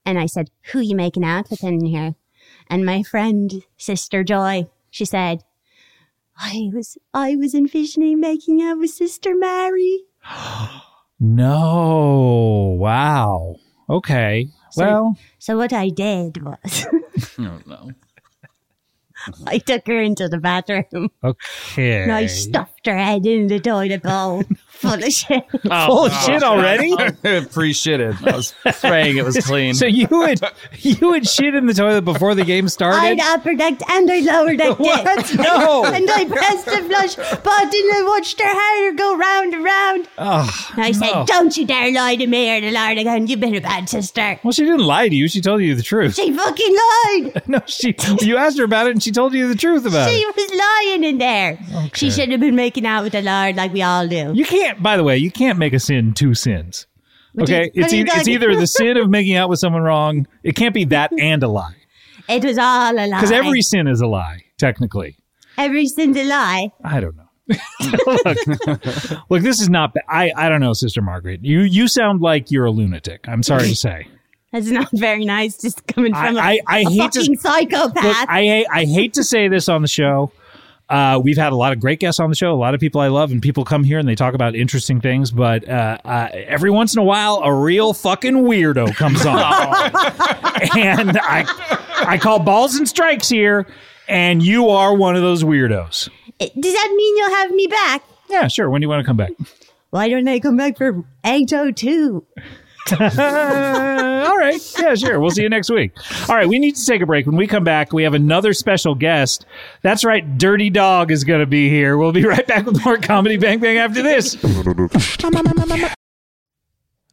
Speaker 1: and I said, Who you making out with in here? And my friend, Sister Joy, she said, I was I was envisioning making out with Sister Mary.
Speaker 2: No. Wow. Okay. Well,
Speaker 1: So what I did was
Speaker 4: I don't know.
Speaker 1: I took her into the bathroom
Speaker 2: okay.
Speaker 1: and I stuffed her head in the toilet bowl. full of shit.
Speaker 2: Oh, shit already?
Speaker 8: Pre-shitted.
Speaker 4: I was praying it was clean.
Speaker 9: So you would you would shit in the toilet before the game
Speaker 1: I'd
Speaker 9: started?
Speaker 1: upper decked and I lower decked it.
Speaker 9: No.
Speaker 1: and I pressed the flush button and watched her hair go round and round.
Speaker 9: Ugh.
Speaker 1: And I said,
Speaker 9: Ah, No.
Speaker 1: Don't you dare lie to me or the Lord again. You've been a bad sister.
Speaker 9: Well, she didn't lie to you. She told you the truth.
Speaker 1: She fucking lied.
Speaker 9: No, she. You asked her about it, and she told you the truth about
Speaker 1: she
Speaker 9: it.
Speaker 1: was lying in there. She should have been making out with the Lord like we all do.
Speaker 9: You can't. By the way, you can't make a sin two sins. Okay,
Speaker 1: you-
Speaker 9: it's
Speaker 1: what are
Speaker 9: e-
Speaker 1: you
Speaker 9: it's
Speaker 1: talking-
Speaker 9: either the sin of making out with someone wrong. It can't be that and a lie
Speaker 1: It was all a lie.
Speaker 9: because every sin is a lie technically.
Speaker 1: every sin's a lie.
Speaker 9: I don't know. look, look, this is not. ba- I I don't know, Sister Margaret. You you sound like you're a lunatic. I'm sorry to say.
Speaker 1: That's not very nice. Just coming
Speaker 9: I-
Speaker 1: from a
Speaker 9: I- I
Speaker 1: a
Speaker 9: hate to-
Speaker 1: fucking
Speaker 9: Look,
Speaker 1: psychopath.
Speaker 9: I I hate to say this on the show. Uh, we've had a lot of great guests on the show, a lot of people I love, and people come here and they talk about interesting things. But uh, uh, every once in a while, a real fucking weirdo comes on, and I I call balls and strikes here, and you are one of those weirdos.
Speaker 1: It- Does that mean you'll have me back?
Speaker 9: Yeah, sure. When do you want to come back?
Speaker 1: Why don't I come back for 802?
Speaker 9: Uh, all right. Yeah, sure. We'll see you next week. All right. We need to take a break. When we come back, we have another special guest. That's right. Dirty Dog is going to be here. We'll be right back with more Comedy Bang Bang after this.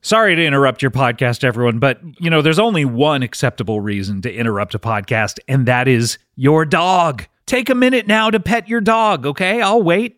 Speaker 2: Sorry to interrupt your podcast, everyone, but you know, there's only one acceptable reason to interrupt a podcast, and that is your dog. Take a minute now to pet your dog, okay? I'll wait.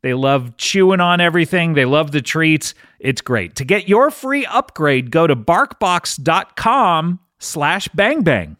Speaker 2: They love chewing on everything. They love the treats. It's great. To get your free upgrade, go to barkbox.com slash bangbang.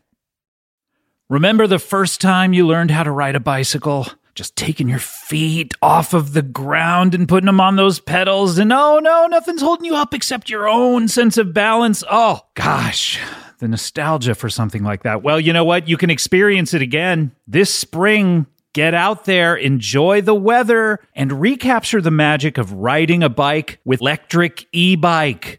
Speaker 2: Remember the first time you learned how to ride a bicycle? Just taking your feet off of the ground and putting them on those pedals, and oh no, nothing's holding you up except your own sense of balance. Oh gosh, the nostalgia for something like that. Well, you know what? You can experience it again this spring. Get out there, enjoy the weather, and recapture the magic of riding a bike with electric e bike.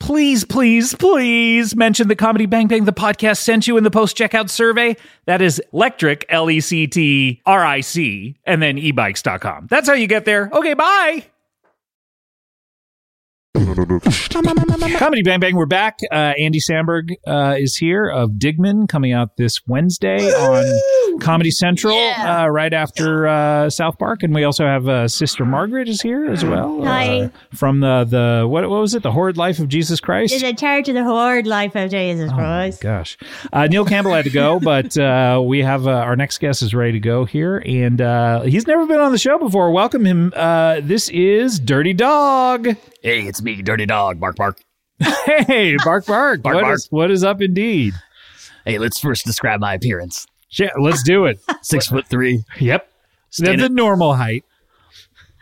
Speaker 2: Please, please, please mention the Comedy Bang Bang the podcast sent you in the post checkout survey. That is electric, L E C T R I C, and e then ebikes.com. That's how you get there. Okay, bye. Comedy Bang Bang, we're back. Uh, Andy Samberg uh, is here of Digman coming out this Wednesday on Comedy Central uh, right after uh, South Park. And we also have uh, Sister Margaret is here as well.
Speaker 1: Hi.
Speaker 2: uh, from the, the what, what was it? The Horrid Life of Jesus Christ?
Speaker 1: There's a charge of the hard life of
Speaker 9: Oh
Speaker 1: Jesus Christ.
Speaker 2: Gosh. Uh, Neil Campbell had to go, but uh, we have uh, our next guest is ready to go here. And uh, he's never been on the show before. Welcome him. Uh, this is Dirty Dog.
Speaker 4: Hey, it's me, Dirty Dog. Bark, bark.
Speaker 2: Hey, bark, bark.
Speaker 4: Bark,
Speaker 2: What
Speaker 4: bark.
Speaker 2: is- what is up indeed?
Speaker 4: Hey, let's first describe my appearance.
Speaker 2: Yeah, let's do it.
Speaker 4: Six foot three.
Speaker 2: Yep.
Speaker 4: Stand
Speaker 2: That's a normal height.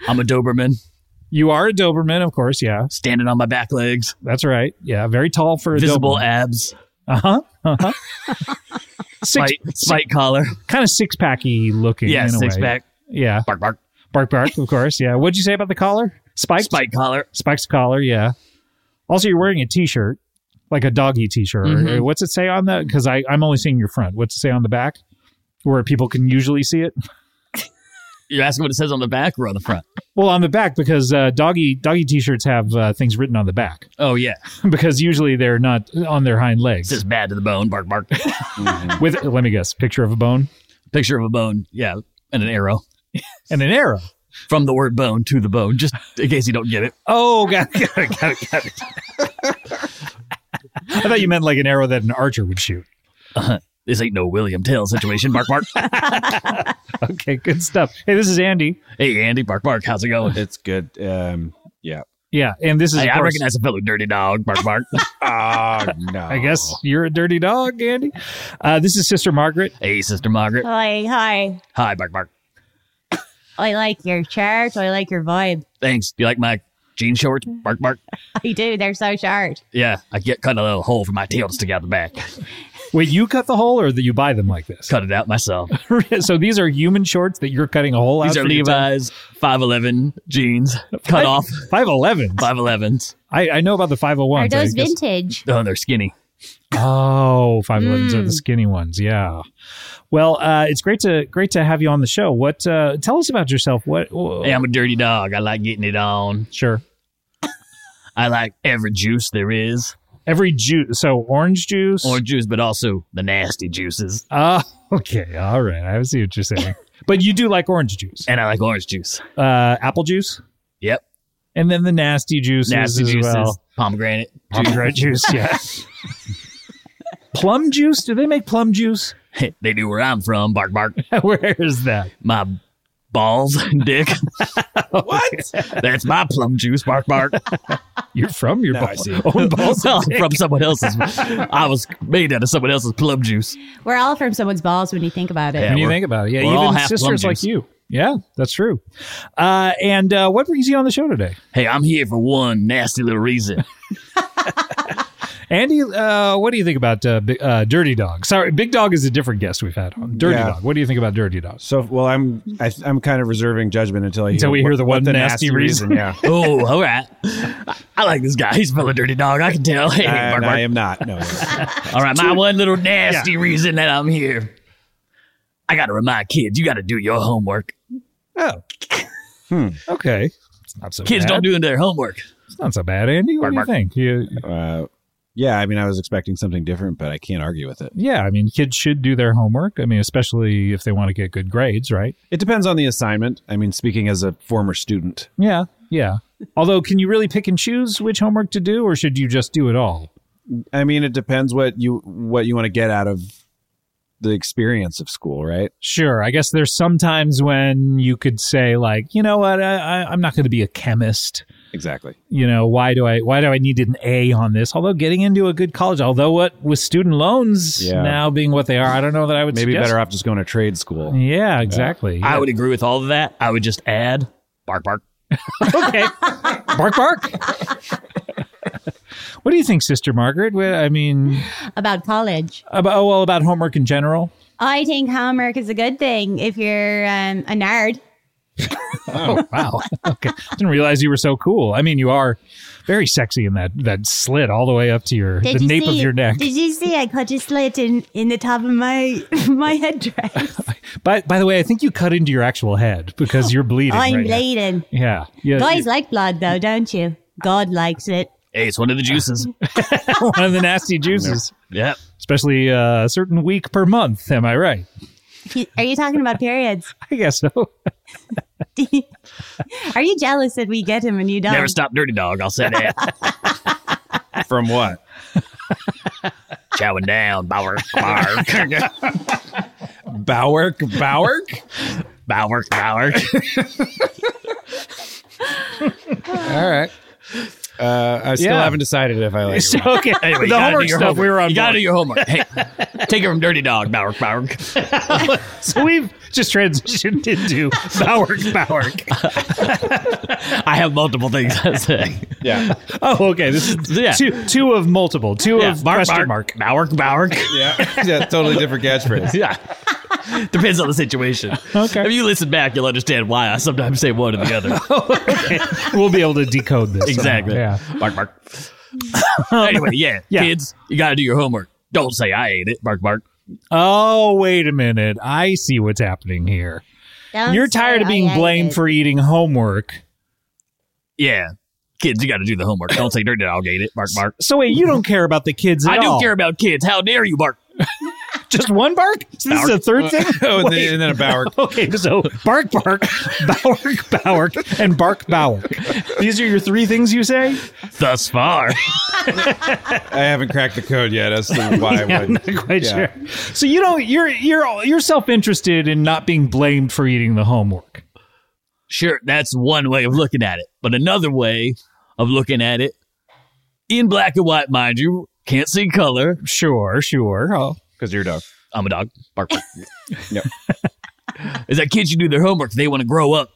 Speaker 4: I'm a Doberman,
Speaker 2: You are a Doberman, of course. Yeah,
Speaker 4: standing on my back legs,
Speaker 2: that's right. Yeah, very tall for a
Speaker 4: visible
Speaker 2: Doberman.
Speaker 4: abs,
Speaker 2: Uh huh. Uh huh. six,
Speaker 4: white, white collar.
Speaker 2: kind of six packy looking.
Speaker 4: Yeah,
Speaker 2: in a
Speaker 4: six
Speaker 2: way.
Speaker 4: pack.
Speaker 2: Yeah,
Speaker 4: Bark, bark.
Speaker 2: bark bark. Of course. Yeah. What'd you say about the collar? Spiked.
Speaker 4: Spike collar.
Speaker 2: Spike's collar. Yeah. Also, you're wearing a t-shirt, like a doggy t-shirt. Uh,
Speaker 4: Mhm.
Speaker 2: What's it say on the? Because I I'm only seeing your front. What's it say on the back? Where people can usually see it.
Speaker 4: You're asking what it says on the back or on the front?
Speaker 2: Well, on the back because uh, doggy doggy t-shirts have uh, things written on the back.
Speaker 4: Oh, yeah.
Speaker 2: because usually they're not on their hind
Speaker 4: It
Speaker 2: legs.
Speaker 4: says bad to the bone. Bark, bark.
Speaker 2: With let me guess, picture of a bone
Speaker 4: Picture of a bone. Yeah. And an arrow.
Speaker 2: and an arrow.
Speaker 4: From the word bone to the bone, just in case you don't get it.
Speaker 2: Oh, got it, got it, got it, got it. I thought you meant like an arrow that an archer would shoot.
Speaker 4: This ain't no William Tell situation. Bark, bark.
Speaker 2: Okay, good stuff. Hey, this is Andy.
Speaker 4: hey, Andy. Bark, bark. How's it going?
Speaker 3: It's good. Um, yeah.
Speaker 2: Yeah, and this is.
Speaker 4: Hey,
Speaker 2: of
Speaker 4: I
Speaker 2: course-
Speaker 4: recognize a fellow dirty dog. Bark, bark.
Speaker 3: Oh no.
Speaker 2: I guess you're a dirty dog, Andy. Uh, this is Sister Margaret.
Speaker 4: hey, Sister Margaret.
Speaker 1: Hi, hi.
Speaker 4: Hi, bark, bark.
Speaker 1: I like your chart. I like your vibe.
Speaker 4: Thanks. You like my jean shorts?
Speaker 2: Mm.
Speaker 4: Bark, bark.
Speaker 1: I do. They're so short.
Speaker 4: Yeah, I get cut a little hole for my tail to stick out the back.
Speaker 2: Wait, you cut the hole, or that you buy them like this?
Speaker 4: Cut it out myself.
Speaker 2: so these are human shorts that you're cutting a hole out.
Speaker 4: These are Levi's 511 jeans. Cut off
Speaker 2: Five elevens.
Speaker 4: 511s.
Speaker 2: I, I know about the five hundred
Speaker 1: Are
Speaker 2: ones.
Speaker 1: those vintage?
Speaker 4: Oh, they're skinny.
Speaker 2: Oh, 511s
Speaker 1: Hmm.
Speaker 2: are the skinny ones. Yeah. Well, uh, it's great to great to have you on the show. What uh, tell us about yourself? What?
Speaker 4: Hey, I'm a dirty dog. I like getting it on.
Speaker 2: Sure.
Speaker 4: I like every juice there is.
Speaker 2: Every juice. So orange juice.
Speaker 4: Orange juice, but also the nasty juices.
Speaker 2: Oh, okay. All right. I see what you're saying. but you do like orange juice,
Speaker 4: And I like orange juice.
Speaker 2: uh, apple juice,
Speaker 4: Yep.
Speaker 2: and then the nasty juices
Speaker 4: Nasty
Speaker 2: as
Speaker 4: juices.
Speaker 2: well.
Speaker 4: Pomegranate.
Speaker 2: Pomegranate juice. Yeah. plum juice. Do they make plum juice?
Speaker 4: they do where I'm from. Bark, bark.
Speaker 2: Where is that?
Speaker 4: My balls and dick. what? That's my plum juice. Bark, bark.
Speaker 2: You're from your Oh,
Speaker 3: I
Speaker 2: ball-
Speaker 3: see.
Speaker 2: own balls.
Speaker 4: Well, I'm from someone else's. I was made out of someone else's plum juice.
Speaker 1: We're all from someone's balls when you think about it.
Speaker 4: Yeah,
Speaker 2: when you
Speaker 4: we're-
Speaker 2: think about it. Yeah,
Speaker 4: we're all
Speaker 2: even
Speaker 4: half plum
Speaker 2: sisters like
Speaker 4: juice.
Speaker 2: you. Yeah, that's true. Uh, and uh, what brings you on the show today,
Speaker 4: Hey, I'm here for one nasty little reason.
Speaker 2: Andy? Uh, what do you think about uh, Bi- uh, Dirty Dog? Sorry, Big Dog is a different guest we've had on Dirty
Speaker 3: Yeah.
Speaker 2: Dog. What do you think about Dirty Dog?
Speaker 3: So well, I'm I, th- I'm kind of reserving judgment until I
Speaker 2: Until we
Speaker 3: what-
Speaker 2: hear the
Speaker 3: what
Speaker 2: one nasty reason.
Speaker 3: Yeah,
Speaker 4: oh, all right. I like this guy. He's a fellow dirty dog. I can tell. Hey, bark,
Speaker 3: and
Speaker 4: bark.
Speaker 3: I am not. No,
Speaker 4: all right, my one little nasty reason that I'm here. I got to remind kids, you got to do your homework.
Speaker 2: Oh, okay. It's not so
Speaker 4: Kids
Speaker 2: bad.
Speaker 4: don't do their homework.
Speaker 2: It's not so bad, Andy. What do you
Speaker 4: Bark, bark.
Speaker 2: think? You,
Speaker 3: uh, yeah. I mean, I was expecting something different, but I can't argue with it.
Speaker 2: yeah, I mean, kids should do their homework. I mean, especially if they want to get good grades, right?
Speaker 3: It depends on the assignment. I mean, speaking as a former student,
Speaker 2: Yeah, yeah. Although, can you really pick and choose which homework to do, or should you just do it all?
Speaker 3: I mean, it depends what you what you want to get out of the experience of school, right?
Speaker 2: Sure. I guess there's sometimes when you could say, like, you know what, I, I, I'm not going to be a chemist.
Speaker 3: Exactly.
Speaker 2: You know, why do I why do I need an A on this? Although getting into a good college, although what with student loans
Speaker 3: Yeah.
Speaker 2: now being what they are, I don't know that I would
Speaker 3: Maybe
Speaker 2: suggest-
Speaker 3: better off just going to trade school.
Speaker 2: Yeah, exactly.
Speaker 4: I would agree with all of that. I would just add, bark, bark.
Speaker 2: okay. bark, bark. what do you think, Sister Margaret? Well, I mean,
Speaker 1: About college.
Speaker 2: about, oh, well, about homework in general.
Speaker 1: I think homework is a good thing if you're um, a nerd.
Speaker 2: Oh wow! Okay, didn't realize you were so cool. I mean, you are very sexy in that that slit all the way up to your
Speaker 1: Did
Speaker 2: the
Speaker 1: you
Speaker 2: nape
Speaker 1: see,
Speaker 2: of your neck.
Speaker 1: Did you see I cut a slit in, in the top of my my headdress?
Speaker 2: By by the way, I think you cut into your actual head because you're bleeding.
Speaker 1: I'm
Speaker 2: right now.
Speaker 1: bleeding.
Speaker 2: Yeah, yeah.
Speaker 1: Guys like blood though, don't you?
Speaker 10: God likes it.
Speaker 4: Hey, it's one of the juices.
Speaker 2: One of the nasty juices,
Speaker 4: yep.
Speaker 2: especially uh, a certain week per month. Am I right?
Speaker 10: You- Are you talking about periods?
Speaker 2: I guess so.
Speaker 10: Are you jealous that we get him and you don't?
Speaker 4: Never stop dirty dog. I'll say that.
Speaker 3: From what?
Speaker 4: Chowing down. Bower. Bower.
Speaker 3: Bowerk? Bowerk?
Speaker 4: Bower. Bower.
Speaker 3: All right. Uh, I still
Speaker 2: Yeah.
Speaker 3: haven't decided if I like it. or
Speaker 2: So,
Speaker 3: not.
Speaker 2: okay,
Speaker 4: Anyway, you
Speaker 2: the
Speaker 4: gotta do
Speaker 2: homework
Speaker 4: your
Speaker 2: stuff we were on.
Speaker 4: You got to
Speaker 2: board.
Speaker 4: do your homework. Hey, take it from dirty dog. Bower. Bower.
Speaker 2: So we've just transitioned into Bowerk Bowerk.
Speaker 11: I have multiple things I say.
Speaker 3: Yeah.
Speaker 2: Oh, okay. This is
Speaker 11: Yeah.
Speaker 2: two two of multiple. Two
Speaker 11: Yeah,
Speaker 2: of
Speaker 11: bark,
Speaker 2: question
Speaker 11: bark.
Speaker 2: mark.
Speaker 4: Bower. Bower.
Speaker 3: Yeah. Yeah. Totally different catchphrase.
Speaker 11: Yeah. Depends on the situation.
Speaker 2: Okay.
Speaker 11: If you listen back, you'll understand why I sometimes say one or the other.
Speaker 2: We'll be able to decode this.
Speaker 11: Exactly.
Speaker 2: somehow.
Speaker 4: Bark, bark. anyway, yeah,
Speaker 2: Um, Yeah.
Speaker 4: Kids, you got to do your homework. Don't say I ate it. Bark, bark.
Speaker 2: Yeah. Oh, wait a minute. I see what's happening here.
Speaker 10: Don't
Speaker 2: You're
Speaker 10: say
Speaker 2: tired of
Speaker 10: I
Speaker 2: being
Speaker 10: ate
Speaker 2: blamed
Speaker 10: it.
Speaker 2: for eating homework.
Speaker 4: Yeah. Kids, you got to do the homework. Don't say dirty dog ate it. Bark, bark.
Speaker 2: So wait, you don't care about the kids at
Speaker 4: I
Speaker 2: all.
Speaker 4: don't care about kids. How dare you bark?
Speaker 2: Just one bark? So this is a third thing?
Speaker 3: oh, and then, and then a Bowerk.
Speaker 2: Okay, so bark, bark, bowerk, bowerk, and bark, bowerk. These are your three things you say?
Speaker 4: Thus far.
Speaker 3: I haven't cracked the code yet as to why I
Speaker 2: I'm
Speaker 3: would.
Speaker 2: not quite
Speaker 3: Yeah.
Speaker 2: sure. So you don't you're you're you're self interested in not being blamed for eating the homework.
Speaker 4: sure, that's one way of looking at it. But another way of looking at it, in black and white, mind you, can't see color.
Speaker 2: Sure, sure. Oh,
Speaker 3: Because you're a dog.
Speaker 4: I'm a dog. Bark, bark.
Speaker 3: Yep.
Speaker 4: Is that kids, you do their homework. They want to grow up,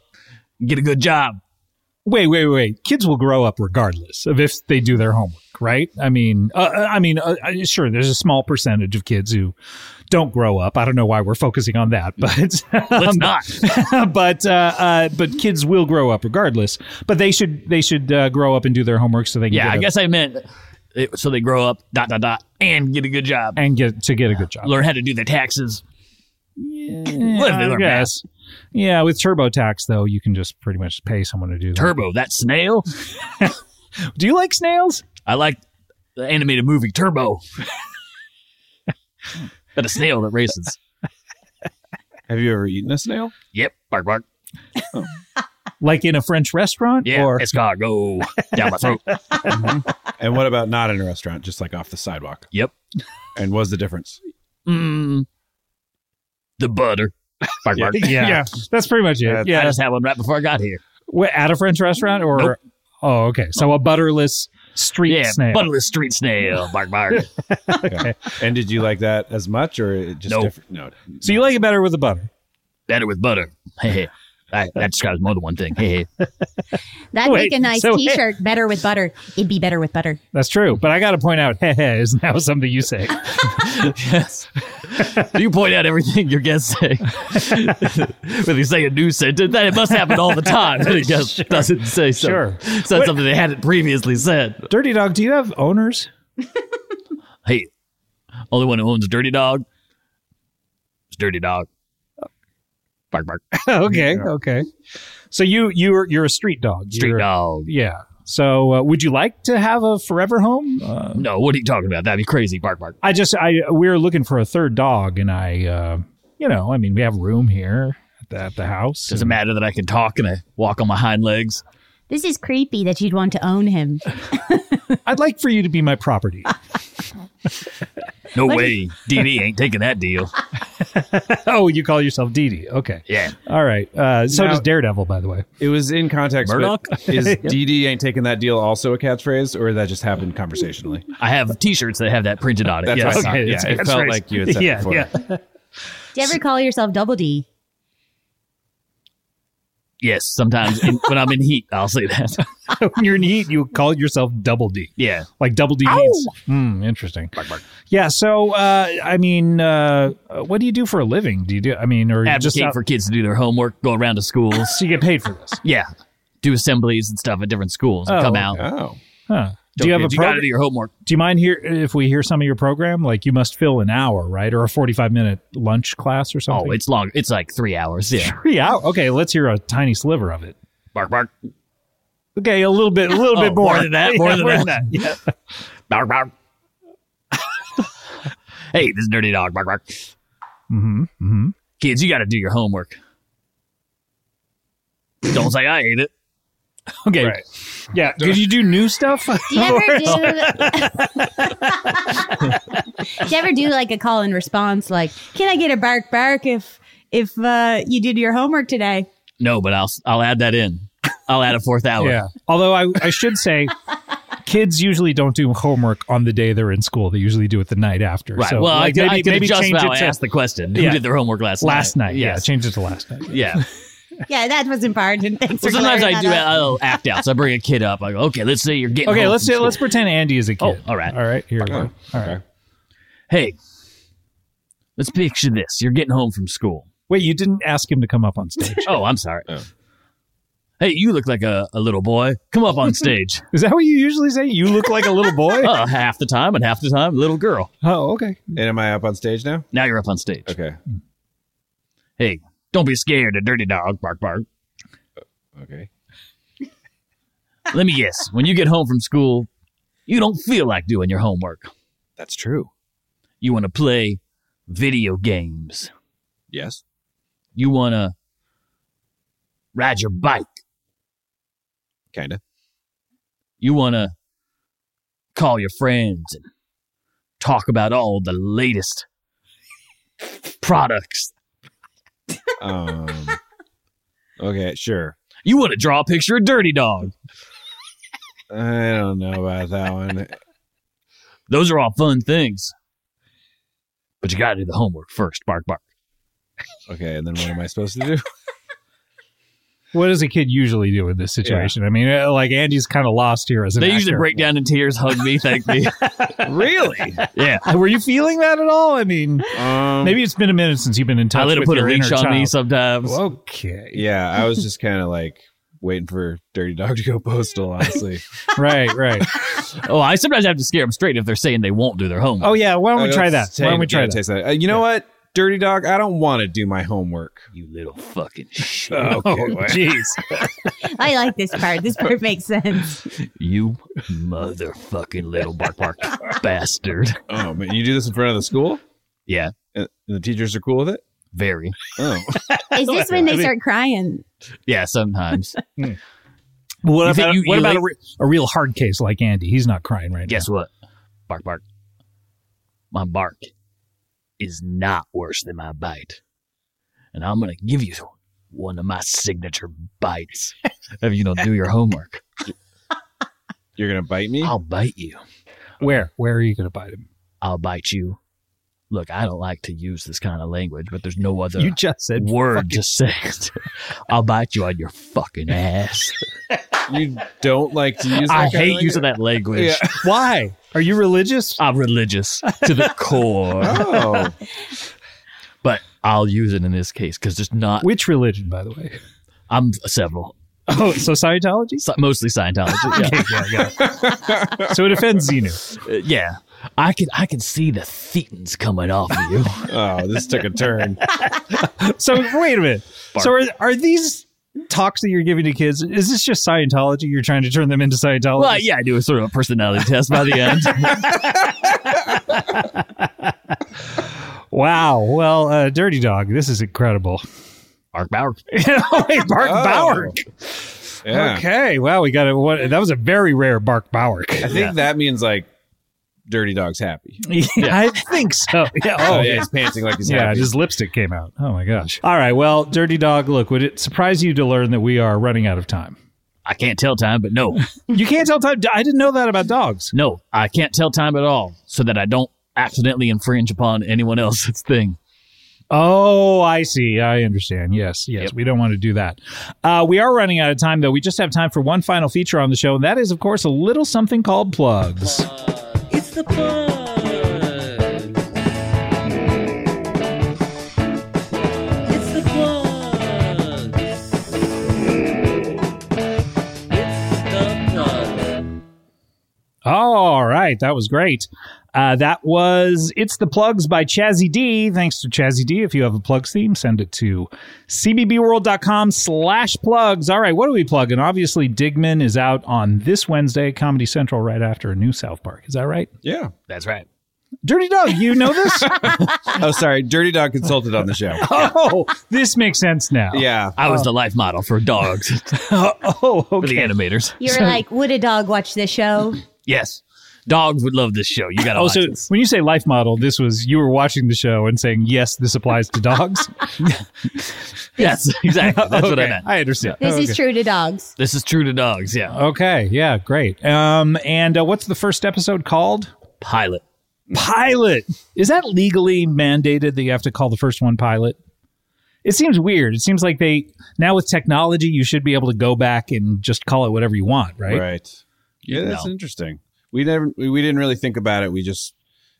Speaker 4: and get a good job.
Speaker 2: wait, wait, wait. Kids will grow up regardless of if they do their homework, right? I mean, uh, I mean, uh, uh, sure. There's a small percentage of kids who don't grow up. I don't know why we're focusing on that, but um,
Speaker 4: Let's not.
Speaker 2: but uh, uh, but kids will grow up regardless. But they should they should uh, grow up and do their homework so they can
Speaker 4: Yeah,
Speaker 2: get
Speaker 4: I
Speaker 2: a-
Speaker 4: guess I meant it, so they grow up, dot, dot, dot, and get a good job.
Speaker 2: and get to get a good job.
Speaker 4: Learn how to do their taxes. What if they
Speaker 2: I
Speaker 4: learn math?
Speaker 2: guess. Yeah, with TurboTax though, you can just pretty much pay someone to do that.
Speaker 4: Turbo, that snail.
Speaker 2: Do you like snails?
Speaker 4: I like the animated movie Turbo. but a snail that races.
Speaker 3: Have you ever eaten a snail?
Speaker 4: Yep, bark, bark.
Speaker 2: Like in a French restaurant?
Speaker 4: Yeah,
Speaker 2: Or
Speaker 4: escargot down my throat.
Speaker 3: And what about not in a restaurant, just like off the sidewalk?
Speaker 4: Yep.
Speaker 3: And what's the difference?
Speaker 4: Mm, the butter. Bark, bark.
Speaker 2: yeah. that's pretty much it.
Speaker 3: Uh,
Speaker 4: I
Speaker 2: yeah,
Speaker 4: just had one right before I got here.
Speaker 2: Wait, at a French restaurant or
Speaker 4: Nope.
Speaker 2: oh, okay. So a butterless street
Speaker 4: Yeah,
Speaker 2: snail.
Speaker 4: butterless street snail. Bark, bark.
Speaker 3: Okay. And did you like that as much, or it just
Speaker 4: Nope.
Speaker 3: different? No.
Speaker 2: so you like it better with the butter?
Speaker 4: Better with butter. Hey, hey. That that describes more than one thing. Hey, hey.
Speaker 1: That'd
Speaker 2: Wait,
Speaker 1: make a nice
Speaker 2: so-
Speaker 1: T-shirt. Better with butter. It'd be better with butter.
Speaker 2: That's true. But I got to point out, heh heh is now something you say.
Speaker 11: yes.
Speaker 4: Do you point out everything your guests say? when they say a new sentence, that it must happen all the time. That it just doesn't say so.
Speaker 2: Sure.
Speaker 4: It's not something they hadn't previously said.
Speaker 2: Dirty dog, do you have owners?
Speaker 4: Hey, only one who owns a dirty dog is dirty dog. Bark, bark.
Speaker 2: okay, okay. So you you're you're a street dog.
Speaker 4: Street
Speaker 2: You're-
Speaker 4: dog.
Speaker 2: Yeah. So uh, would you like to have a forever home? Uh,
Speaker 4: No, what are you talking about? That'd be crazy. Bark, bark.
Speaker 2: I just I we were looking for a third dog, and I uh, you know I mean we have room here at the, at the house.
Speaker 4: Doesn't matter that I can talk and I walk on my hind legs.
Speaker 1: This is creepy that you'd want to own him.
Speaker 2: I'd like for you to be my property.
Speaker 4: No way. DD ain't taking that deal.
Speaker 2: oh, you call yourself Dee Dee? Okay.
Speaker 4: Yeah.
Speaker 2: All right. Uh, so
Speaker 3: Now-
Speaker 2: does Daredevil, by the way.
Speaker 3: It was in context.
Speaker 4: Murdoch?
Speaker 3: But is DD ain't taking that deal also a catchphrase, or that just happened conversationally?
Speaker 4: I have t shirts that have that printed on it.
Speaker 3: That's
Speaker 4: yes.
Speaker 3: what I thought.
Speaker 2: Okay, it's
Speaker 3: yeah,
Speaker 2: a
Speaker 3: it felt
Speaker 2: catchphrase.
Speaker 3: like you had said
Speaker 2: yeah,
Speaker 3: before.
Speaker 2: yeah.
Speaker 1: Do you ever call yourself Double D?
Speaker 4: Yes. Sometimes in, when I'm in heat, I'll say that.
Speaker 2: when you're in heat, you call yourself Double D,
Speaker 4: Yeah.
Speaker 2: like Double D. Needs. Hmm. Interesting. Yeah. So uh, I mean, uh, what do you do for a living? Do you do? I mean, or you just
Speaker 4: advocate
Speaker 2: out-
Speaker 4: for kids to do their homework, go around to schools.
Speaker 2: so you get paid for this?
Speaker 4: yeah. Do assemblies and stuff at different schools and
Speaker 2: Oh,
Speaker 4: come out.
Speaker 3: Oh.
Speaker 2: Huh. Do you have a
Speaker 4: you got
Speaker 2: program?
Speaker 4: to do your homework.
Speaker 2: Do you mind here if we hear some of your program? Like you must fill an hour, right, or a forty-five minute lunch class or something?
Speaker 4: Oh, it's long. It's like three hours. Yeah.
Speaker 2: three hours. Okay, let's hear a tiny sliver of it.
Speaker 4: bark, bark.
Speaker 2: Okay, a little bit, a little bit more.
Speaker 4: more than that,
Speaker 2: Yeah,
Speaker 4: more than that. Yeah. Bark, bark. hey, this dirty dog. Bark, bark.
Speaker 2: Mm-hmm, mm-hmm.
Speaker 4: Kids, you got to do your homework. Don't say I ate it.
Speaker 2: Okay. Yeah. Did you do new stuff?
Speaker 1: Do you ever do? do you ever do like a call and response? Like, can I get a bark bark if if uh, you did your homework today?
Speaker 4: No, but I'll I'll add that in. I'll add a fourth hour.
Speaker 2: yeah. Although I, I should say, kids usually don't do homework on the day they're in school. They usually do it the night after.
Speaker 4: Right.
Speaker 2: So,
Speaker 4: well,
Speaker 2: like,
Speaker 4: I,
Speaker 2: maybe,
Speaker 4: I,
Speaker 2: maybe
Speaker 4: just
Speaker 2: change
Speaker 4: about
Speaker 2: it to
Speaker 4: asked the question. Who
Speaker 2: Yeah.
Speaker 4: did their homework last night?
Speaker 2: last night. Yeah.
Speaker 4: Yes.
Speaker 2: Change it to last night.
Speaker 4: Yeah.
Speaker 1: Yeah, that was important. Thanks
Speaker 4: Well,
Speaker 1: for
Speaker 4: sometimes
Speaker 1: clearing
Speaker 4: I
Speaker 1: that
Speaker 4: do.
Speaker 1: up.
Speaker 4: I'll act out. So I bring a kid up. I go, okay, let's say you're getting.
Speaker 2: Okay.
Speaker 4: home
Speaker 2: Let's
Speaker 4: from
Speaker 2: say, let's pretend Andy is a kid.
Speaker 4: Oh, all right.
Speaker 2: All right. Here we go. All right.
Speaker 4: hey, let's picture this. You're getting home from school.
Speaker 2: Wait, you didn't ask him to come up on stage.
Speaker 4: Oh, I'm sorry. Hey, you look like a, a little boy. Come up on stage.
Speaker 2: Is that what you usually say? You look like a little boy.
Speaker 4: uh, half the time, and half the time, little girl.
Speaker 2: oh, okay.
Speaker 3: And am I up on stage now?
Speaker 4: Now you're up on stage.
Speaker 3: Okay.
Speaker 4: Hey, don't be scared of dirty dog. Bark, bark.
Speaker 3: Okay.
Speaker 4: Let me guess. When you get home from school, you don't feel like doing your homework.
Speaker 3: That's true.
Speaker 4: You want to play video games.
Speaker 3: Yes.
Speaker 4: You want to ride your bike.
Speaker 3: Kind of.
Speaker 4: You want to call your friends and talk about all the latest products.
Speaker 3: Um, okay. Sure.
Speaker 4: You want to draw a picture of Dirty Dog.
Speaker 3: I don't know about that one.
Speaker 4: Those are all fun things. But you got to do the homework first. Bark, bark.
Speaker 3: Okay. And then what am I supposed to do?
Speaker 2: What does a kid usually do in this situation? I mean, uh, like Andy's kind of lost here as an.
Speaker 4: They usually
Speaker 2: actor.
Speaker 4: break down in tears, hug me, thank me.
Speaker 2: Really?
Speaker 4: Yeah.
Speaker 2: Uh, Were you feeling that at all? I mean,
Speaker 3: Um,
Speaker 2: maybe it's been a minute since you've been in touch
Speaker 4: I let
Speaker 2: with
Speaker 4: it put a
Speaker 2: your
Speaker 4: leash
Speaker 2: inner
Speaker 4: on me
Speaker 2: child.
Speaker 4: sometimes.
Speaker 2: Okay.
Speaker 3: Yeah. I was just kind of like waiting for Dirty Dog to go postal, honestly.
Speaker 2: Right. Right.
Speaker 4: Oh, I sometimes have to scare them straight if they're saying they won't do their homework.
Speaker 2: Oh yeah. Why don't we
Speaker 3: Uh,
Speaker 2: try that?
Speaker 3: let's
Speaker 2: Why don't we
Speaker 3: take- yeah,
Speaker 2: try that?
Speaker 3: taste that? Uh, you know what? Dirty Dog, I don't want to do my homework.
Speaker 2: Oh.
Speaker 4: You little fucking shit. Oh,
Speaker 2: Jeez.
Speaker 1: I like this part. This part makes sense.
Speaker 4: You motherfucking little bark bark bastard.
Speaker 3: Oh, man. You do this in front of the school?
Speaker 4: Yeah,
Speaker 3: And and the teachers are cool with it?
Speaker 4: very.
Speaker 3: Oh.
Speaker 1: Is this when they start crying?
Speaker 4: Yeah, sometimes.
Speaker 2: What
Speaker 4: You think
Speaker 2: about,
Speaker 4: you-
Speaker 2: what
Speaker 4: you
Speaker 2: about
Speaker 4: like-
Speaker 2: a, re- a real hard case like Andy? He's not crying right
Speaker 4: Guess what? Bark bark. My bark is not worse than my bite. And I'm going to give you one of my signature bites if you don't do your homework.
Speaker 3: You're going to bite me?
Speaker 4: I'll bite you.
Speaker 2: now. Where? Where are you going to bite him?
Speaker 4: I'll bite you. Look, I don't like to use this kind of language, but there's no other
Speaker 2: You just said
Speaker 4: word to say it. I'll bite you on your fucking ass.
Speaker 3: You don't like to use that
Speaker 4: I
Speaker 3: kind of
Speaker 4: hate
Speaker 3: language?
Speaker 4: using that language.
Speaker 3: Yeah.
Speaker 2: why? Are you religious?
Speaker 4: I'm religious to the core,
Speaker 3: Oh.
Speaker 4: but I'll use it in this case because there's not.
Speaker 2: Which religion, by the way?
Speaker 4: I'm several,
Speaker 2: Oh, so Scientology.
Speaker 4: Si- mostly Scientology.
Speaker 2: Okay, yeah, yeah. so it offends Xenu.
Speaker 4: Yeah. Uh, yeah, I can I can see the thetans coming off of you.
Speaker 3: oh, this took a turn.
Speaker 2: So wait a minute. So are, are these talks that you're giving to kids? Is this just Scientology? You're trying to turn them into Scientology?
Speaker 4: well, yeah, I do a sort of a personality test by the end.
Speaker 2: Wow. Well, uh, Dirty Dog, this is incredible.
Speaker 4: Mark Bauer.
Speaker 2: oh, hey, Bark
Speaker 3: Oh.
Speaker 2: Bowerk.
Speaker 3: Yeah.
Speaker 2: Okay. Wow, we got it. What? That was a very rare Bark Bowerk.
Speaker 3: I think that means like Dirty Dog's happy.
Speaker 2: I think so. Yeah.
Speaker 3: Oh,
Speaker 2: Oh,
Speaker 3: yeah.
Speaker 2: yeah.
Speaker 3: He's panting like he's
Speaker 2: Yeah,
Speaker 3: happy.
Speaker 2: his lipstick came out. Oh my gosh. All right. Well, Dirty Dog, look, would it surprise you to learn that we are running out of time?
Speaker 4: I can't tell time, but no,
Speaker 2: You can't tell time. I didn't know that about dogs.
Speaker 4: no, I can't tell time at all, so that I don't accidentally infringe upon anyone else's thing.
Speaker 2: Oh, I see. I understand. Yes, yes.
Speaker 4: Yep.
Speaker 2: We don't want to do that. Uh, we are running out of time, though. We just have time for one final feature on the show, and that is, of course, a little something called plugs.
Speaker 12: It's the plug. It's the plug. It's the plug.
Speaker 2: All right. right. That was great. Uh, that was It's the Plugs by Chazzy D. Thanks to Chazzy D. If you have a plugs theme, send it to cbbworld.com slash plugs. All right, what are we plugging? Obviously, Digman is out on this Wednesday, Comedy Central, right after a new South Park. Is that right?
Speaker 3: Yeah.
Speaker 4: That's right.
Speaker 2: Dirty Dog, you know this?
Speaker 3: Oh, sorry. Dirty Dog consulted on the show.
Speaker 2: oh, this makes sense now.
Speaker 3: Yeah.
Speaker 4: I was the life model for dogs,
Speaker 2: Oh,
Speaker 4: for the
Speaker 2: okay.
Speaker 4: animators.
Speaker 1: You're like, would a dog watch this show?
Speaker 4: Yes. Dogs would love this show. You got to
Speaker 2: Oh,
Speaker 4: watch
Speaker 2: so
Speaker 4: this.
Speaker 2: when you say life model, this was you were watching the show and saying, yes, this applies to dogs.
Speaker 4: Yes, exactly. That's what I
Speaker 2: Okay,
Speaker 4: meant.
Speaker 2: I understand.
Speaker 1: This
Speaker 4: Oh,
Speaker 1: is true to dogs.
Speaker 4: This is true to dogs. Yeah.
Speaker 2: Okay, yeah, great. Um, and uh, what's the first episode called?
Speaker 4: Pilot.
Speaker 2: Pilot. Is that legally mandated that you have to call the first one pilot? It seems weird. It seems like they now with technology, you should be able to go back and just call it whatever you want, right?
Speaker 3: Right. Yeah, that's
Speaker 4: No.
Speaker 3: interesting. We never we, we didn't really think about it. We just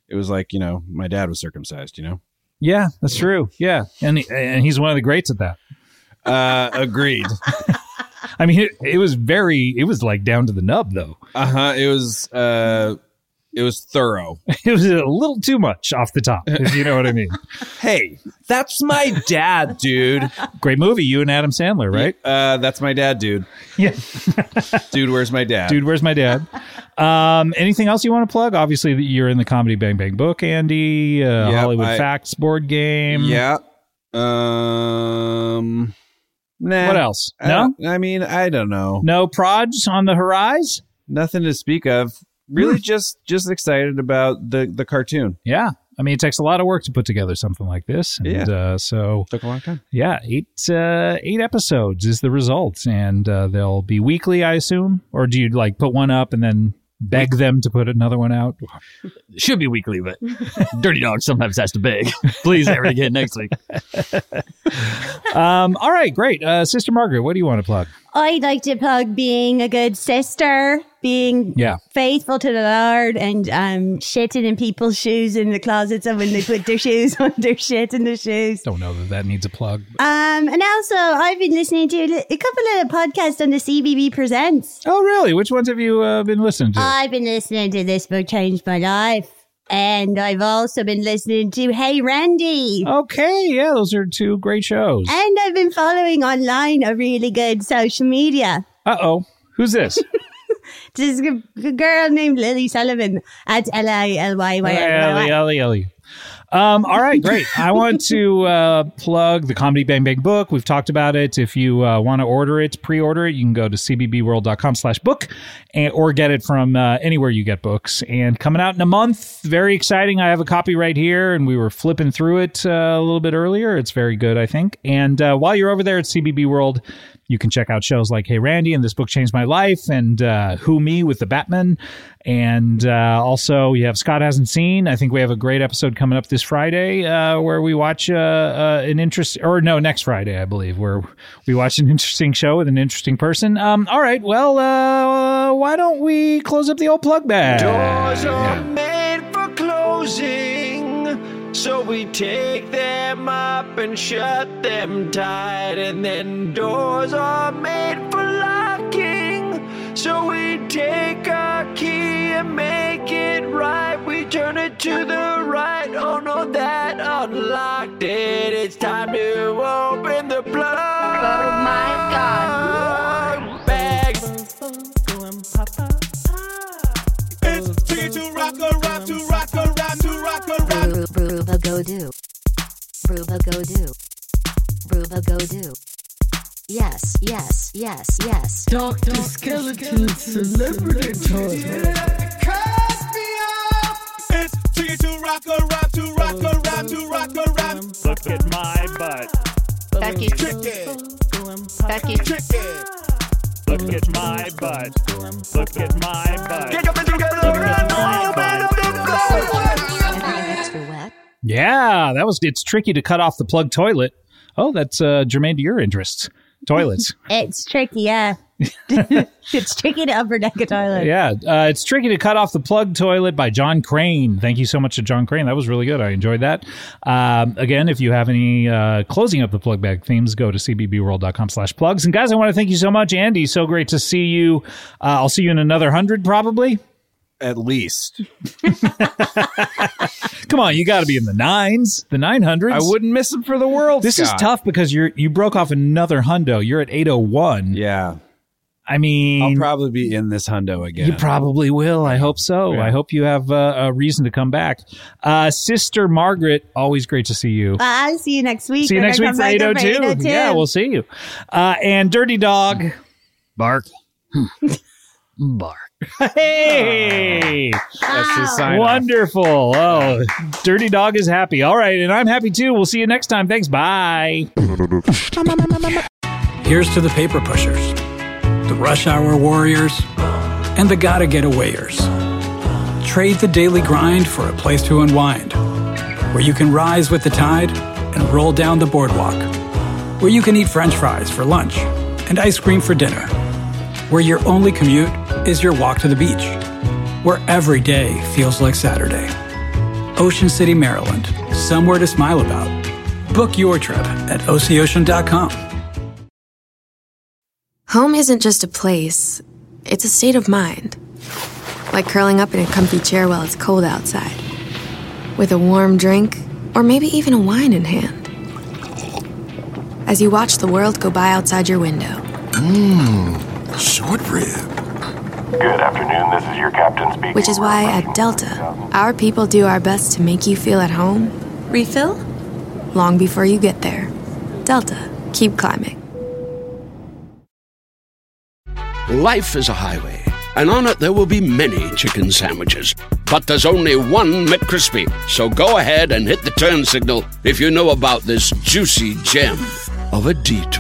Speaker 3: it was like, you know, my dad was circumcised, you know.
Speaker 2: Yeah, that's true. Yeah, and he, and he's one of the greats at that.
Speaker 3: Uh agreed.
Speaker 2: I mean, it, it was very, it was like down to the nub though.
Speaker 3: Uh-huh. It was uh it was thorough.
Speaker 2: It was a little too much off the top, if you know what I mean.
Speaker 3: Hey, that's my dad, dude.
Speaker 2: Great movie, you and Adam Sandler, right?
Speaker 3: Uh that's my dad, dude.
Speaker 2: Yeah.
Speaker 3: Dude, where's my dad?
Speaker 2: dude where's my dad um anything else you want to plug obviously that you're in the comedy bang bang book andy uh,
Speaker 3: Yep,
Speaker 2: hollywood
Speaker 3: I-
Speaker 2: facts board game
Speaker 3: Yeah. Um nah.
Speaker 2: what else
Speaker 3: I
Speaker 2: no
Speaker 3: don't- I mean, I don't know.
Speaker 2: no prods on the horizon
Speaker 3: Nothing to speak of. Really
Speaker 2: Hmm.
Speaker 3: just just excited about the the cartoon.
Speaker 2: yeah i mean it takes a lot of work to put together something like this and
Speaker 3: Yeah.
Speaker 2: uh, so
Speaker 3: Took a long time.
Speaker 2: yeah eight uh, eight episodes is the result and uh, they'll be weekly i assume or do you like put one up and then beg them to put another one out
Speaker 4: It should be weekly, but Dirty Dog sometimes has to beg. Please, there it again next week.
Speaker 2: um all right great uh, sister margaret what do you want to plug
Speaker 1: I'd like to plug being a good sister, being
Speaker 2: yeah
Speaker 1: faithful to the Lord, and um, shitting in people's shoes in the closets and when they put their shoes on, their shit in their shoes.
Speaker 2: don't know that that needs a plug but-
Speaker 1: Um, and also, I've been listening to a a couple of podcasts on the CBB Presents.
Speaker 2: Oh, really? Which ones have you uh, been listening to?
Speaker 1: I've been listening to This Book Changed My Life. And I've also been listening to Hey Randy.
Speaker 2: Oh. okay, yeah, those are two great shows.
Speaker 1: And I've been following online a really good social media.
Speaker 2: Uh oh, who's this?
Speaker 1: This is a g- girl named Lily Sullivan at L I L Y Y L
Speaker 2: Ellie,
Speaker 1: Y.
Speaker 2: Ellie, Ellie. Um, all right, great. I want to uh, plug the Comedy Bang Bang book. We've talked about it. If you uh, want to order it, pre-order it, you can go to cbbworld.com slash book and, or get it from uh, anywhere you get books. And coming out in a month, very exciting. I have a copy right here, and we were flipping through it uh, a little bit earlier. It's very good, I think. And uh, while you're over there at CBB World, you can check out shows like Hey Randy and This Book Changed My Life and uh, Who Me with the Batman. And uh, also, you have Scott Hasn't Seen. I think we have a great episode coming up this Friday uh, where we watch uh, uh, an interest, or no, next Friday, I believe, where we watch an interesting show with an interesting person. Um, all right, well, uh, why don't we close up the old plug bag? Oh,
Speaker 5: Bruba go do. Bruba go do. Bruba go do. Yes, yes, yes, yes.
Speaker 13: Dr. Skeleton Celebrity Toys.
Speaker 5: Becky. Becky. Duet.
Speaker 2: Yeah, that was. It's tricky to cut off the plug toilet. Oh, that's uh, germane to your interests. Toilets.
Speaker 1: It's tricky, yeah. it's tricky to upper deck a toilet.
Speaker 2: yeah, uh, it's tricky to cut off the plug toilet by John Crane. Thank you so much to John Crane. That was really good. I enjoyed that. Um, again, if you have any uh, closing up the plug bag themes, go to cbbworld.com/plugs. And guys, I want to thank you so much, Andy. So great to see you. Uh, I'll see you in another hundred, probably.
Speaker 3: at least.
Speaker 14: Come on, you got to be in the nines, the nine hundreds.
Speaker 3: I wouldn't miss it for the world.
Speaker 2: This
Speaker 3: Scott.
Speaker 2: is tough because you're you broke off another hundo. You're at eight oh one.
Speaker 3: Yeah,
Speaker 2: I mean,
Speaker 3: I'll probably be in this hundo again.
Speaker 2: You probably will. I hope so.
Speaker 3: Yeah.
Speaker 2: I hope you have uh, a reason to come back. Uh, Sister Margaret, always great to see you.
Speaker 15: Well, I'll see you next week.
Speaker 2: see you
Speaker 15: when I
Speaker 2: next week
Speaker 15: come
Speaker 2: for
Speaker 15: back up
Speaker 2: 802. Yeah, we'll see you. Uh, and Dirty Dog.
Speaker 16: Bark.
Speaker 4: Hmm.
Speaker 16: Bark.
Speaker 2: Hey!
Speaker 3: That's his sign.
Speaker 2: Wonderful. Oh, Dirty Dog is happy. All right. And I'm happy too. We'll see you next time. Thanks. Bye.
Speaker 13: Here's to the paper pushers, the rush hour warriors, and the gotta getawayers. Trade the daily grind for a place to unwind, where you can rise with the tide and roll down the boardwalk, where you can eat french fries for lunch and ice cream for dinner, where your only commute is your walk to the beach, where every day feels like Saturday. Ocean City, Maryland, somewhere to smile about. Book your trip at oceocean.com.
Speaker 17: Home isn't just a place, it's a state of mind. Like curling up in a comfy chair while it's cold outside, with a warm drink, or maybe even a wine in hand. As you watch the world go by outside your window. Mmm, short rib.
Speaker 18: Good afternoon. This is your captain speaking.
Speaker 17: Which is why at Delta, our people do our best to make you feel at home. Refill? Long before you get there. Delta, keep climbing.
Speaker 5: Life is a highway, and on it there will be many chicken sandwiches. But there's only one McCrispy. So go ahead and hit the turn signal if you know about this juicy gem of a detour.